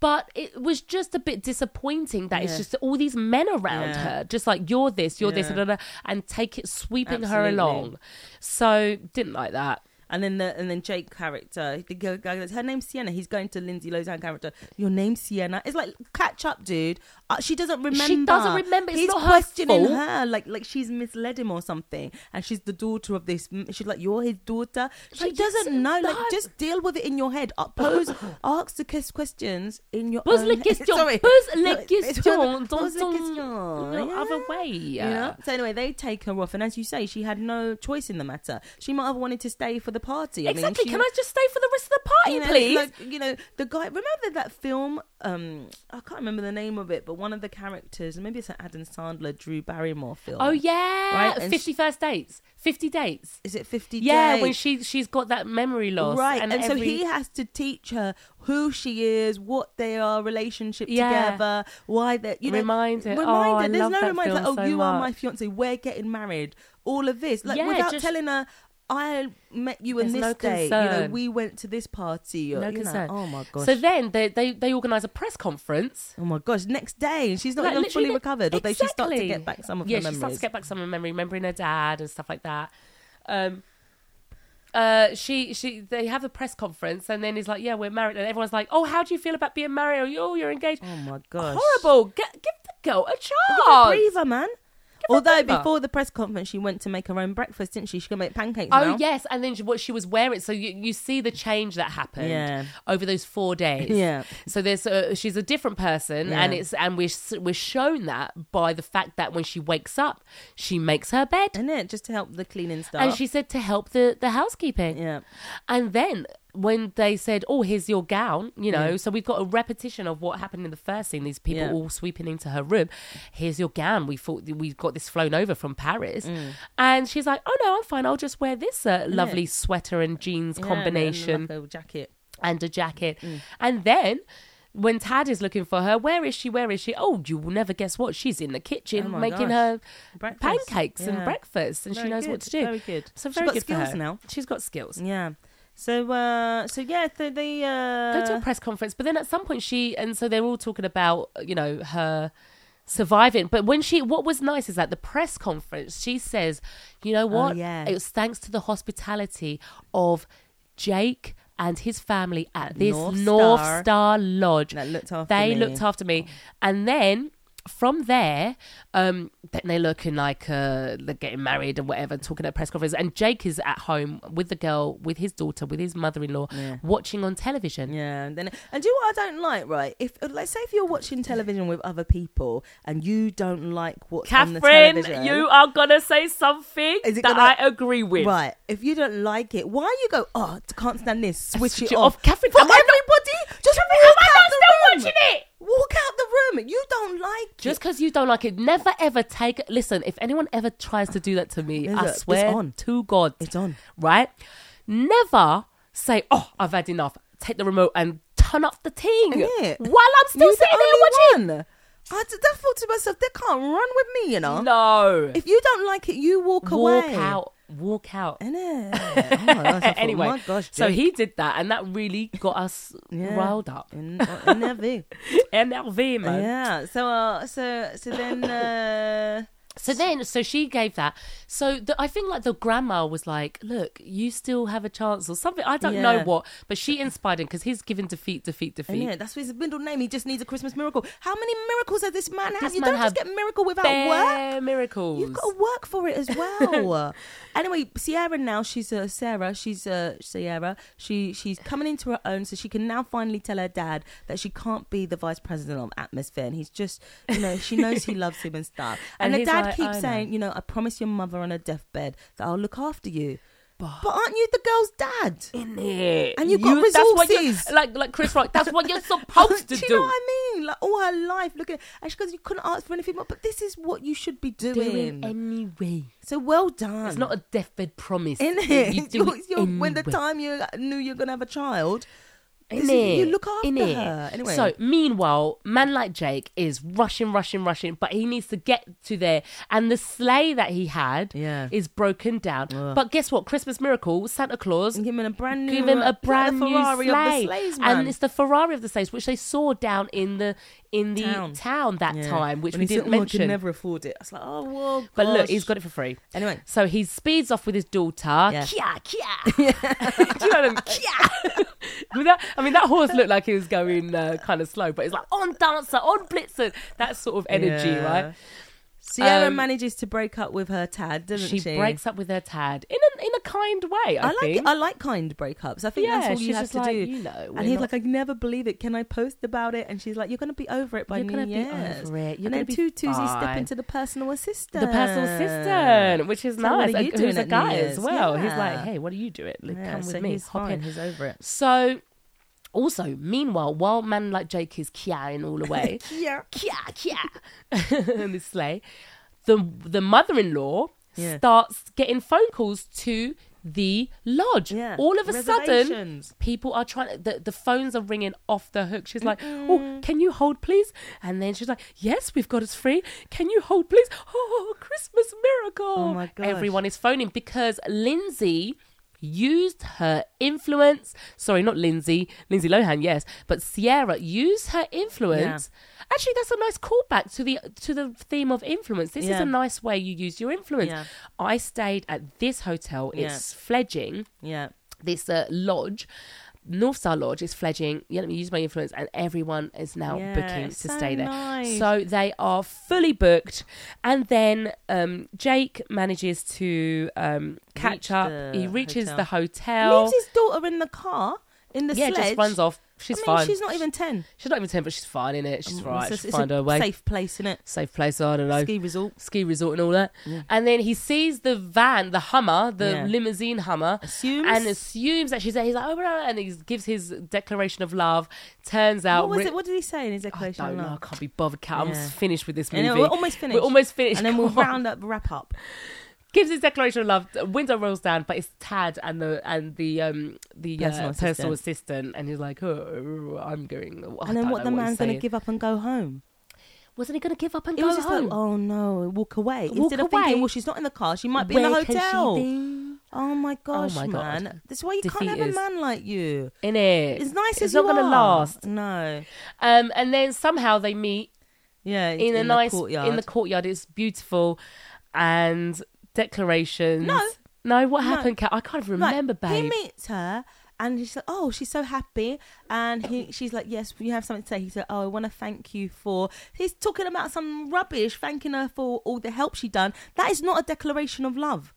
[SPEAKER 1] But it was just a bit disappointing that it's
[SPEAKER 2] Yeah.
[SPEAKER 1] just all these men around
[SPEAKER 2] Yeah.
[SPEAKER 1] her, just like you're this, you're this,
[SPEAKER 2] Yeah.
[SPEAKER 1] da, da, da, and take it sweeping her
[SPEAKER 2] Absolutely.
[SPEAKER 1] along. So didn't like that.
[SPEAKER 2] And then the and then Jake character, the girl, guy goes, her name's Sienna. He's going to Lindsay Lohan character. Your name's Sienna. It's like catch up, dude. Uh, she doesn't remember.
[SPEAKER 1] remember. It's
[SPEAKER 2] He's
[SPEAKER 1] not her
[SPEAKER 2] questioning
[SPEAKER 1] fault.
[SPEAKER 2] her, like like she's misled him or something. And she's the daughter of this. m- She's like you're his daughter. She
[SPEAKER 1] Like, yes,
[SPEAKER 2] doesn't know. Like
[SPEAKER 1] no.
[SPEAKER 2] just deal with it in your head.
[SPEAKER 1] [LAUGHS]
[SPEAKER 2] Uh, pose, ask the ques- questions in your.
[SPEAKER 1] Pose
[SPEAKER 2] own
[SPEAKER 1] les
[SPEAKER 2] head.
[SPEAKER 1] questions,
[SPEAKER 2] Um, [LAUGHS] Sorry.
[SPEAKER 1] pose les
[SPEAKER 2] No, it's- it's-
[SPEAKER 1] questions dans
[SPEAKER 2] pose les
[SPEAKER 1] ton-
[SPEAKER 2] questions.
[SPEAKER 1] no
[SPEAKER 2] Yeah.
[SPEAKER 1] other way.
[SPEAKER 2] You know? So anyway, they take her off, and as you say, she had no choice in the matter. She might have wanted to stay for the party. I mean,
[SPEAKER 1] Exactly.
[SPEAKER 2] she-
[SPEAKER 1] Can I just stay for the rest of the party,
[SPEAKER 2] you know,
[SPEAKER 1] please?
[SPEAKER 2] Like, you know, the guy. Remember that film? Um, I can't remember the name of it, but one of the characters, maybe it's an Adam Sandler, Drew Barrymore film.
[SPEAKER 1] oh yeah,
[SPEAKER 2] Right, and
[SPEAKER 1] fifty first dates, fifty dates.
[SPEAKER 2] is it Fifty?
[SPEAKER 1] Yeah,
[SPEAKER 2] Days?
[SPEAKER 1] when she she's got that memory loss,
[SPEAKER 2] right, and, so
[SPEAKER 1] every-
[SPEAKER 2] he has to teach her who she is, what they are, relationship
[SPEAKER 1] Yeah.
[SPEAKER 2] together, why they, you know,
[SPEAKER 1] Remind her.
[SPEAKER 2] reminder.
[SPEAKER 1] Oh, I
[SPEAKER 2] There's
[SPEAKER 1] love
[SPEAKER 2] no
[SPEAKER 1] that
[SPEAKER 2] reminder. Like,
[SPEAKER 1] film
[SPEAKER 2] oh,
[SPEAKER 1] so
[SPEAKER 2] you are my
[SPEAKER 1] much.
[SPEAKER 2] fiance. We're getting married. All of this, like
[SPEAKER 1] Yeah,
[SPEAKER 2] without
[SPEAKER 1] just-
[SPEAKER 2] telling her. I met you in
[SPEAKER 1] There's
[SPEAKER 2] this
[SPEAKER 1] no
[SPEAKER 2] day. You know,
[SPEAKER 1] concern.
[SPEAKER 2] we went to this party. Or,
[SPEAKER 1] no
[SPEAKER 2] you know,
[SPEAKER 1] concern.
[SPEAKER 2] oh my gosh.
[SPEAKER 1] So then they they, they organise a press conference.
[SPEAKER 2] Oh my gosh, next day and she's not
[SPEAKER 1] Like,
[SPEAKER 2] even
[SPEAKER 1] literally
[SPEAKER 2] fully
[SPEAKER 1] the-
[SPEAKER 2] recovered, although she starts to
[SPEAKER 1] Exactly.
[SPEAKER 2] get back some of
[SPEAKER 1] yeah,
[SPEAKER 2] her memories.
[SPEAKER 1] she starts to get back some of her memory, remembering her dad and stuff like that. Um, uh, she she they have a press conference and then he's like, yeah, we're married, and everyone's like, oh, how do you feel about being married? Oh, you- oh, you're engaged.
[SPEAKER 2] Oh my gosh.
[SPEAKER 1] Horrible. Get, give the girl a
[SPEAKER 2] Give her a
[SPEAKER 1] chance.
[SPEAKER 2] breather,
[SPEAKER 1] her
[SPEAKER 2] man.
[SPEAKER 1] a
[SPEAKER 2] Although
[SPEAKER 1] breather.
[SPEAKER 2] before the press conference, she went to make her own breakfast, didn't she? She can make pancakes
[SPEAKER 1] Oh
[SPEAKER 2] now.
[SPEAKER 1] yes, and then she- what she was wearing. So you, you see the change that happened
[SPEAKER 2] Yeah.
[SPEAKER 1] over those four days.
[SPEAKER 2] Yeah.
[SPEAKER 1] So there's uh, she's a different person, and
[SPEAKER 2] Yeah.
[SPEAKER 1] it's and we're s- we're shown that by the fact that when she wakes up, she makes her bed,
[SPEAKER 2] And it just to help the cleaning stuff.
[SPEAKER 1] and she said to help the the housekeeping.
[SPEAKER 2] yeah,
[SPEAKER 1] And then when they said, "Oh, here's your gown," you know, so we've got a repetition of what happened in the first scene. These people
[SPEAKER 2] Yeah.
[SPEAKER 1] all sweeping into her room. Here's your gown. We thought we've got this flown over from Paris,
[SPEAKER 2] Mm.
[SPEAKER 1] and she's like, "Oh no, I'm fine. I'll just wear this uh, lovely sweater and jeans
[SPEAKER 2] Yeah,
[SPEAKER 1] combination
[SPEAKER 2] and, and like a Mm. jacket.
[SPEAKER 1] and a jacket." And then. When Tad is looking for her, where is she? Where is she? Oh, you will never guess what she's in the kitchen
[SPEAKER 2] Oh my
[SPEAKER 1] making
[SPEAKER 2] gosh.
[SPEAKER 1] her
[SPEAKER 2] Breakfast.
[SPEAKER 1] pancakes and
[SPEAKER 2] Yeah.
[SPEAKER 1] breakfast, and she
[SPEAKER 2] Very
[SPEAKER 1] knows what
[SPEAKER 2] good,
[SPEAKER 1] to do.
[SPEAKER 2] very good.
[SPEAKER 1] So
[SPEAKER 2] She's
[SPEAKER 1] very
[SPEAKER 2] got
[SPEAKER 1] good for
[SPEAKER 2] skills
[SPEAKER 1] her.
[SPEAKER 2] now.
[SPEAKER 1] She's got skills.
[SPEAKER 2] Yeah. So, uh, so yeah, so they uh,
[SPEAKER 1] go to a press conference. But then at some point she and so they're all talking about you know her surviving. But when she, what was nice is that the press conference she says, you know what,
[SPEAKER 2] Oh, yeah.
[SPEAKER 1] it was thanks to the hospitality of Jake. And his family at this
[SPEAKER 2] North
[SPEAKER 1] North,
[SPEAKER 2] Star
[SPEAKER 1] Star, Lodge.
[SPEAKER 2] that looked after
[SPEAKER 1] they
[SPEAKER 2] me.
[SPEAKER 1] looked after me, and then from there, um, then they're looking like uh, they're getting married and whatever, talking at press conference. And Jake is at home with the girl, with his daughter, with his mother-in-law,
[SPEAKER 2] Yeah.
[SPEAKER 1] watching on television.
[SPEAKER 2] Yeah, and then and do you know what I don't like, right? If like say if you're watching television with other people and you don't like what's on the television,
[SPEAKER 1] Catherine, you are gonna say something
[SPEAKER 2] Is it
[SPEAKER 1] that
[SPEAKER 2] gonna-
[SPEAKER 1] I agree with.
[SPEAKER 2] Right. If you don't like it, why you go, oh, I can't stand this, switch,
[SPEAKER 1] Switch
[SPEAKER 2] it
[SPEAKER 1] it
[SPEAKER 2] off.
[SPEAKER 1] off. Catherine,
[SPEAKER 2] For
[SPEAKER 1] am I not-
[SPEAKER 2] everybody, just
[SPEAKER 1] Catherine,
[SPEAKER 2] walk
[SPEAKER 1] am I
[SPEAKER 2] out
[SPEAKER 1] not
[SPEAKER 2] the
[SPEAKER 1] still
[SPEAKER 2] room.
[SPEAKER 1] watching it?
[SPEAKER 2] Walk out the room. You don't like
[SPEAKER 1] Just
[SPEAKER 2] it.
[SPEAKER 1] because you don't like it, never ever take. Listen, if anyone ever tries to do that to me,
[SPEAKER 2] Is it-
[SPEAKER 1] I
[SPEAKER 2] it's
[SPEAKER 1] swear
[SPEAKER 2] on.
[SPEAKER 1] to God,
[SPEAKER 2] It's on.
[SPEAKER 1] Right? Never say, "Oh, I've had enough." Take the remote and turn off the thing
[SPEAKER 2] Yeah.
[SPEAKER 1] while I'm still
[SPEAKER 2] You're the
[SPEAKER 1] sitting
[SPEAKER 2] only
[SPEAKER 1] there watching.
[SPEAKER 2] one. I d- that thought to myself, they can't run with me, you know.
[SPEAKER 1] No,
[SPEAKER 2] If you don't like it, you walk,
[SPEAKER 1] walk
[SPEAKER 2] away.
[SPEAKER 1] out, walk out. [LAUGHS]
[SPEAKER 2] Innit? Oh my gosh, I thought,
[SPEAKER 1] anyway,
[SPEAKER 2] my gosh,
[SPEAKER 1] so
[SPEAKER 2] Jake.
[SPEAKER 1] he did that, and that really got us
[SPEAKER 2] Yeah.
[SPEAKER 1] riled up. [LAUGHS]
[SPEAKER 2] In, uh, in their V.
[SPEAKER 1] NLV, man.
[SPEAKER 2] Yeah. So, uh, so, so then, uh,
[SPEAKER 1] So then, so she gave that. So the, I think like the grandma was like, "Look, you still have a chance," or something. I don't know
[SPEAKER 2] Yeah.
[SPEAKER 1] what, but she inspired him because he's given defeat, defeat, defeat.
[SPEAKER 2] yeah, that's his middle name. He just needs a Christmas miracle. How many miracles does this man have?
[SPEAKER 1] This
[SPEAKER 2] you
[SPEAKER 1] man
[SPEAKER 2] don't just
[SPEAKER 1] have
[SPEAKER 2] get miracle without work.
[SPEAKER 1] Bare miracles.
[SPEAKER 2] You've got to work for it
[SPEAKER 1] [LAUGHS]
[SPEAKER 2] as well. anyway, Sierra now she's uh, Sarah. She's uh, Sierra. She she's coming into her own, so she can now finally tell her dad that she can't be the vice president of Atmosphere, and he's just you know she knows
[SPEAKER 1] [LAUGHS]
[SPEAKER 2] he loves him and stuff. And,
[SPEAKER 1] And
[SPEAKER 2] her
[SPEAKER 1] he's
[SPEAKER 2] dad
[SPEAKER 1] like, I
[SPEAKER 2] keeps
[SPEAKER 1] know.
[SPEAKER 2] saying, you know, I promise your mother on her deathbed that I'll look after you. But, aren't you the girl's dad?
[SPEAKER 1] in it,
[SPEAKER 2] And you've got
[SPEAKER 1] that's what you-
[SPEAKER 2] resources.
[SPEAKER 1] [LAUGHS] like like Chris Rock. That's what
[SPEAKER 2] [LAUGHS]
[SPEAKER 1] you're supposed to
[SPEAKER 2] do
[SPEAKER 1] do.
[SPEAKER 2] you know what I mean? Like all her life, looking. And she goes, "You couldn't ask for anything more." But this is what you should be doing.
[SPEAKER 1] Doing anyway.
[SPEAKER 2] so well done.
[SPEAKER 1] It's
[SPEAKER 2] [LAUGHS]
[SPEAKER 1] not a deathbed promise.
[SPEAKER 2] in it. [LAUGHS]
[SPEAKER 1] You do
[SPEAKER 2] It's your- when the
[SPEAKER 1] anyway.
[SPEAKER 2] time you knew you're gonna have a child, This is-
[SPEAKER 1] Innit?
[SPEAKER 2] you look after
[SPEAKER 1] Innit?
[SPEAKER 2] her. Anyway.
[SPEAKER 1] So meanwhile, man like Jake is rushing, rushing, rushing, but he needs to get to there. And the sleigh that he had
[SPEAKER 2] Yeah.
[SPEAKER 1] is broken down.
[SPEAKER 2] Ugh.
[SPEAKER 1] But guess what? Christmas miracle, Santa Claus.
[SPEAKER 2] And give him a brand new,
[SPEAKER 1] Give him
[SPEAKER 2] like
[SPEAKER 1] a
[SPEAKER 2] the
[SPEAKER 1] brand new
[SPEAKER 2] Ferrari
[SPEAKER 1] sleigh,
[SPEAKER 2] of the sleighs, man.
[SPEAKER 1] and it's the Ferrari of the sleighs, which they saw down in the in the town,
[SPEAKER 2] Town.
[SPEAKER 1] that
[SPEAKER 2] Yeah.
[SPEAKER 1] time, which
[SPEAKER 2] When
[SPEAKER 1] we
[SPEAKER 2] he said,
[SPEAKER 1] didn't
[SPEAKER 2] "Oh, I
[SPEAKER 1] mention.
[SPEAKER 2] could never afford it. I was like, oh well.
[SPEAKER 1] But look,
[SPEAKER 2] gosh."
[SPEAKER 1] he's got it for free.
[SPEAKER 2] Anyway.
[SPEAKER 1] So he speeds off with his daughter.
[SPEAKER 2] Yeah.
[SPEAKER 1] Kia,
[SPEAKER 2] [LAUGHS]
[SPEAKER 1] kia. [LAUGHS] Do you know them? Kia. [LAUGHS] With that, I mean, that horse looked like he was going uh, kind of slow, but it's like on dancer, on blitzer. That sort of energy,
[SPEAKER 2] Yeah.
[SPEAKER 1] right?
[SPEAKER 2] Sierra
[SPEAKER 1] Um,
[SPEAKER 2] manages to break up with her Tad, doesn't she?
[SPEAKER 1] She breaks up with her tad in a, in a kind way. I,
[SPEAKER 2] I like
[SPEAKER 1] think.
[SPEAKER 2] I like kind breakups. I think
[SPEAKER 1] Yeah,
[SPEAKER 2] that's all
[SPEAKER 1] she's
[SPEAKER 2] you have
[SPEAKER 1] just
[SPEAKER 2] to
[SPEAKER 1] like,
[SPEAKER 2] do.
[SPEAKER 1] you know, we're
[SPEAKER 2] and he's
[SPEAKER 1] not-
[SPEAKER 2] like, I can never believe it. Can I post about it? And she's like, You're gonna be over it by
[SPEAKER 1] You're
[SPEAKER 2] New
[SPEAKER 1] gonna be
[SPEAKER 2] Year's.
[SPEAKER 1] over it. You're
[SPEAKER 2] and
[SPEAKER 1] gonna
[SPEAKER 2] then
[SPEAKER 1] be
[SPEAKER 2] two twosies step
[SPEAKER 1] fine.
[SPEAKER 2] into the personal assistant.
[SPEAKER 1] the personal assistant, which is
[SPEAKER 2] So what
[SPEAKER 1] nice.
[SPEAKER 2] are
[SPEAKER 1] and
[SPEAKER 2] you
[SPEAKER 1] who's
[SPEAKER 2] doing
[SPEAKER 1] a
[SPEAKER 2] at New
[SPEAKER 1] guy
[SPEAKER 2] Year's?
[SPEAKER 1] as well. He's
[SPEAKER 2] Yeah.
[SPEAKER 1] like, hey, what are you doing? Like,
[SPEAKER 2] Yeah,
[SPEAKER 1] Come with
[SPEAKER 2] so
[SPEAKER 1] me.
[SPEAKER 2] he's
[SPEAKER 1] Hop
[SPEAKER 2] fine.
[SPEAKER 1] in.
[SPEAKER 2] He's over [LAUGHS] it.
[SPEAKER 1] So, also, meanwhile, while man like Jake is kiaing all the
[SPEAKER 2] [LAUGHS]
[SPEAKER 1] way,
[SPEAKER 2] Yeah.
[SPEAKER 1] kia kia [LAUGHS] in this sleigh, the the mother in law
[SPEAKER 2] Yeah.
[SPEAKER 1] starts getting phone calls to the lodge.
[SPEAKER 2] Yeah.
[SPEAKER 1] All of a sudden,
[SPEAKER 2] Reservations.
[SPEAKER 1] people are trying. The the phones are ringing off the hook. She's like, "Oh, can you hold, please?" And then she's like, "Yes, we've got us free. Can you hold, please?" [LAUGHS] Oh, Christmas miracle!
[SPEAKER 2] Oh my gosh.
[SPEAKER 1] Everyone is phoning because Lindsay used her influence. Sorry, not Lindsay. Lindsay Lohan, yes, but Sierra used her influence. Actually, that's a nice callback to the to the theme of influence. This is
[SPEAKER 2] Yeah.
[SPEAKER 1] a nice way you use your influence.
[SPEAKER 2] Yeah.
[SPEAKER 1] I stayed at this hotel. It's fledging
[SPEAKER 2] Yeah.
[SPEAKER 1] this uh, lodge. North Star Lodge is fledging. Yeah, let me use my influence, and everyone is now
[SPEAKER 2] Yeah,
[SPEAKER 1] booking to
[SPEAKER 2] it's so
[SPEAKER 1] stay there.
[SPEAKER 2] nice.
[SPEAKER 1] So they are fully booked, and then um, Jake manages to um, catch
[SPEAKER 2] Reach
[SPEAKER 1] up.
[SPEAKER 2] the
[SPEAKER 1] He reaches
[SPEAKER 2] hotel.
[SPEAKER 1] the hotel.
[SPEAKER 2] Leaves his daughter in the car in the
[SPEAKER 1] yeah,
[SPEAKER 2] sledge.
[SPEAKER 1] just runs off. She's
[SPEAKER 2] I mean,
[SPEAKER 1] fine.
[SPEAKER 2] She's not even ten. Mm,
[SPEAKER 1] She's not even ten, but she's fine in it. She's right.
[SPEAKER 2] It's a-
[SPEAKER 1] She'll
[SPEAKER 2] it's
[SPEAKER 1] find
[SPEAKER 2] a
[SPEAKER 1] her way. Safe.
[SPEAKER 2] Safe place, isn't it?
[SPEAKER 1] place. I don't know.
[SPEAKER 2] Ski resort.
[SPEAKER 1] Ski resort and all that. And then he sees the van, the Hummer, the
[SPEAKER 2] Yeah.
[SPEAKER 1] limousine Hummer,
[SPEAKER 2] Assumes.
[SPEAKER 1] and assumes that she's there. He's like, oh, blah, blah, and he gives his declaration of love. Turns out,
[SPEAKER 2] What was
[SPEAKER 1] Ri-
[SPEAKER 2] it? What did he say in his
[SPEAKER 1] I
[SPEAKER 2] declaration? of
[SPEAKER 1] don't know.
[SPEAKER 2] love?
[SPEAKER 1] I can't be bothered. Kat. I'm
[SPEAKER 2] Yeah.
[SPEAKER 1] finished with this
[SPEAKER 2] And
[SPEAKER 1] movie.
[SPEAKER 2] then we're almost finished.
[SPEAKER 1] We're almost finished.
[SPEAKER 2] And then we'll
[SPEAKER 1] Come on.
[SPEAKER 2] round up, wrap up.
[SPEAKER 1] [LAUGHS] Gives his declaration of love. Window rolls down, but it's Tad and the and the um the personal,
[SPEAKER 2] Personal
[SPEAKER 1] uh,
[SPEAKER 2] assistant.
[SPEAKER 1] personal assistant, and he's like, oh, I'm going. I
[SPEAKER 2] and then
[SPEAKER 1] don't
[SPEAKER 2] what
[SPEAKER 1] know
[SPEAKER 2] the man's
[SPEAKER 1] he's
[SPEAKER 2] going to
[SPEAKER 1] saying.
[SPEAKER 2] give up and go home?
[SPEAKER 1] Wasn't he going to give up and
[SPEAKER 2] It
[SPEAKER 1] go
[SPEAKER 2] was just
[SPEAKER 1] home?
[SPEAKER 2] like, oh no, walk away.
[SPEAKER 1] Walk
[SPEAKER 2] Instead of thinking,
[SPEAKER 1] away?
[SPEAKER 2] well, she's not in the car, she might be in the
[SPEAKER 1] Where can she
[SPEAKER 2] hotel.
[SPEAKER 1] be?
[SPEAKER 2] Oh my gosh,
[SPEAKER 1] my God.
[SPEAKER 2] man. That's why you can't have a
[SPEAKER 1] Defeatist.
[SPEAKER 2] man like you.
[SPEAKER 1] in it.
[SPEAKER 2] As nice
[SPEAKER 1] it's
[SPEAKER 2] as
[SPEAKER 1] not
[SPEAKER 2] you
[SPEAKER 1] gonna
[SPEAKER 2] are.
[SPEAKER 1] last.
[SPEAKER 2] No.
[SPEAKER 1] Um, and then somehow they meet
[SPEAKER 2] Yeah.
[SPEAKER 1] in, a
[SPEAKER 2] the
[SPEAKER 1] nice
[SPEAKER 2] courtyard.
[SPEAKER 1] in the courtyard. It's beautiful, and declarations.
[SPEAKER 2] No.
[SPEAKER 1] no. What
[SPEAKER 2] No.
[SPEAKER 1] happened, Kat? I can't even
[SPEAKER 2] Like,
[SPEAKER 1] remember, babe.
[SPEAKER 2] He meets her and he's like, oh, she's so happy. And he, she's like, yes, you have something to say. He said, oh, I want to thank you for. He's talking about some rubbish, thanking her for all the help she done. That is not a declaration of
[SPEAKER 1] [SIGHS]
[SPEAKER 2] love.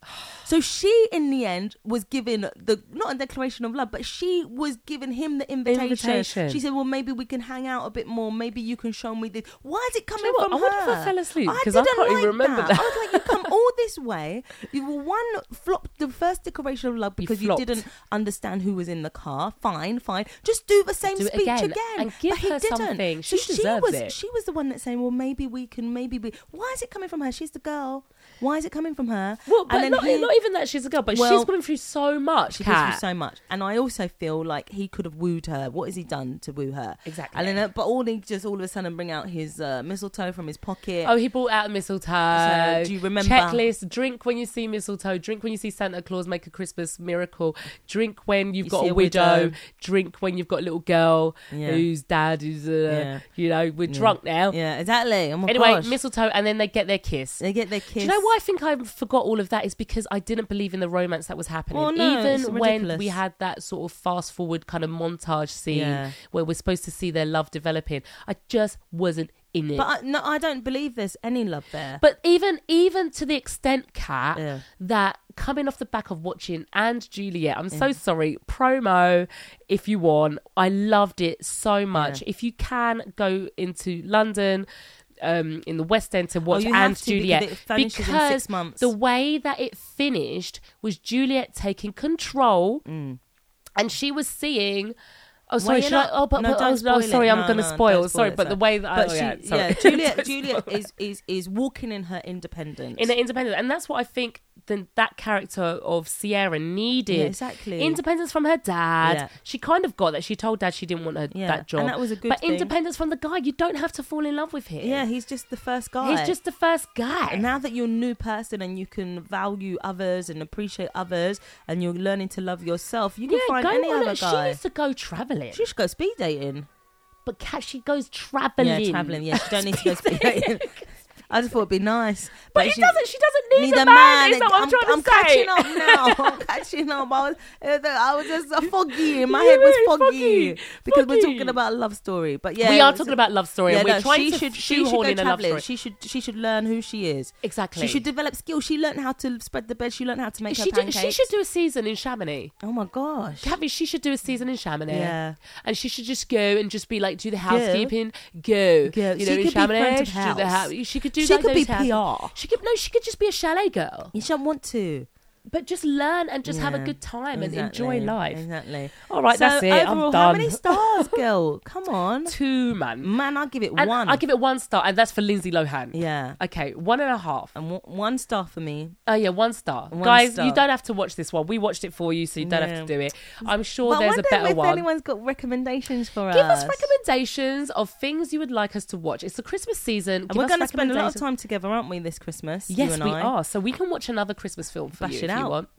[SPEAKER 2] so she, in the end, was given the not a declaration of love, but she was giving him the invitation.
[SPEAKER 1] Invitation.
[SPEAKER 2] She said, well, maybe we can hang out a bit more. Maybe you can show me this. Why is it coming
[SPEAKER 1] Do you know what?
[SPEAKER 2] from
[SPEAKER 1] I wonder if
[SPEAKER 2] her?
[SPEAKER 1] I fell asleep, 'cause I
[SPEAKER 2] didn't
[SPEAKER 1] can't even remember that.
[SPEAKER 2] I was like, you come all this way. You were one flopped the first declaration of love because you,
[SPEAKER 1] flopped.
[SPEAKER 2] didn't understand who was in the car. Fine, fine. Just do the same
[SPEAKER 1] Do it
[SPEAKER 2] speech
[SPEAKER 1] again
[SPEAKER 2] again,
[SPEAKER 1] and give
[SPEAKER 2] but he
[SPEAKER 1] her
[SPEAKER 2] didn't.
[SPEAKER 1] something.
[SPEAKER 2] So
[SPEAKER 1] She deserves
[SPEAKER 2] was,
[SPEAKER 1] it.
[SPEAKER 2] She was the one that's saying, "Well, maybe we can. Maybe we." Why is it coming from her? She's the girl. Why is it coming from her?
[SPEAKER 1] Well, but
[SPEAKER 2] and then
[SPEAKER 1] not,
[SPEAKER 2] he,
[SPEAKER 1] not even that she's a girl, but
[SPEAKER 2] Well,
[SPEAKER 1] she's gone through so much.
[SPEAKER 2] she
[SPEAKER 1] Kat.
[SPEAKER 2] gives you so much, and I also feel like he could have wooed her. What has he done to woo her?
[SPEAKER 1] Exactly.
[SPEAKER 2] And then, uh, but all he just all of a sudden bring out his uh, mistletoe from his pocket.
[SPEAKER 1] Oh, he brought out mistletoe.
[SPEAKER 2] So, do you remember-
[SPEAKER 1] Checklist: drink when you see mistletoe, drink when you see Santa Claus, make a Christmas miracle, drink when you've
[SPEAKER 2] You
[SPEAKER 1] got
[SPEAKER 2] see
[SPEAKER 1] a
[SPEAKER 2] a
[SPEAKER 1] widow,
[SPEAKER 2] widow.
[SPEAKER 1] drink when you've got a little girl
[SPEAKER 2] Yeah.
[SPEAKER 1] whose dad is, uh,
[SPEAKER 2] Yeah.
[SPEAKER 1] you know, we're
[SPEAKER 2] Yeah.
[SPEAKER 1] drunk now.
[SPEAKER 2] Yeah, exactly. Oh my
[SPEAKER 1] Anyway,
[SPEAKER 2] gosh.
[SPEAKER 1] mistletoe, and then they get their kiss.
[SPEAKER 2] They get their kiss.
[SPEAKER 1] Do you know why I think I forgot all of that? Is because I didn't believe in the romance that was happening.
[SPEAKER 2] Well, Oh, no, it's
[SPEAKER 1] Even when
[SPEAKER 2] ridiculous.
[SPEAKER 1] we had that sort of fast forward kind of montage scene
[SPEAKER 2] Yeah.
[SPEAKER 1] where we're supposed to see their love developing, I just wasn't in it.
[SPEAKER 2] But I, no, I don't believe there's any love there.
[SPEAKER 1] But even even to the extent, Kat,
[SPEAKER 2] Yeah.
[SPEAKER 1] that coming off the back of watching and Juliet, I'm so sorry, promo if you want. I loved it so much. If you can go into London, um, in the West End to watch
[SPEAKER 2] Oh, you
[SPEAKER 1] and
[SPEAKER 2] have to, because
[SPEAKER 1] Juliet
[SPEAKER 2] it finishes in six months.
[SPEAKER 1] the way that it finished was Juliet taking control and she was seeing Oh,
[SPEAKER 2] Mm. Why
[SPEAKER 1] sorry.
[SPEAKER 2] you're
[SPEAKER 1] Should I,
[SPEAKER 2] not-
[SPEAKER 1] oh, but,
[SPEAKER 2] no,
[SPEAKER 1] but-
[SPEAKER 2] don't
[SPEAKER 1] oh, no,
[SPEAKER 2] spoil it.
[SPEAKER 1] sorry, I'm
[SPEAKER 2] No,
[SPEAKER 1] going to
[SPEAKER 2] no,
[SPEAKER 1] spoil.
[SPEAKER 2] don't
[SPEAKER 1] Sorry,
[SPEAKER 2] spoil it,
[SPEAKER 1] but the
[SPEAKER 2] sorry.
[SPEAKER 1] way that.
[SPEAKER 2] But
[SPEAKER 1] oh,
[SPEAKER 2] she,
[SPEAKER 1] yeah,
[SPEAKER 2] yeah,
[SPEAKER 1] sorry. [LAUGHS]
[SPEAKER 2] Juliet,
[SPEAKER 1] Don't
[SPEAKER 2] Juliet
[SPEAKER 1] spoil it.
[SPEAKER 2] is is is walking in her independence.
[SPEAKER 1] In the independence, and that's what I think. Then that character of Sierra needed
[SPEAKER 2] Yeah, exactly.
[SPEAKER 1] independence from her dad.
[SPEAKER 2] Yeah.
[SPEAKER 1] She kind of got that. She told dad she didn't want her,
[SPEAKER 2] Yeah,
[SPEAKER 1] that job,
[SPEAKER 2] and that was a good
[SPEAKER 1] But
[SPEAKER 2] thing.
[SPEAKER 1] independence from the guy, you don't have to fall in love with him.
[SPEAKER 2] yeah, he's just the first guy.
[SPEAKER 1] he's just the first guy.
[SPEAKER 2] now that you're a new person and you can value others and appreciate others and you're learning to love yourself, you can find any
[SPEAKER 1] on
[SPEAKER 2] other
[SPEAKER 1] a- She
[SPEAKER 2] guy.
[SPEAKER 1] needs to go traveling.
[SPEAKER 2] She should go speed dating.
[SPEAKER 1] but Kat, she goes traveling.
[SPEAKER 2] Yeah, traveling. Yeah, she
[SPEAKER 1] [LAUGHS]
[SPEAKER 2] don't need to go speed [LAUGHS] dating. I just thought it'd be nice,
[SPEAKER 1] But, she,
[SPEAKER 2] she
[SPEAKER 1] doesn't. She doesn't need, a man. Is that what I'm, trying to say?
[SPEAKER 2] catching up now. I'm catching up. I was, uh, the- I was just uh,
[SPEAKER 1] [LAUGHS]
[SPEAKER 2] foggy. My head was
[SPEAKER 1] Yeah,
[SPEAKER 2] foggy,
[SPEAKER 1] foggy,
[SPEAKER 2] because
[SPEAKER 1] foggy.
[SPEAKER 2] we're talking about a love story. But
[SPEAKER 1] [LAUGHS]
[SPEAKER 2] yeah,
[SPEAKER 1] we
[SPEAKER 2] it
[SPEAKER 1] are
[SPEAKER 2] was-
[SPEAKER 1] talking about love story.
[SPEAKER 2] Yeah,
[SPEAKER 1] and we're
[SPEAKER 2] no,
[SPEAKER 1] trying
[SPEAKER 2] she
[SPEAKER 1] to
[SPEAKER 2] should she should
[SPEAKER 1] shoehorn
[SPEAKER 2] go
[SPEAKER 1] in a love
[SPEAKER 2] traveling.
[SPEAKER 1] story.
[SPEAKER 2] She should she should learn who she is.
[SPEAKER 1] exactly.
[SPEAKER 2] She should develop skills. She learned how to spread the bed. She learned how to make
[SPEAKER 1] She,
[SPEAKER 2] her
[SPEAKER 1] do-
[SPEAKER 2] pancakes.
[SPEAKER 1] she should do a season in Chamonix.
[SPEAKER 2] Oh my gosh.
[SPEAKER 1] Kathy, she should do a season in Chamonix.
[SPEAKER 2] Yeah.
[SPEAKER 1] And she should just go and just be like, do the housekeeping, go.
[SPEAKER 2] Go.
[SPEAKER 1] You
[SPEAKER 2] She
[SPEAKER 1] know, in
[SPEAKER 2] could be front
[SPEAKER 1] Chamonix,
[SPEAKER 2] of
[SPEAKER 1] she, do the
[SPEAKER 2] house.
[SPEAKER 1] hou- she could do
[SPEAKER 2] She
[SPEAKER 1] like
[SPEAKER 2] could
[SPEAKER 1] those
[SPEAKER 2] be
[SPEAKER 1] house-
[SPEAKER 2] PR.
[SPEAKER 1] She could, no, she could just be a chalet girl.
[SPEAKER 2] You shouldn't want to.
[SPEAKER 1] But just learn and just have a
[SPEAKER 2] Yeah,
[SPEAKER 1] good time and enjoy
[SPEAKER 2] exactly,
[SPEAKER 1] life.
[SPEAKER 2] Exactly.
[SPEAKER 1] All right,
[SPEAKER 2] So
[SPEAKER 1] that's it.
[SPEAKER 2] Overall,
[SPEAKER 1] I'm done.
[SPEAKER 2] how
[SPEAKER 1] [LAUGHS]
[SPEAKER 2] many stars, girl? Come on,
[SPEAKER 1] Two, man.
[SPEAKER 2] man. I'll give it
[SPEAKER 1] And
[SPEAKER 2] one.
[SPEAKER 1] I'll give it one star, and that's for Lindsay Lohan.
[SPEAKER 2] yeah,
[SPEAKER 1] Okay, one and a half.
[SPEAKER 2] and w- one star for me.
[SPEAKER 1] Oh yeah, one star.
[SPEAKER 2] One
[SPEAKER 1] Guys,
[SPEAKER 2] star.
[SPEAKER 1] you don't have to watch this one. We watched it for you, so you don't
[SPEAKER 2] Yeah.
[SPEAKER 1] have to do it. I'm sure
[SPEAKER 2] but I
[SPEAKER 1] there's a
[SPEAKER 2] wonder
[SPEAKER 1] better
[SPEAKER 2] if
[SPEAKER 1] one.
[SPEAKER 2] anyone's got recommendations for
[SPEAKER 1] Give
[SPEAKER 2] us.
[SPEAKER 1] us recommendations of things you would like us to watch. It's the Christmas season.
[SPEAKER 2] And
[SPEAKER 1] Give
[SPEAKER 2] we're
[SPEAKER 1] us
[SPEAKER 2] going to spend a lot of
[SPEAKER 1] recommendations.
[SPEAKER 2] time together, aren't we, this Christmas? you
[SPEAKER 1] Yes,
[SPEAKER 2] and
[SPEAKER 1] we
[SPEAKER 2] I.
[SPEAKER 1] are. So we can watch another Christmas film for
[SPEAKER 2] Bash
[SPEAKER 1] you
[SPEAKER 2] it
[SPEAKER 1] if you
[SPEAKER 2] out.
[SPEAKER 1] want.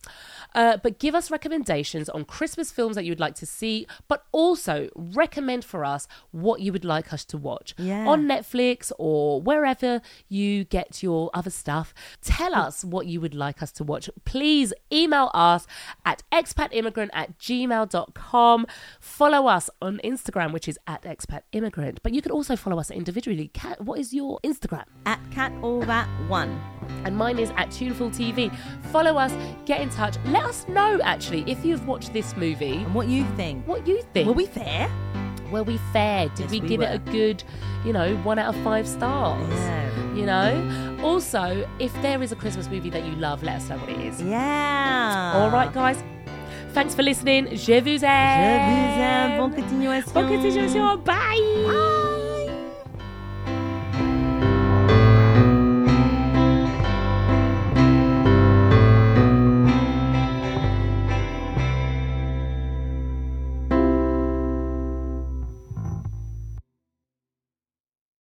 [SPEAKER 1] Uh, but give us recommendations on Christmas films that you would like to see, but also recommend for us what you would like us to watch
[SPEAKER 2] Yeah.
[SPEAKER 1] on Netflix or wherever you get your other stuff. Tell us what you would like us to watch. Please email us at expatimmigrant at gmail.com. Follow us on Instagram, which is at expatimmigrant. But you can also follow us individually. Kat, what is your Instagram?
[SPEAKER 2] At Cat All That One.
[SPEAKER 1] and mine is at Tuneful TV. Follow us, get in touch. Let us know actually if you've watched this movie,
[SPEAKER 2] And what you think?
[SPEAKER 1] what you think.
[SPEAKER 2] Were we fair?
[SPEAKER 1] Were we fair? Did
[SPEAKER 2] Yes,
[SPEAKER 1] we
[SPEAKER 2] we
[SPEAKER 1] give it
[SPEAKER 2] were.
[SPEAKER 1] a good, you know, one out of five stars?
[SPEAKER 2] Yeah.
[SPEAKER 1] You know? Also, if there is a Christmas movie that you love, let us know what it is.
[SPEAKER 2] Yeah.
[SPEAKER 1] All right, guys. Thanks for listening. Je vous aime.
[SPEAKER 2] Je vous aime. Bonne continuation.
[SPEAKER 1] Bonne continuation. Bye.